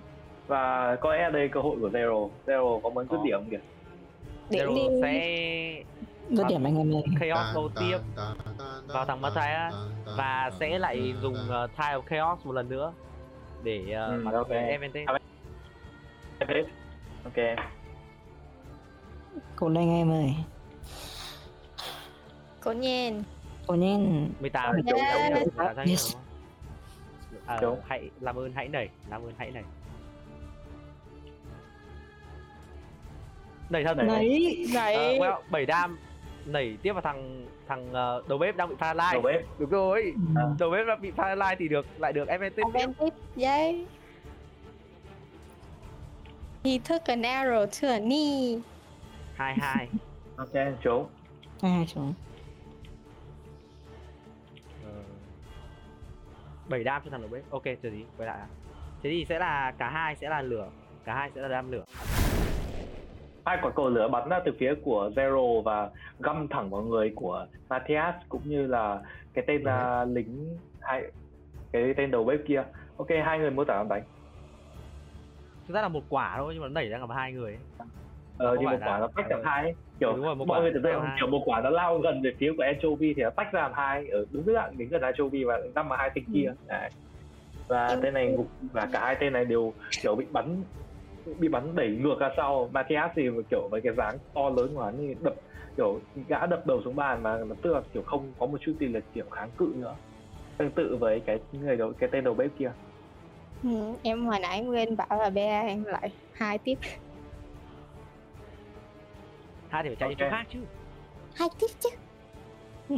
Speaker 6: và có lẽ đây là cơ hội của Zero Zero có muốn dứt
Speaker 4: Có.
Speaker 6: điểm không kìa
Speaker 8: Để
Speaker 4: Zero
Speaker 8: đi.
Speaker 4: sẽ
Speaker 2: Vâng.
Speaker 11: Dứt điểm anh em này
Speaker 4: chaos đầu tiên vào thằng Matthias và sẽ lại dùng
Speaker 2: uh,
Speaker 4: uh, Tile of Chaos một lần nữa để uh,
Speaker 6: Ừ,
Speaker 4: bắn
Speaker 6: ok.
Speaker 4: về Eventate.
Speaker 6: ok
Speaker 11: Cố lên em ơi
Speaker 5: Cố nhiên
Speaker 11: Cố lên
Speaker 4: 18
Speaker 6: Đúng,
Speaker 4: Đúng,
Speaker 5: đúng,
Speaker 4: đúng,
Speaker 6: đúng.
Speaker 4: đúng, đúng.
Speaker 11: Yes.
Speaker 4: Dạ, Ờ,
Speaker 6: Đúng.
Speaker 4: hãy làm ơn hãy nảy, làm ơn hãy nảy. Nảy thật
Speaker 6: Nảy.
Speaker 11: Đấy
Speaker 8: Đấy.
Speaker 4: Ờ, well, 7 đam nảy tiếp vào thằng thằng ờ, đầu bếp đang bị
Speaker 6: đầu
Speaker 4: paralyze.
Speaker 6: bếp
Speaker 4: Đúng rồi.
Speaker 6: À.
Speaker 2: Vâng.
Speaker 4: Đầu bếp đang bị paralyze thì được lại được Eventate.
Speaker 7: Ờ.
Speaker 8: Advantage Yay
Speaker 5: He took an arrow to a knee
Speaker 4: 22.
Speaker 6: ok trúng
Speaker 11: À chúng
Speaker 4: 7 Ờ. đam cho thằng đầu bếp. Ok, chờ tí, quay lại. ạ. Thế thì sẽ là cả hai sẽ là lửa, cả hai sẽ là đam lửa.
Speaker 6: hai quả cầu lửa bắn ra từ phía của Zero và găm thẳng vào người của Matthias cũng như là cái tên là lính hai cái tên đầu bếp kia ok hai người mô tả làm đánh
Speaker 4: Thực ra là một quả thôi nhưng mà nó nảy ra cả hai người ấy.
Speaker 6: ờ
Speaker 4: Không
Speaker 6: như
Speaker 4: phải
Speaker 6: một quả
Speaker 4: là- à,
Speaker 6: nó tách làm hai ấy. kiểu
Speaker 4: Đúng rồi, một
Speaker 6: mọi
Speaker 4: quả
Speaker 6: người tưởng
Speaker 4: tách làm
Speaker 6: tượng
Speaker 4: hai.
Speaker 6: kiểu một quả nó lao gần về phía của Anchovy thì nó tách ra làm hai ở đúng cái dạng đến gần Anchovy và đâm vào hai tên kia Đấy. và
Speaker 5: Em-
Speaker 6: tên này gục- và cả hai tên này đều kiểu bị bắn bị bắn đẩy ngược ra sau Matthias thì kiểu với cái dáng to lớn của hắn thì đập kiểu gã đập đầu xuống bàn mà mà tức là kiểu không có một chút gì là kiểu kháng cự nữa tương tự với cái người đầu cái tên đầu bếp kia
Speaker 7: Ừ, em hồi nãy quên bảo là ba em lại hai tiếp
Speaker 4: Hai thì phải chạy đi chỗ
Speaker 6: Ok.
Speaker 4: khác chứ.
Speaker 5: Hai tiếp chứ
Speaker 11: Ừ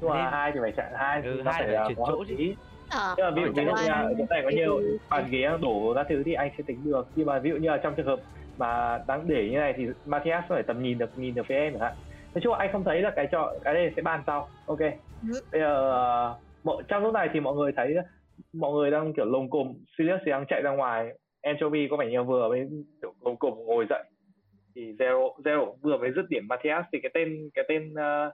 Speaker 6: nhưng mà
Speaker 4: Nên-
Speaker 6: hai thì phải chạy hai thì
Speaker 4: Ừ, hai
Speaker 6: nó phải
Speaker 4: phải
Speaker 6: là
Speaker 4: chuyển
Speaker 6: có
Speaker 4: chỗ
Speaker 6: hợp
Speaker 4: chứ.
Speaker 6: lý
Speaker 5: Ờ
Speaker 6: nhưng mà ví dụ
Speaker 4: Rồi,
Speaker 6: như
Speaker 4: chắc
Speaker 6: là
Speaker 8: là-
Speaker 6: chỗ này có nhiều bàn ghế đổ các thứ thì anh sẽ tính được nhưng mà ví dụ như là trong trường hợp mà đáng để như này thì Matthias phải tầm nhìn được nhìn được phía em chẳng hạn nói chung là anh không thấy là cái trò cái này sẽ bàn sau ok bây giờ ờ, mọi trong lúc này thì mọi người thấy mọi người đang kiểu lồng cồm Sirius thì đang chạy ra ngoài Anchovy có vẻ như vừa mới kiểu lồng cồm ngồi dậy thì zero zero vừa mới dứt điểm Matthias thì cái tên cái tên ờ,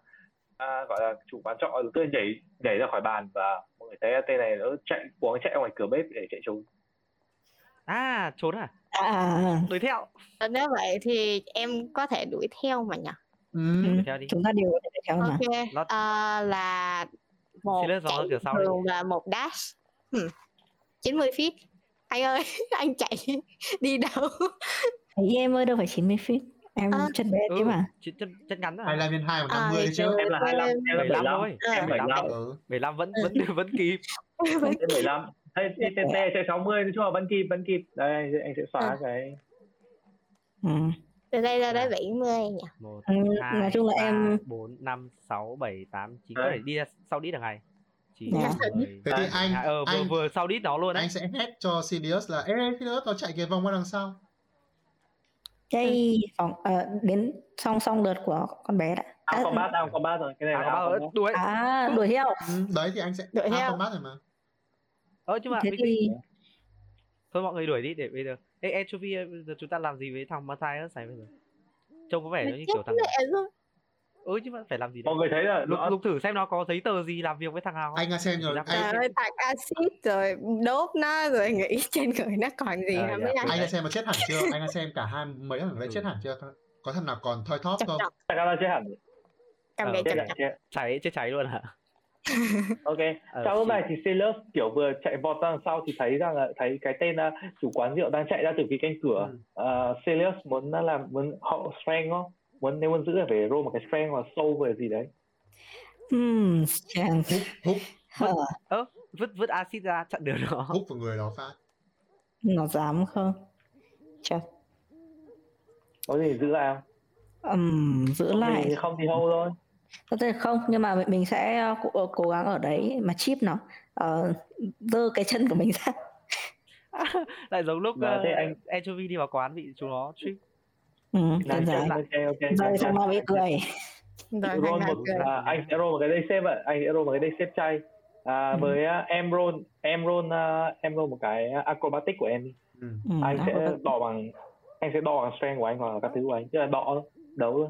Speaker 6: à, gọi là chủ quán trọ tự nhiên nhảy nhảy ra khỏi bàn và mọi người thấy là tên này nó chạy cuống chạy ra ngoài cửa bếp để chạy trốn
Speaker 4: À, trốn à?
Speaker 11: À, à,
Speaker 4: Đuổi theo.
Speaker 7: Ờ, nếu vậy thì em có thể đuổi theo mà nhỉ
Speaker 11: à.
Speaker 2: um,
Speaker 11: Ừ.
Speaker 4: Đuổi theo đi.
Speaker 11: Chúng ta đều có thể theo mà
Speaker 7: ok
Speaker 4: Lót.
Speaker 7: ờ, là một
Speaker 4: Silas vào
Speaker 7: chạy
Speaker 4: cửa sau đi.
Speaker 7: thường và một dash hmm. 90 feet anh ơi anh chạy đi đâu
Speaker 11: Thấy em ơi đâu phải 90 feet Em
Speaker 7: À,
Speaker 11: chân bé
Speaker 4: Ừ,
Speaker 11: chứ mà
Speaker 4: chân chân- chân ngắn à?
Speaker 2: 25 nhân 2 bằng
Speaker 7: À,
Speaker 2: 50 đấy
Speaker 7: thì
Speaker 2: chứ.
Speaker 7: trừ-
Speaker 6: em là 25 em là
Speaker 4: 75
Speaker 6: 75
Speaker 4: thôi.
Speaker 7: Ờ.
Speaker 4: Em 75.
Speaker 2: Ừ.
Speaker 4: 75 vẫn vẫn vẫn kịp.
Speaker 6: em 75 Thế thì TT chạy 60 nói chung là vẫn kịp vẫn kịp đây anh sẽ xóa cái
Speaker 11: ừ.
Speaker 7: từ đây ra
Speaker 4: Là-
Speaker 7: tới 70 nhỉ
Speaker 4: 1
Speaker 11: Ừ,
Speaker 4: 2
Speaker 11: Nói chung là em
Speaker 4: 4 5 6 7 8 9 có
Speaker 6: Đấy.
Speaker 4: thể đi ra sau đít được ngày. 9
Speaker 11: Dạ.
Speaker 4: 10.
Speaker 2: Thế thì anh
Speaker 4: Ờ vừa
Speaker 2: anh
Speaker 4: vừa sau đít nó luôn À, đấy.
Speaker 2: anh sẽ hét cho Sirius là Ê Sirius nó chạy cái vòng qua đằng sau.
Speaker 11: Đây phòng ờ, đến song song lượt của con bé
Speaker 3: Dạ,
Speaker 11: đã.
Speaker 6: out
Speaker 11: À,
Speaker 6: combat out combat rồi cái này
Speaker 4: À,
Speaker 6: là
Speaker 4: có bao
Speaker 6: out
Speaker 4: giờ
Speaker 6: combat
Speaker 4: đuổi.
Speaker 11: à, đuổi theo.
Speaker 2: Ừ, đấy thì anh sẽ
Speaker 7: Đuổi
Speaker 2: out
Speaker 7: theo.
Speaker 2: combat rồi mà.
Speaker 4: Ờ nhưng mà
Speaker 11: Thế
Speaker 4: mình-
Speaker 11: thì
Speaker 4: thôi mọi người đuổi đi để bây giờ. Ê Anchovy bây giờ chúng ta làm gì với thằng Matthias này bây giờ? Trông có vẻ nó như kiểu thằng
Speaker 7: Mẹ rồi.
Speaker 4: Ừ chứ mà phải làm gì đấy.
Speaker 6: mọi người thấy là
Speaker 4: Lục
Speaker 6: nó
Speaker 4: lục thử xem nó có giấy tờ gì làm việc với thằng nào. không?
Speaker 2: Anh đã xem rồi,
Speaker 4: Lắp
Speaker 2: anh
Speaker 4: ra.
Speaker 7: Trời ơi, tạt acid rồi đốt nó rồi nghĩ trên người nó còn gì
Speaker 4: Ờ,
Speaker 7: hả
Speaker 4: dạ.
Speaker 7: mấy anh?
Speaker 2: anh đã xem mà chết hẳn chưa? Anh đã xem cả hai mấy thằng đấy
Speaker 4: Ừ.
Speaker 2: chết hẳn chưa? Có thằng nào còn thoi thóp
Speaker 7: Chọc
Speaker 2: không?
Speaker 7: chọc,
Speaker 6: Takara chết hẳn
Speaker 7: cầm
Speaker 4: Ờ,
Speaker 7: gậy
Speaker 6: chết
Speaker 7: chọc
Speaker 6: hẳn
Speaker 7: chọc.
Speaker 6: chết
Speaker 4: cháy chết cháy luôn hả?
Speaker 6: ok
Speaker 4: Ờ,
Speaker 6: sau lúc
Speaker 4: chị-
Speaker 6: này thì Sailor kiểu vừa chạy vọt ra đằng sau thì thấy rằng là thấy cái tên ờ, chủ quán rượu đang chạy ra từ phía cánh cửa
Speaker 2: Ừ.
Speaker 6: uh, Sirius muốn nó làm muốn họ strength không muốn nếu muốn giữ là phải roll một cái strength hoặc soul về gì đấy
Speaker 11: ừm, Ừ, chàng
Speaker 2: Hút hút
Speaker 11: sợ
Speaker 4: vứt vứt axit ra chặn đường nó
Speaker 2: hút vào người đó phát.
Speaker 11: nó dám không? Chà,
Speaker 6: có gì giữ lại không
Speaker 11: ừm, giữ
Speaker 6: Không
Speaker 11: lại.
Speaker 6: thì- không thì hâu thôi
Speaker 11: Có thể không nhưng mà mình sẽ ờ, cố, cố gắng ở đấy mà chip nó ờ, dơ cái chân của mình ra.
Speaker 4: lại giống lúc
Speaker 6: Mà
Speaker 4: uh,
Speaker 6: thế anh-
Speaker 4: anchovy đi vào quán bị chúng nó truy
Speaker 11: Ừ,
Speaker 6: Làm
Speaker 3: Dạ,
Speaker 11: đơn giản.
Speaker 6: chân, ok ok
Speaker 11: Dơ
Speaker 6: ok
Speaker 11: xong nó mới cười.
Speaker 7: Rồi
Speaker 6: Roll
Speaker 7: thằng nào
Speaker 6: một-
Speaker 7: cười.
Speaker 6: à, anh sẽ roll một cái đây xếp ạ anh sẽ roll một cái đây xếp chay à,
Speaker 11: Ừ.
Speaker 6: với ờ, em roll à, em roll ờ, em roll một cái acrobatic của em đi
Speaker 2: Ừ.
Speaker 11: Ừ,
Speaker 6: anh
Speaker 11: đó.
Speaker 6: sẽ đỏ bằng anh sẽ đo bằng strength của anh hoặc là các thứ của anh tức là đo thôi, đấu thôi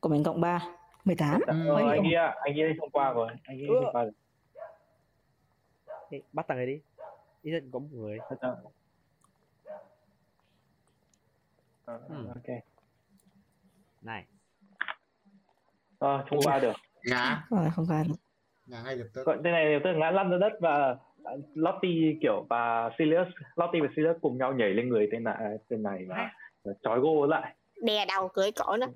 Speaker 11: của mình cộng 3 18
Speaker 6: Ờ, anh nghĩ là- anh nghĩ anh thông qua rồi anh nghĩ anh thông qua rồi
Speaker 4: Ê, bắt thằng này đi ít nhất có một người
Speaker 6: Thật ra- Ờ,
Speaker 4: Ừ.
Speaker 6: ok
Speaker 4: này
Speaker 6: Ờ, thông qua được
Speaker 2: ngã
Speaker 11: rồi không qua được
Speaker 2: ngã ngay lập tức
Speaker 6: còn thế này tức là ngã lăn ra đất và à, Lottie kiểu và Sirius Lottie và Sirius cùng nhau nhảy lên người tên này tên này và và trói gô lại
Speaker 7: đè đầu cưỡi cổ nó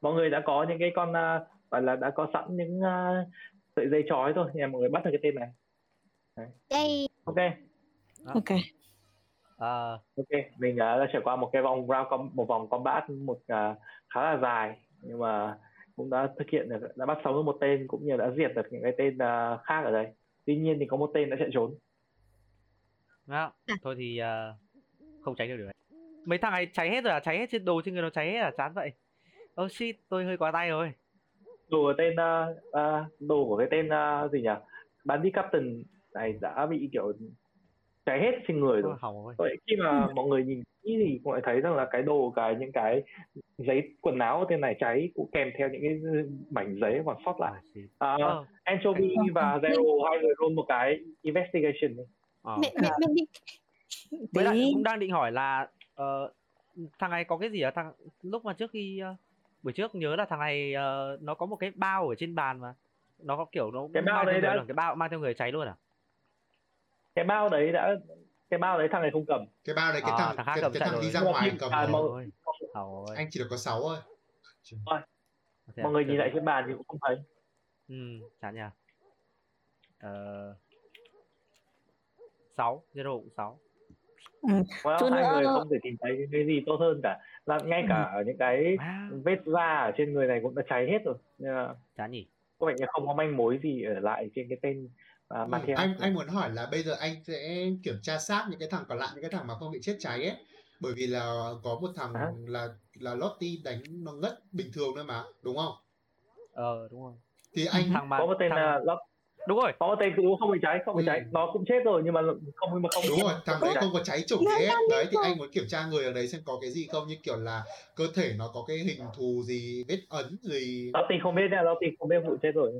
Speaker 6: mọi người đã có những cái con à, gọi là đã có sẵn những à, sợi dây trói rồi nhưng mà mọi người bắt được cái tên này
Speaker 7: đây
Speaker 6: ok
Speaker 11: ok
Speaker 4: Ờ,
Speaker 6: ok mình à, đã trải qua một cái vòng round com, một vòng combat một à, khá là dài nhưng mà cũng đã thực hiện được đã bắt sống được một tên cũng như đã diệt được những cái tên à, khác ở đây tuy nhiên thì có một tên đã chạy trốn
Speaker 4: đó. thôi thì ờ, không tránh được điều này mấy thằng này cháy hết rồi à cháy hết trên đồ trên người nó cháy hết à chán vậy oh shit tôi hơi quá tay rồi
Speaker 6: đồ của tên à, à, đồ của cái tên à, gì nhỉ bandit captain này đã bị kiểu cháy hết trên người rồi
Speaker 4: Ôi, hỏng rồi
Speaker 6: vậy khi mà
Speaker 4: Ừ.
Speaker 6: mọi người nhìn kỹ thì cũng lại thấy rằng là cái đồ cái những cái giấy quần áo của tên này cháy cũng kèm theo những cái mảnh giấy còn sót lại
Speaker 4: Oh, shit.
Speaker 6: à,
Speaker 4: Ờ,
Speaker 6: anchovy và zero hai người roll một cái investigation đi.
Speaker 4: ờ.
Speaker 7: mẹ mẹ mẹ đi
Speaker 4: Với lại
Speaker 11: Tí.
Speaker 4: cũng đang định hỏi là ờ, thằng này có cái gì ở thằng lúc mà trước khi ờ, buổi trước nhớ là thằng này ờ, nó có một cái bao ở trên bàn mà nó có kiểu nó
Speaker 6: Cái bao
Speaker 4: mang theo
Speaker 6: đấy
Speaker 4: người
Speaker 6: đã-
Speaker 4: luôn, cái bao mang theo người cháy luôn à
Speaker 6: cái bao đấy đã cái bao đấy thằng này không cầm
Speaker 2: cái bao đấy cái
Speaker 4: À,
Speaker 2: thằng
Speaker 4: thằng khác
Speaker 2: cái,
Speaker 4: cầm
Speaker 2: cái
Speaker 4: chạy
Speaker 2: thằng đi
Speaker 4: rồi.
Speaker 2: ra ngoài cầm
Speaker 6: À,
Speaker 2: rồi.
Speaker 6: mọi-
Speaker 4: Ôi, hỏng rồi
Speaker 2: anh chỉ được có 6 thôi
Speaker 4: Thế à,
Speaker 6: mọi người nhìn
Speaker 4: kiểu-
Speaker 6: lại trên bàn thì cũng không thấy
Speaker 4: ừ, chán nhỉ Ờ, sáu zero cũng sáu
Speaker 6: Wow,
Speaker 11: Chút
Speaker 6: hai
Speaker 11: nữa-
Speaker 6: người không thể tìm thấy cái gì tốt hơn cả là ngay cả
Speaker 4: Ừ.
Speaker 6: ở những cái
Speaker 4: Wow,
Speaker 6: vết da ở trên người này cũng đã cháy hết rồi Nhưng mà
Speaker 4: chán nhỉ
Speaker 6: có vẻ như không có manh mối gì ở lại trên cái tên uh,
Speaker 2: ừ,
Speaker 6: Matthew
Speaker 2: anh anh muốn hỏi là bây giờ anh sẽ kiểm tra xác những cái thằng còn lại những cái thằng mà không bị chết cháy ấy bởi vì là có một thằng
Speaker 6: À.
Speaker 2: là là Lottie đánh nó ngất bình thường thôi mà đúng không
Speaker 4: ờ đúng rồi
Speaker 2: thì anh
Speaker 4: thằng mà
Speaker 6: có một tên à,
Speaker 4: thằng-
Speaker 6: là Lo-
Speaker 4: đúng rồi
Speaker 6: có một tên cứ đúng không bị cháy không bị
Speaker 2: Ừ.
Speaker 6: cháy nó cũng chết rồi nhưng mà không mà không
Speaker 2: đúng rồi thằng
Speaker 6: không
Speaker 2: đấy
Speaker 6: cháy.
Speaker 2: không có cháy chủng gì hết đấy thì anh muốn kiểm tra người ở đấy xem có cái gì không như kiểu là cơ thể nó có cái hình thù gì vết ấn gì
Speaker 6: nó thì không biết nha nó thì không biết vụ chết rồi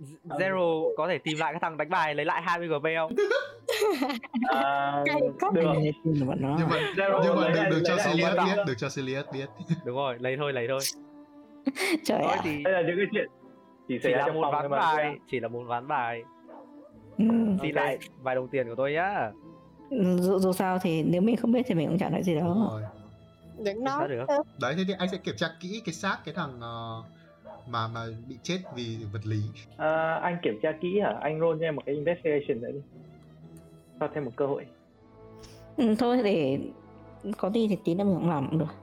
Speaker 4: Z-
Speaker 6: Ờ.
Speaker 4: zero có thể tìm lại cái thằng đánh bài lấy lại 20 gb không
Speaker 6: à,
Speaker 7: Cay cắt.
Speaker 6: được
Speaker 11: Mình tin vào bọn nó
Speaker 2: nhưng mà
Speaker 6: Zero
Speaker 2: nhưng
Speaker 6: Ờ. lấy
Speaker 2: mà
Speaker 6: lại-
Speaker 2: đừng, đừng
Speaker 6: lấy
Speaker 2: cho
Speaker 6: lại
Speaker 2: Sirius
Speaker 6: liên lạc.
Speaker 2: biết đừng cho Sirius biết
Speaker 4: đúng rồi lấy thôi lấy thôi
Speaker 11: trời
Speaker 4: Thôi
Speaker 11: ạ
Speaker 4: thì
Speaker 6: đây là những cái chuyện chỉ
Speaker 4: chỉ
Speaker 6: xảy ra
Speaker 4: là
Speaker 6: trong
Speaker 4: một
Speaker 6: phòng
Speaker 4: ván
Speaker 6: nhưng mà
Speaker 4: bài chỉ là một ván bài
Speaker 11: Ừ.
Speaker 4: xin
Speaker 6: Ok.
Speaker 4: lại vài đồng tiền của tôi nhá
Speaker 11: dù, dù sao thì nếu mình không biết thì mình cũng chẳng nói gì
Speaker 2: Đúng
Speaker 11: đâu
Speaker 2: rồi.
Speaker 7: đừng nói
Speaker 4: được.
Speaker 7: nữa.
Speaker 2: đấy thế thì anh sẽ kiểm tra kỹ cái xác cái thằng ờ, mà mà bị chết vì vật lý
Speaker 6: à, anh kiểm tra kỹ hả anh roll cho em một cái investigation nữa đi cho thêm một cơ hội
Speaker 11: ừ, thôi để có đi thì tí nữa mình cũng làm cũng được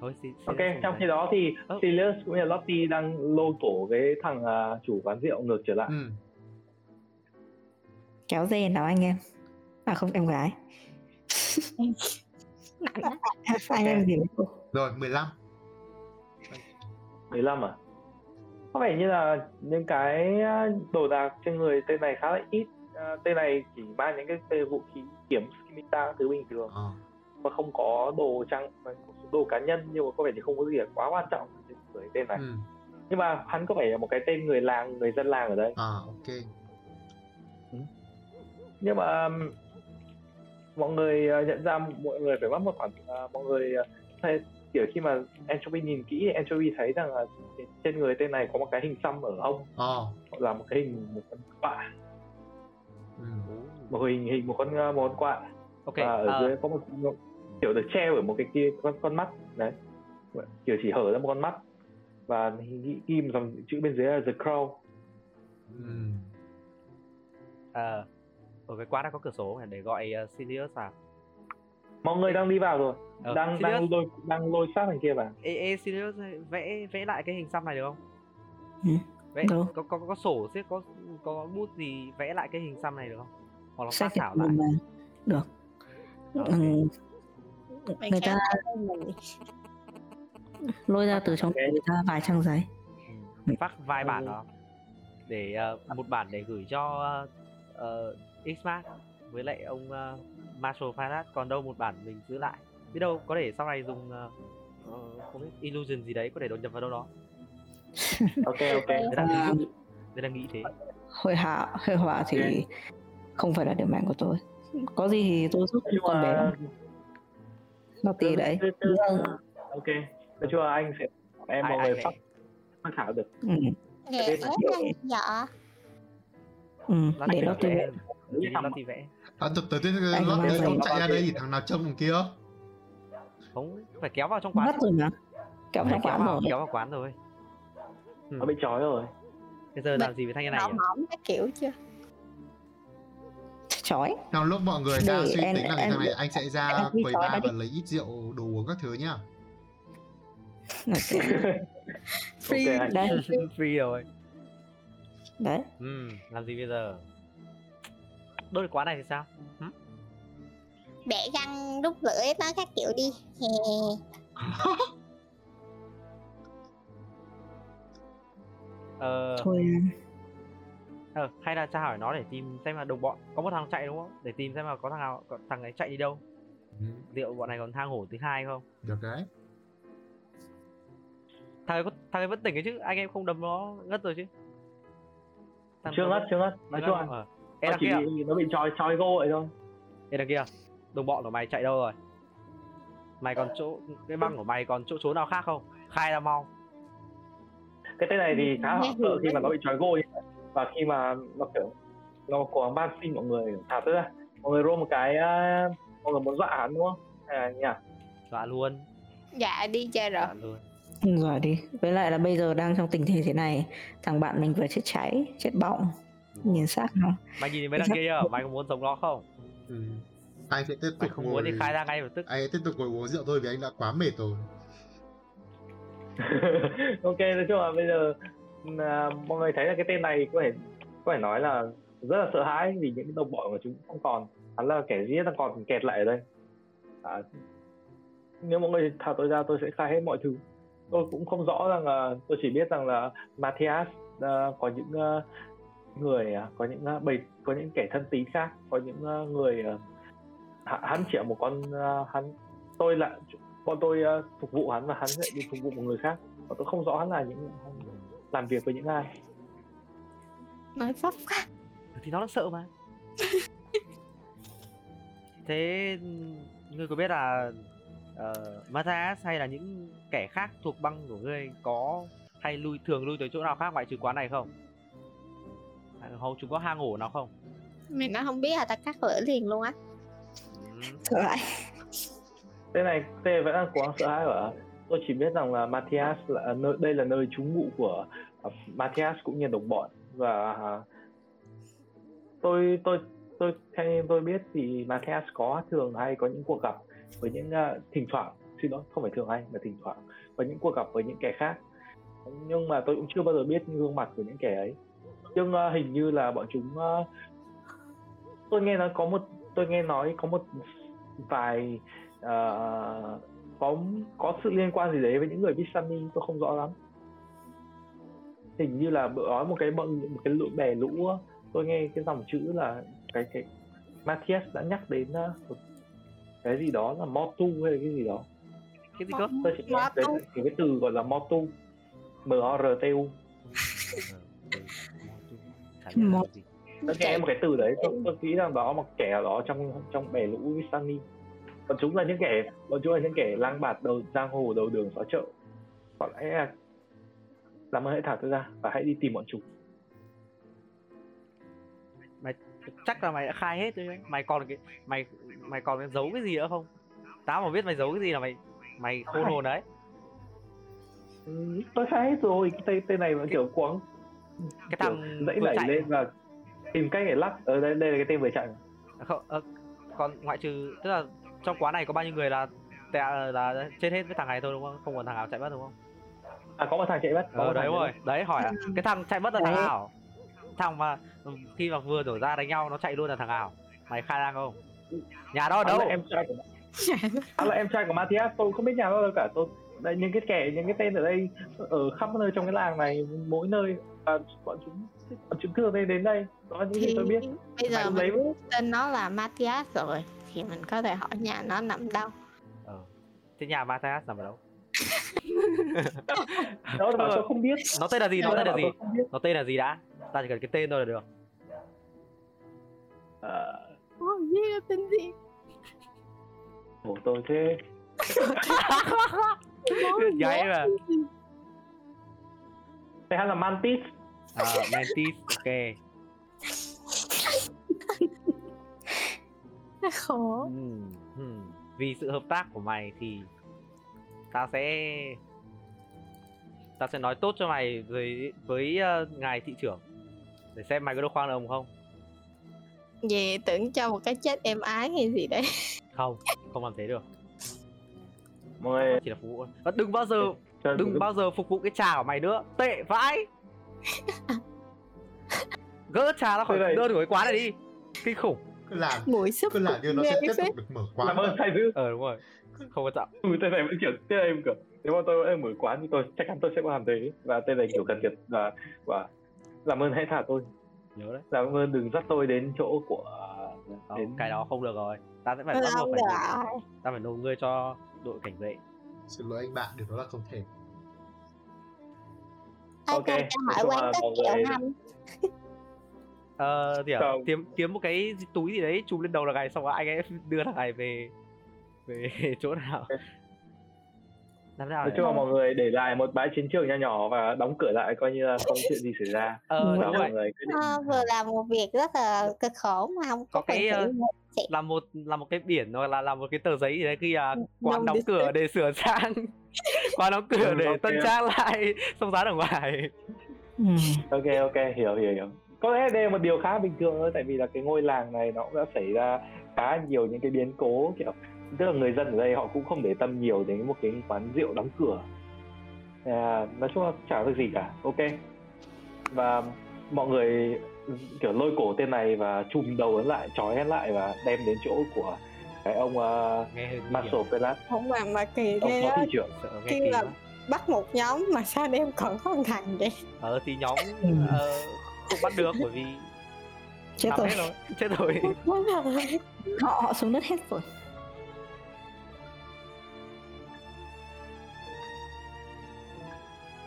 Speaker 4: thôi xin, xin
Speaker 6: ok
Speaker 4: lấy sổ
Speaker 6: trong khi
Speaker 4: này.
Speaker 6: đó thì
Speaker 4: Ờ.
Speaker 6: Sirius cũng như là Lottie đang lôi cổ cái thằng à, chủ quán rượu ngược trở lại
Speaker 2: ừ.
Speaker 11: kéo dê nào anh em à không em gái
Speaker 7: nặng lắm.
Speaker 11: anh em gì đấy cô
Speaker 2: rồi 15
Speaker 6: 15 à? Có vẻ như là những cái à, đồ đạc trên người tên này khá là ít. À, Tên này chỉ mang những cái, cái vũ khí kiếm skimita các thứ bình thường
Speaker 2: Ờ.
Speaker 6: mà không có đồ trang đồ cá nhân nhưng mà có vẻ thì không có gì là quá quan trọng trên người tên này.
Speaker 2: ừ.
Speaker 6: Nhưng mà hắn có vẻ là một cái tên người làng, người dân làng ở đây.
Speaker 2: à ok
Speaker 6: Nhưng mà um, mọi người à, nhận ra mọi người phải mất một khoảng à, mọi người à, thấy- kiểu khi mà Anchovy nhìn kỹ thì Anchovy thấy rằng là trên người tên này có một cái hình xăm ở hông
Speaker 2: ờ
Speaker 6: gọi là một cái hình một con quạ
Speaker 2: ừ.
Speaker 6: một hình hình một con ờ, một con quạ
Speaker 4: ok
Speaker 6: và ở
Speaker 4: ờ,
Speaker 6: dưới có một con- kiểu được che bởi một cái kia con con mắt đấy kiểu chỉ hở ra một con mắt và ghi- ghi một dòng chữ bên dưới là the crow
Speaker 2: Ừ.
Speaker 4: ờ, ở cái quán đã có cửa sổ này để gọi uh, Sirius à
Speaker 6: mọi người đang đi vào rồi
Speaker 4: Ờ,
Speaker 6: đang
Speaker 4: Sirius
Speaker 6: đang lôi đang lôi sát thằng kia vào
Speaker 4: ê, ê Sirius ơi, vẽ vẽ lại cái hình xăm này được không
Speaker 11: Ừ,
Speaker 4: vẽ
Speaker 11: được.
Speaker 4: có có có sổ xếp có có bút gì vẽ lại cái hình xăm này được không hoặc là
Speaker 11: Sao
Speaker 4: phát
Speaker 11: kiểu
Speaker 4: thảo lại
Speaker 11: mà- được
Speaker 4: Ok.
Speaker 11: ừ,
Speaker 7: Mày
Speaker 11: người
Speaker 7: khen
Speaker 11: ta
Speaker 7: tao mình.
Speaker 11: lôi ra từ trong
Speaker 6: Ok.
Speaker 11: người ta vài trang giấy
Speaker 4: Ừ, phát vài
Speaker 6: Ừ.
Speaker 4: bản đó
Speaker 11: Ờ.
Speaker 4: ờ, để ờ, một bản để gửi cho uh, Xmark với lại ông uh, Marshall Finance còn đâu một bản mình giữ lại biết đâu có thể sau này dùng ờ, ờ, không biết illusion gì đấy có thể đột nhập vào đâu đó
Speaker 6: ok ok
Speaker 4: đấy
Speaker 11: Ờ.
Speaker 4: là, đấy là nghĩ thế
Speaker 11: hội họa hội họa thì không phải là điểm mạnh của tôi có gì thì tôi giúp
Speaker 6: Nhưng
Speaker 11: con bé
Speaker 6: mà- ừ.
Speaker 11: nó tí đấy Vâng.
Speaker 6: Từ- từ- ok nói chung là anh sẽ em
Speaker 4: Ai-
Speaker 6: mọi
Speaker 4: ai
Speaker 6: người
Speaker 4: này?
Speaker 6: phát tham khảo được
Speaker 11: ừ.
Speaker 5: Để
Speaker 6: Thế là
Speaker 5: ép
Speaker 11: kiểu-
Speaker 5: anh dọ
Speaker 11: Ừ.
Speaker 4: Lottie
Speaker 11: để nó
Speaker 4: phải
Speaker 11: tùy
Speaker 4: vẽ.
Speaker 6: Đúng
Speaker 4: Tí
Speaker 6: xong.
Speaker 4: Lottie vẽ
Speaker 2: À, tập tới tới
Speaker 11: Anh
Speaker 2: lót
Speaker 11: nói
Speaker 2: đấy
Speaker 11: vậy.
Speaker 2: không chạy ra đây thì thằng nào trông thằng kia.
Speaker 4: không phải kéo vào trong quán
Speaker 11: mất rồi mà kéo
Speaker 4: phải
Speaker 11: trong
Speaker 4: kéo
Speaker 11: quán
Speaker 4: vào
Speaker 11: rồi
Speaker 4: kéo vào quán rồi Ừ.
Speaker 6: nó bị trói rồi
Speaker 4: bây giờ
Speaker 8: Mà-
Speaker 4: làm gì với thanh niên này à?
Speaker 8: Nó
Speaker 4: nhỉ?
Speaker 8: mỏng các kiểu chưa
Speaker 11: chói
Speaker 2: Trong lúc mọi người đang
Speaker 11: Để
Speaker 2: suy
Speaker 11: em-
Speaker 2: tính là
Speaker 11: em-
Speaker 2: thằng này anh sẽ ra
Speaker 11: em đi
Speaker 2: quầy
Speaker 11: trói nó
Speaker 2: bar
Speaker 11: đi.
Speaker 2: và lấy ít rượu đồ uống các thứ nhá.
Speaker 8: Free
Speaker 6: anh.
Speaker 11: đấy
Speaker 4: free rồi
Speaker 11: đấy
Speaker 4: ừ, làm gì bây giờ đôi quán này thì sao
Speaker 5: Bẻ răng đúc lưỡi nó các kiểu đi Hè.
Speaker 4: ờ,
Speaker 11: thôi
Speaker 4: ờ, hay là tra hỏi nó để tìm xem là đồng bọn có một thằng chạy đúng không để tìm xem là có thằng nào có thằng ấy chạy đi đâu
Speaker 2: Ừ,
Speaker 4: liệu bọn này còn thang hổ thứ hai không
Speaker 2: Được đấy.
Speaker 4: thằng ấy, có- thằng ấy vẫn tỉnh ấy chứ anh em không đấm nó ngất rồi chứ Thằng
Speaker 6: chưa
Speaker 4: nó
Speaker 6: ngất
Speaker 4: vẫn-
Speaker 6: chưa ngất
Speaker 4: nó
Speaker 6: nói chung
Speaker 4: vẫn-
Speaker 6: là
Speaker 4: ờ. Ê
Speaker 6: nó
Speaker 4: đằng
Speaker 6: chỉ
Speaker 4: kia
Speaker 6: nó bị trói trói gô vậy thôi
Speaker 4: Ê đằng kia Đồng bọn của mày chạy đâu rồi Mày còn chỗ Cái băng của mày còn chỗ trốn nào khác không Khai ra mau
Speaker 6: cái tên này thì khá
Speaker 7: Nghe
Speaker 6: là sợ khi mà nó bị trói gô như vậy. và khi mà nó kiểu nó cố gắng ban xin mọi người thả tức ra mọi người roll một cái à, mọi người muốn dọa hắn đúng không hay là nhỉ
Speaker 4: Dọa luôn
Speaker 7: dạ đi chơi rồi
Speaker 4: Dọa luôn
Speaker 11: rồi ừ, đi với lại là bây giờ đang trong tình thế thế này thằng bạn mình vừa chết cháy chết bỏng nhìn xác nó
Speaker 4: Mày nhìn thấy mấy đằng kia chưa Mày có muốn sống nó không
Speaker 2: Ừ. Anh sẽ tiếp
Speaker 4: Mày
Speaker 2: tục
Speaker 4: không muốn thì
Speaker 2: ngồi-
Speaker 4: khai ra ngay lập tức
Speaker 2: Anh ấy tiếp tục ngồi uống rượu thôi vì anh đã quá mệt rồi.
Speaker 6: ok nói chung là bây giờ à, mọi người thấy là cái tên này có thể có thể nói là rất là sợ hãi vì những cái đồng bọn của chúng không còn hắn là kẻ duy nhất đang còn kẹt lại ở đây à, nếu mọi người thả tôi ra tôi sẽ khai hết mọi thứ tôi cũng không rõ rằng là tôi chỉ biết rằng là Matthias à, có những à, người à, có những à, bầy có những kẻ thân tín khác có những à, người à, hả- hắn chỉ là một con à, hắn tôi là bọn tôi à, phục vụ hắn và hắn lại đi phục vụ một người khác và tôi không rõ hắn là những làm việc với những ai
Speaker 7: nói pháp quá
Speaker 4: Thì nó đang sợ mà Thế Ngươi có biết là uh, Matthias hay là những kẻ khác thuộc băng của ngươi có hay lui thường lui tới chỗ nào khác ngoại trừ quán này không? À, Hầu chúng có hang ổ nào không?
Speaker 7: mình đã không biết là ta cắt lưỡi liền luôn á
Speaker 4: Ừ.
Speaker 11: sợ lại
Speaker 6: tên này tên này vẫn đang cố gắng sợ hãi ở tôi chỉ biết rằng là Matthias là à, nơi đây là nơi trú ngụ của ờ, Matthias cũng như đồng bọn và ờ, tôi tôi tôi theo như tôi biết thì Matthias có thường hay có những cuộc gặp với những ờ, thỉnh thoảng xin lỗi không phải thường hay mà thỉnh thoảng có những cuộc gặp với những kẻ khác nhưng mà tôi cũng chưa bao giờ biết gương mặt của những kẻ ấy nhưng ờ, hình như là bọn chúng ờ, tôi nghe nói có một tôi nghe nói có một vài ờ, có có sự liên quan gì đấy với những người Vistani tôi không rõ lắm hình như là bữa nói một cái bọn một cái lũ bè lũ á, tôi nghe cái dòng chữ là cái cái Matthias đã nhắc đến ờ, một cái gì đó là Motu hay là cái gì đó
Speaker 4: Cái gì cơ?
Speaker 6: tôi chỉ nhớ đến
Speaker 7: Motu.
Speaker 6: cái, cái từ gọi là Motu M O R T U
Speaker 4: Ừ.
Speaker 11: Một.
Speaker 6: tôi nghe một cái từ đấy tôi, tôi nghĩ rằng đó là một kẻ nào đó trong trong bè lũ Vistani bọn chúng là những kẻ bọn chúng là những kẻ lang bạt đầu giang hồ đầu đường xó chợ họ lẽ là làm ơn hãy thả tôi ra và hãy đi tìm bọn chúng
Speaker 4: Chắc là mày đã khai hết rồi đấy. Mày còn cái mày mày còn cái giấu cái gì nữa không? Tao mà biết mày giấu cái gì là mày mày khôn hồn đấy.
Speaker 6: Ừ, tôi khai hết rồi cái tên tên này mà kiểu quáng
Speaker 4: Cái thằng
Speaker 6: dãy
Speaker 4: Ừ, vừa
Speaker 6: nảy
Speaker 4: chạy
Speaker 6: lên và tìm cách để lắc ở đây đây là cái tên vừa chạy
Speaker 4: À, không ờ, còn ngoại trừ tức là trong quán này có bao nhiêu người là tè là chết hết với thằng này thôi đúng không không còn thằng nào chạy mất đúng không
Speaker 6: à có một thằng chạy mất có
Speaker 4: ờ
Speaker 6: một
Speaker 4: đấy
Speaker 6: thằng
Speaker 4: đúng rồi
Speaker 6: chạy
Speaker 4: đấy hỏi à?
Speaker 6: Ừ.
Speaker 4: cái thằng chạy mất là thằng
Speaker 11: Đấy.
Speaker 4: nào thằng mà ừ, khi mà vừa đổ ra đánh nhau nó chạy luôn là thằng nào mày khai ra không nhà đó ở
Speaker 6: mất.
Speaker 4: đâu
Speaker 6: Hắn là Ờ, em trai của hắn là em trai của Matthias tôi không biết nhà đâu cả tôi đây, những cái kẻ những cái tên ở đây ở khắp nơi trong cái làng này mỗi nơi và bọn chúng bọn chúng thường đây đến đây đó là những gì
Speaker 7: thì
Speaker 6: tôi biết
Speaker 7: bây
Speaker 6: Mày
Speaker 7: giờ
Speaker 6: cũng lấy
Speaker 7: mình tên nó là Matthias rồi thì mình có thể hỏi nhà nó nằm đâu
Speaker 4: ờ. thế nhà Matthias nằm ở đâu
Speaker 6: nó
Speaker 4: Ờ.
Speaker 6: bảo tôi không biết
Speaker 4: nó tên là gì nó
Speaker 6: Nó
Speaker 4: tên là
Speaker 6: bảo
Speaker 4: gì
Speaker 6: tôi không biết.
Speaker 4: nó tên là gì đã ta chỉ cần cái tên thôi là được
Speaker 6: Ờ,
Speaker 7: Ôi, biết là tên gì
Speaker 6: bố tôi thế
Speaker 4: gái mà
Speaker 6: thế hay là mantis
Speaker 4: à, Mantis ok
Speaker 7: khổ
Speaker 4: Ừm, ừm. vì sự hợp tác của mày thì ta sẽ ta sẽ nói tốt cho mày với với ờ, ngài thị trưởng để xem mày có được khoan hồng không
Speaker 7: về tưởng cho một cái chết em ái hay gì đấy
Speaker 4: không không làm thế được
Speaker 6: mọi người
Speaker 4: chỉ là phục vụ Và đừng bao giờ
Speaker 6: cho
Speaker 4: đừng
Speaker 6: một
Speaker 4: bao giờ phục vụ cái trà của mày nữa tệ vãi gỡ trà ra khỏi
Speaker 6: Thế này.
Speaker 4: đơn của cái quán này đi kinh khủng
Speaker 2: cứ làm
Speaker 7: mũi súp
Speaker 2: cứ làm như nó
Speaker 7: ghê
Speaker 2: sẽ tiếp
Speaker 7: phết.
Speaker 2: tục được mở
Speaker 6: cái-
Speaker 2: quán
Speaker 6: làm ơn thay giữ
Speaker 4: ờ đúng rồi không quan trọng
Speaker 6: ừ, tên này vẫn kiểu tên này em kiểu nếu mà tôi em mở quán thì tôi chắc chắn tôi sẽ làm thế và tên này kiểu cần thiệt và và làm ơn hãy thả tôi
Speaker 4: nhớ đấy
Speaker 6: làm ơn đừng dắt tôi đến chỗ của
Speaker 4: Đó,
Speaker 6: Đến-
Speaker 4: cái đó không được rồi ta sẽ phải bắt
Speaker 7: không
Speaker 4: buộc
Speaker 7: được
Speaker 4: phải ta phải nộp ngươi cho đội cảnh vệ
Speaker 2: xin lỗi anh bạn điều đó là không thể
Speaker 7: Thôi
Speaker 6: Ok,
Speaker 7: tôi cho
Speaker 6: nói
Speaker 7: hỏi
Speaker 6: chung
Speaker 7: quán
Speaker 6: là
Speaker 7: có
Speaker 6: mọi
Speaker 7: triệu
Speaker 6: người-
Speaker 7: năm
Speaker 4: ờ thì à,
Speaker 6: Không.
Speaker 4: kiếm kiếm một cái túi gì đấy chùm lên đầu là ngày xong rồi anh ấy đưa là ngày về về chỗ nào làm thế nào
Speaker 6: Ờ. nói
Speaker 4: để-
Speaker 6: chung là mọi người để lại một bãi chiến trường nho nhỏ và đóng cửa lại coi như là không chuyện gì xảy ra
Speaker 4: ờ
Speaker 6: và
Speaker 4: đúng
Speaker 6: mọi
Speaker 4: rồi
Speaker 6: người quyết định
Speaker 7: à, vừa làm một việc rất là cực khổ mà không
Speaker 4: Có
Speaker 7: có phần
Speaker 4: cái, ờ,
Speaker 7: thưởng một
Speaker 4: làm một làm một cái biển hoặc là làm một cái tờ giấy gì đấy khi à,
Speaker 7: đồng
Speaker 4: quán đóng
Speaker 7: để-
Speaker 4: cửa để sửa sang quán đóng cửa
Speaker 6: Ừ,
Speaker 4: để
Speaker 6: ok.
Speaker 4: tân trang lại xong dán ở ngoài
Speaker 11: Ừ.
Speaker 6: ok ok hiểu hiểu hiểu có lẽ đây là một điều khá bình thường thôi tại vì là cái ngôi làng này nó cũng đã xảy ra khá nhiều những cái biến cố kiểu tức là người dân ở đây họ cũng không để tâm nhiều đến một cái quán rượu đóng cửa à, nói chung là chả việc gì cả ok và mọi người kiểu lôi cổ tên này và chùm đầu ấn lại trói hắn lại và đem đến chỗ của cái ông uh,
Speaker 4: nghe hơi nguy hiểm.
Speaker 6: Marshall Pelat
Speaker 7: không mà mà kỳ
Speaker 4: Ờ,
Speaker 6: ông
Speaker 7: ghê
Speaker 6: phó
Speaker 7: á
Speaker 6: thị trưởng
Speaker 4: sợ nghe
Speaker 7: kêu
Speaker 4: kỳ
Speaker 7: là
Speaker 4: quá.
Speaker 7: bắt một nhóm mà sao đem còn có một thằng vậy
Speaker 4: ờ thì nhóm
Speaker 11: Ừ.
Speaker 4: ờ, không bắt được bởi vì
Speaker 11: chết
Speaker 4: nắm
Speaker 11: rồi
Speaker 4: hết rồi chết rồi
Speaker 11: họ họ xuống đất hết rồi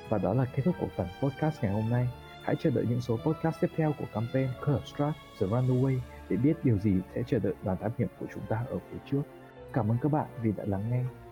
Speaker 1: Và đó là kết thúc của phần podcast ngày hôm nay. Hãy chờ đợi những số podcast tiếp theo của campaign Curve Strike The Runaway để biết điều gì sẽ chờ đợi đoàn thám hiểm của chúng ta ở phía trước. Cảm ơn các bạn vì đã lắng nghe.